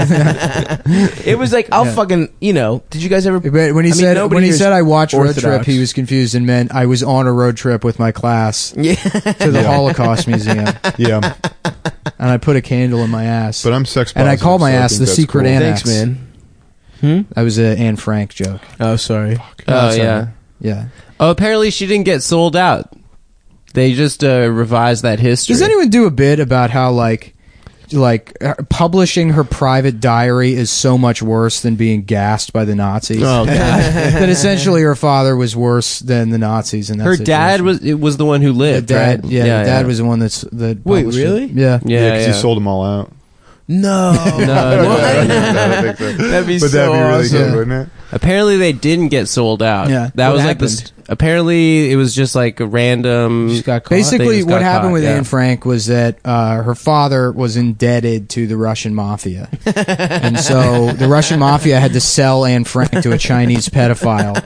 [SPEAKER 2] It was like I'll
[SPEAKER 1] Yeah.
[SPEAKER 2] fucking you know. Did you guys ever? <laughs>
[SPEAKER 1] But when he
[SPEAKER 2] I mean,
[SPEAKER 1] said
[SPEAKER 2] nobody
[SPEAKER 1] when he
[SPEAKER 2] here's
[SPEAKER 1] said I watched road
[SPEAKER 2] Orthodox.
[SPEAKER 1] trip, he was confused and meant I was on a road trip with my class
[SPEAKER 2] Yeah.
[SPEAKER 1] to the
[SPEAKER 4] Yeah.
[SPEAKER 1] Holocaust Museum, and
[SPEAKER 4] yeah,
[SPEAKER 1] I put a candle in my ass.
[SPEAKER 4] but I'm sex.
[SPEAKER 1] And I
[SPEAKER 4] positive,
[SPEAKER 1] call my
[SPEAKER 4] so
[SPEAKER 1] ass
[SPEAKER 4] think
[SPEAKER 1] the
[SPEAKER 4] that's
[SPEAKER 1] secret
[SPEAKER 4] cool.
[SPEAKER 1] Anna.
[SPEAKER 2] Thanks, man. Hmm.
[SPEAKER 1] that was a Anne Frank joke.
[SPEAKER 2] Oh, sorry.
[SPEAKER 3] oh
[SPEAKER 1] sorry.
[SPEAKER 3] yeah.
[SPEAKER 1] Yeah.
[SPEAKER 3] Oh, apparently she didn't get sold out. They just uh, revised that history.
[SPEAKER 1] Does anyone do a bit about how like like uh, publishing her private diary is so much worse than being gassed by the Nazis? <laughs>
[SPEAKER 3] Oh, God.
[SPEAKER 1] that essentially her father was worse than the Nazis, and
[SPEAKER 3] Her dad was it was the one who
[SPEAKER 1] The
[SPEAKER 3] lived.
[SPEAKER 1] dad,
[SPEAKER 3] right?
[SPEAKER 1] yeah, the dad was the one that's that.
[SPEAKER 2] Wait,
[SPEAKER 1] published it.
[SPEAKER 2] really?
[SPEAKER 1] Yeah.
[SPEAKER 3] Yeah,
[SPEAKER 4] Yeah,
[SPEAKER 3] yeah. Uh,
[SPEAKER 4] 'cause he sold them all out.
[SPEAKER 2] No.
[SPEAKER 4] <laughs>
[SPEAKER 3] No, no, <laughs>
[SPEAKER 2] What?
[SPEAKER 4] That'd be
[SPEAKER 2] That'd be
[SPEAKER 4] but
[SPEAKER 2] so
[SPEAKER 4] that'd be really
[SPEAKER 2] awesome.
[SPEAKER 4] good, wouldn't it?
[SPEAKER 3] Apparently they didn't get sold out.
[SPEAKER 1] Yeah.
[SPEAKER 3] that
[SPEAKER 1] What
[SPEAKER 3] was like this. Apparently it was just like a random.
[SPEAKER 2] Just got caught.
[SPEAKER 1] Basically,
[SPEAKER 3] They just
[SPEAKER 1] what
[SPEAKER 3] got
[SPEAKER 1] happened
[SPEAKER 3] caught,
[SPEAKER 1] with
[SPEAKER 3] yeah.
[SPEAKER 1] Anne Frank was that uh, her father was indebted to the Russian
[SPEAKER 3] <laughs>
[SPEAKER 1] mafia, and so the Russian mafia had to sell Anne Frank to a Chinese pedophile,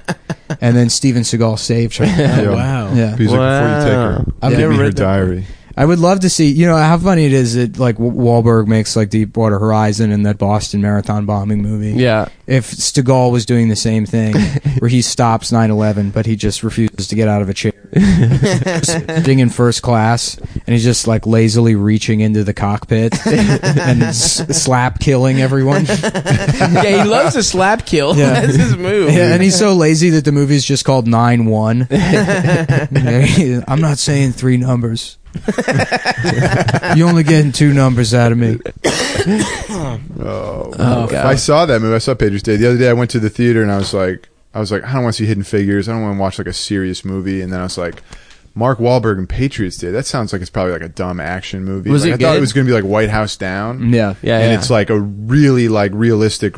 [SPEAKER 1] and then Steven Seagal saved
[SPEAKER 3] <laughs>
[SPEAKER 4] <laughs>
[SPEAKER 1] her.
[SPEAKER 4] Yeah.
[SPEAKER 2] Wow.
[SPEAKER 1] Yeah,
[SPEAKER 4] He's like, before you
[SPEAKER 3] Wow.
[SPEAKER 4] take her,
[SPEAKER 2] I've
[SPEAKER 4] give
[SPEAKER 2] never
[SPEAKER 4] me her
[SPEAKER 2] read that
[SPEAKER 4] diary.
[SPEAKER 1] I would love to see. You know how funny it is that like Wa- Wahlberg makes like Deepwater Horizon and that Boston Marathon bombing movie.
[SPEAKER 3] yeah,
[SPEAKER 1] If Stegall was doing the same thing, where he stops 9/11, but he just refuses to get out of a chair, sitting in first class, and he's just like lazily reaching into the cockpit and s- slap killing everyone.
[SPEAKER 2] <laughs> yeah, he loves to slap kill.
[SPEAKER 1] Yeah.
[SPEAKER 2] That's his move.
[SPEAKER 1] <laughs> Yeah, and he's so lazy that the movie's just called Nine One. I'm not saying three numbers. you only getting two numbers out of me.
[SPEAKER 4] Oh,
[SPEAKER 3] Oh, God.
[SPEAKER 4] I saw that movie. I saw Patriots Day the other day. I went to the theater and I was like, I was like, I don't want to see Hidden Figures. I don't want to watch like a serious movie. And then I was like, Mark Wahlberg and Patriots Day. That sounds like it's probably like a dumb action movie.
[SPEAKER 3] Was
[SPEAKER 4] Like,
[SPEAKER 3] it
[SPEAKER 4] I thought
[SPEAKER 3] good?
[SPEAKER 4] it was going to be like White House Down.
[SPEAKER 1] Yeah.
[SPEAKER 3] yeah,
[SPEAKER 4] and
[SPEAKER 3] yeah.
[SPEAKER 4] it's like a really like realistic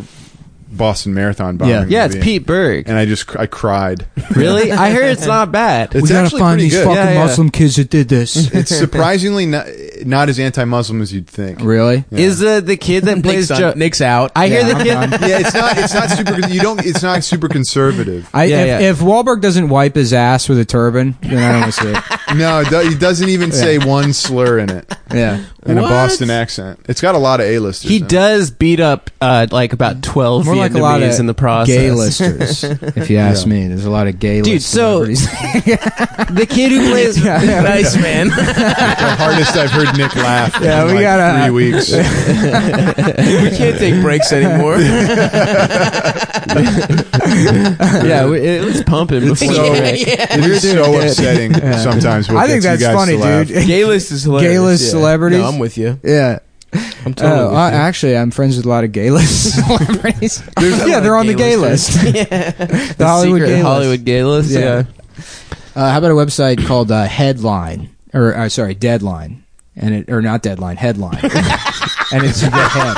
[SPEAKER 4] Boston Marathon bombing.
[SPEAKER 1] Yeah.
[SPEAKER 3] yeah, it's
[SPEAKER 4] movie.
[SPEAKER 3] Pete Berg.
[SPEAKER 4] And I just I cried.
[SPEAKER 3] Really? I heard it's
[SPEAKER 2] <laughs>
[SPEAKER 3] not bad.
[SPEAKER 4] It's
[SPEAKER 1] we gotta
[SPEAKER 4] actually
[SPEAKER 1] find
[SPEAKER 4] pretty
[SPEAKER 1] these
[SPEAKER 4] good.
[SPEAKER 1] fucking
[SPEAKER 3] Yeah, yeah.
[SPEAKER 1] Muslim kids that did this.
[SPEAKER 4] <laughs> It's surprisingly not, not as anti-Muslim as you'd think.
[SPEAKER 1] really?
[SPEAKER 4] Yeah.
[SPEAKER 3] Is the the kid that plays
[SPEAKER 2] Nick's, on-
[SPEAKER 3] Joe?
[SPEAKER 2] Nick's out.
[SPEAKER 3] I hear
[SPEAKER 1] Yeah,
[SPEAKER 3] the
[SPEAKER 1] I'm
[SPEAKER 3] kid.
[SPEAKER 1] done.
[SPEAKER 4] Yeah, it's not. It's not super. You don't. It's not super conservative.
[SPEAKER 1] I,
[SPEAKER 3] Yeah,
[SPEAKER 1] if,
[SPEAKER 3] yeah.
[SPEAKER 1] if Wahlberg doesn't wipe his ass with a turban, then I don't want to see
[SPEAKER 4] <laughs>
[SPEAKER 1] it.
[SPEAKER 4] No, it do- he doesn't even say one slur in it
[SPEAKER 1] Yeah.
[SPEAKER 4] in a
[SPEAKER 2] What?
[SPEAKER 4] Boston accent. It's got a lot of A-listers.
[SPEAKER 3] He
[SPEAKER 4] in it.
[SPEAKER 3] does beat up uh, like about twelve
[SPEAKER 1] More
[SPEAKER 3] Vietnamese
[SPEAKER 1] like a lot of
[SPEAKER 3] in the process.
[SPEAKER 1] Gay listers, if you ask me. There's a lot of gay
[SPEAKER 3] Dude,
[SPEAKER 1] list
[SPEAKER 3] so-
[SPEAKER 1] celebrities.
[SPEAKER 3] the kid who
[SPEAKER 1] <laughs>
[SPEAKER 3] plays
[SPEAKER 2] <laughs> nice man.
[SPEAKER 4] the hardest I've heard Nick laugh.
[SPEAKER 1] Yeah,
[SPEAKER 4] in
[SPEAKER 1] we
[SPEAKER 4] like
[SPEAKER 1] gotta- uh,
[SPEAKER 4] three
[SPEAKER 1] <laughs>
[SPEAKER 4] weeks.
[SPEAKER 2] we can't take breaks anymore.
[SPEAKER 3] yeah, we- it was
[SPEAKER 2] <laughs>
[SPEAKER 3] pumping. before
[SPEAKER 4] so-
[SPEAKER 3] break.
[SPEAKER 4] It's so upsetting sometimes. What
[SPEAKER 1] I think that's
[SPEAKER 4] gets you guys
[SPEAKER 1] funny,
[SPEAKER 4] to laugh.
[SPEAKER 1] dude. <laughs>
[SPEAKER 2] Gay list is hilarious.
[SPEAKER 1] Gay list
[SPEAKER 2] yeah.
[SPEAKER 1] celebrities?
[SPEAKER 2] No, I'm with you.
[SPEAKER 1] Yeah.
[SPEAKER 2] I'm totally
[SPEAKER 1] oh,
[SPEAKER 2] with
[SPEAKER 1] I,
[SPEAKER 2] you.
[SPEAKER 1] actually, I'm friends with a lot of gay list <laughs> celebrities.
[SPEAKER 2] a
[SPEAKER 1] yeah,
[SPEAKER 2] lot
[SPEAKER 1] they're
[SPEAKER 2] of
[SPEAKER 1] on the gay
[SPEAKER 2] list.
[SPEAKER 1] list.
[SPEAKER 2] <laughs> the,
[SPEAKER 1] Hollywood
[SPEAKER 2] secret
[SPEAKER 1] gay list.
[SPEAKER 2] Hollywood gay list.
[SPEAKER 1] Yeah.
[SPEAKER 2] Yeah.
[SPEAKER 1] Uh, how about a website called uh, Headline or uh, sorry, Deadline, and it or not Deadline,
[SPEAKER 2] <laughs>
[SPEAKER 1] Headline, and it's you get head.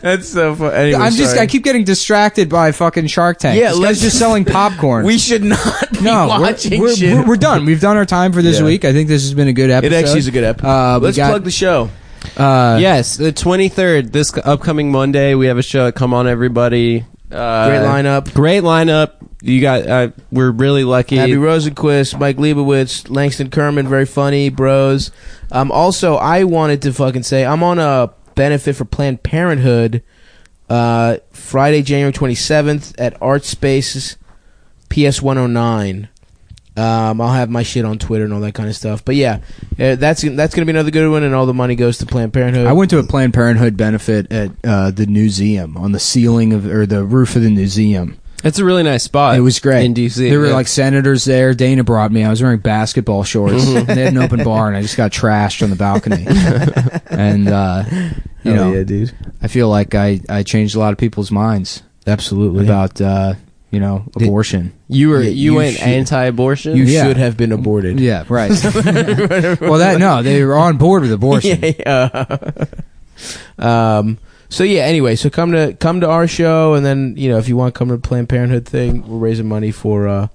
[SPEAKER 2] That's so funny. Anyway,
[SPEAKER 1] I'm just
[SPEAKER 2] sorry.
[SPEAKER 1] I keep getting distracted by fucking Shark Tank.
[SPEAKER 2] Yeah,
[SPEAKER 1] this guy's
[SPEAKER 2] let's-
[SPEAKER 1] just selling popcorn.
[SPEAKER 2] We should not <laughs>
[SPEAKER 1] <laughs>
[SPEAKER 2] be
[SPEAKER 1] no, we're-
[SPEAKER 2] watching
[SPEAKER 1] we're,
[SPEAKER 2] shit.
[SPEAKER 1] we're, we're done. We've done our time for this
[SPEAKER 2] Yeah.
[SPEAKER 1] week. I think this has been a good
[SPEAKER 2] it
[SPEAKER 1] episode.
[SPEAKER 2] actually is a good episode.
[SPEAKER 1] Uh, we
[SPEAKER 2] Let's
[SPEAKER 1] got-
[SPEAKER 2] plug the show.
[SPEAKER 1] Uh,
[SPEAKER 3] yes, the 23rd, this c- upcoming Monday, we have a show. at Come on, everybody! Uh,
[SPEAKER 2] Great lineup.
[SPEAKER 3] Great lineup. You got. Uh, we're really lucky.
[SPEAKER 2] Abby Rosenquist, Mike Leibowitz, Langston Kerman, very funny bros. Um, also, I wanted to fucking say I'm on a benefit for Planned Parenthood. Uh, Friday, January 27th at Art Spaces, PS 109. Um, I'll have my shit on Twitter and all that kind of stuff. But yeah, uh, that's that's gonna be another good one, and all the money goes to Planned Parenthood.
[SPEAKER 1] I went to a Planned Parenthood benefit at uh, the museum on the ceiling of or the roof of the museum.
[SPEAKER 3] It's a really nice spot.
[SPEAKER 2] Uh,
[SPEAKER 1] It was great
[SPEAKER 3] in DC.
[SPEAKER 1] There were
[SPEAKER 3] yeah.
[SPEAKER 1] like senators there. Dana brought me. I was wearing basketball shorts. and they had an open bar, and I just got trashed on the balcony. and uh, you know,
[SPEAKER 2] dude,
[SPEAKER 1] I feel like I I changed a lot of people's minds
[SPEAKER 2] absolutely.
[SPEAKER 1] about uh, you know abortion.
[SPEAKER 3] you were
[SPEAKER 2] Yeah,
[SPEAKER 3] you,
[SPEAKER 2] you
[SPEAKER 3] went
[SPEAKER 2] should-
[SPEAKER 3] anti-abortion.
[SPEAKER 2] you
[SPEAKER 1] Yeah.
[SPEAKER 2] should have been aborted.
[SPEAKER 1] Yeah, right.
[SPEAKER 2] <laughs>
[SPEAKER 1] well, that no, they were on board with abortion.
[SPEAKER 2] Yeah, yeah. um, So yeah. Anyway, so come to come to our show, and then you know if you want to come to the Planned Parenthood thing, we're raising money for, uh,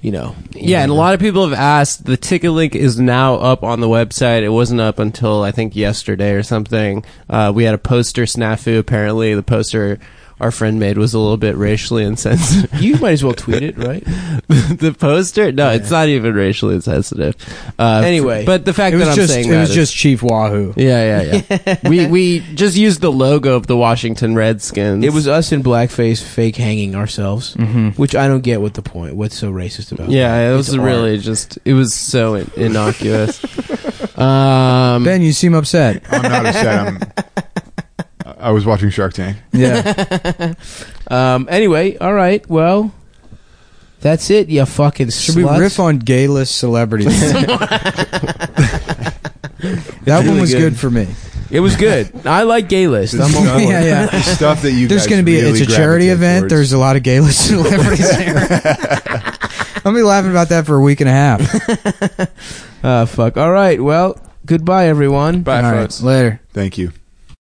[SPEAKER 2] you know.
[SPEAKER 3] Yeah, and a lot of people have asked. The ticket link is now up on the website. It wasn't up until I think yesterday or something. Uh, we had a poster snafu. Apparently, the poster our friend made was a little bit racially insensitive. <laughs>
[SPEAKER 2] You might as well tweet it, right?
[SPEAKER 3] the poster? No, it's not even racially insensitive. Uh,
[SPEAKER 2] Anyway.
[SPEAKER 3] but the fact
[SPEAKER 1] It was
[SPEAKER 3] that I'm
[SPEAKER 1] just
[SPEAKER 3] saying
[SPEAKER 1] it
[SPEAKER 3] that
[SPEAKER 1] was
[SPEAKER 3] is-
[SPEAKER 1] just Chief Wahoo.
[SPEAKER 3] yeah, yeah,
[SPEAKER 1] <laughs>
[SPEAKER 3] yeah. we we just used the logo of the Washington
[SPEAKER 2] <laughs>
[SPEAKER 3] Redskins.
[SPEAKER 2] It was us in blackface, fake hanging ourselves, which I don't get. What the point? What's so racist about?
[SPEAKER 3] yeah,
[SPEAKER 2] that?
[SPEAKER 3] it was
[SPEAKER 2] It's art.
[SPEAKER 3] really just it was so in- innocuous. um,
[SPEAKER 1] Ben, you seem upset.
[SPEAKER 4] I'm not upset.
[SPEAKER 1] <laughs>
[SPEAKER 4] I'm, I- I was watching Shark Tank.
[SPEAKER 1] Yeah,
[SPEAKER 2] Um. Anyway, all right. Well, that's it. You fucking
[SPEAKER 1] should we
[SPEAKER 2] sluts.
[SPEAKER 1] riff on gay list celebrities? that one
[SPEAKER 2] really
[SPEAKER 1] was good.
[SPEAKER 2] good.
[SPEAKER 1] for me.
[SPEAKER 2] It was good. I like gay
[SPEAKER 4] <laughs>
[SPEAKER 2] list. I'm on board.
[SPEAKER 1] yeah, yeah.
[SPEAKER 4] The stuff that you
[SPEAKER 1] There's
[SPEAKER 4] guys
[SPEAKER 1] going to be
[SPEAKER 4] really
[SPEAKER 1] it's a charity
[SPEAKER 4] gravitate
[SPEAKER 1] event.
[SPEAKER 4] towards.
[SPEAKER 1] There's a lot of <laughs> gay list celebrities there. I'll be laughing about that for a week and a half.
[SPEAKER 2] Uh, fuck. All right. Well, goodbye, everyone.
[SPEAKER 1] All right, later.
[SPEAKER 4] Thank you.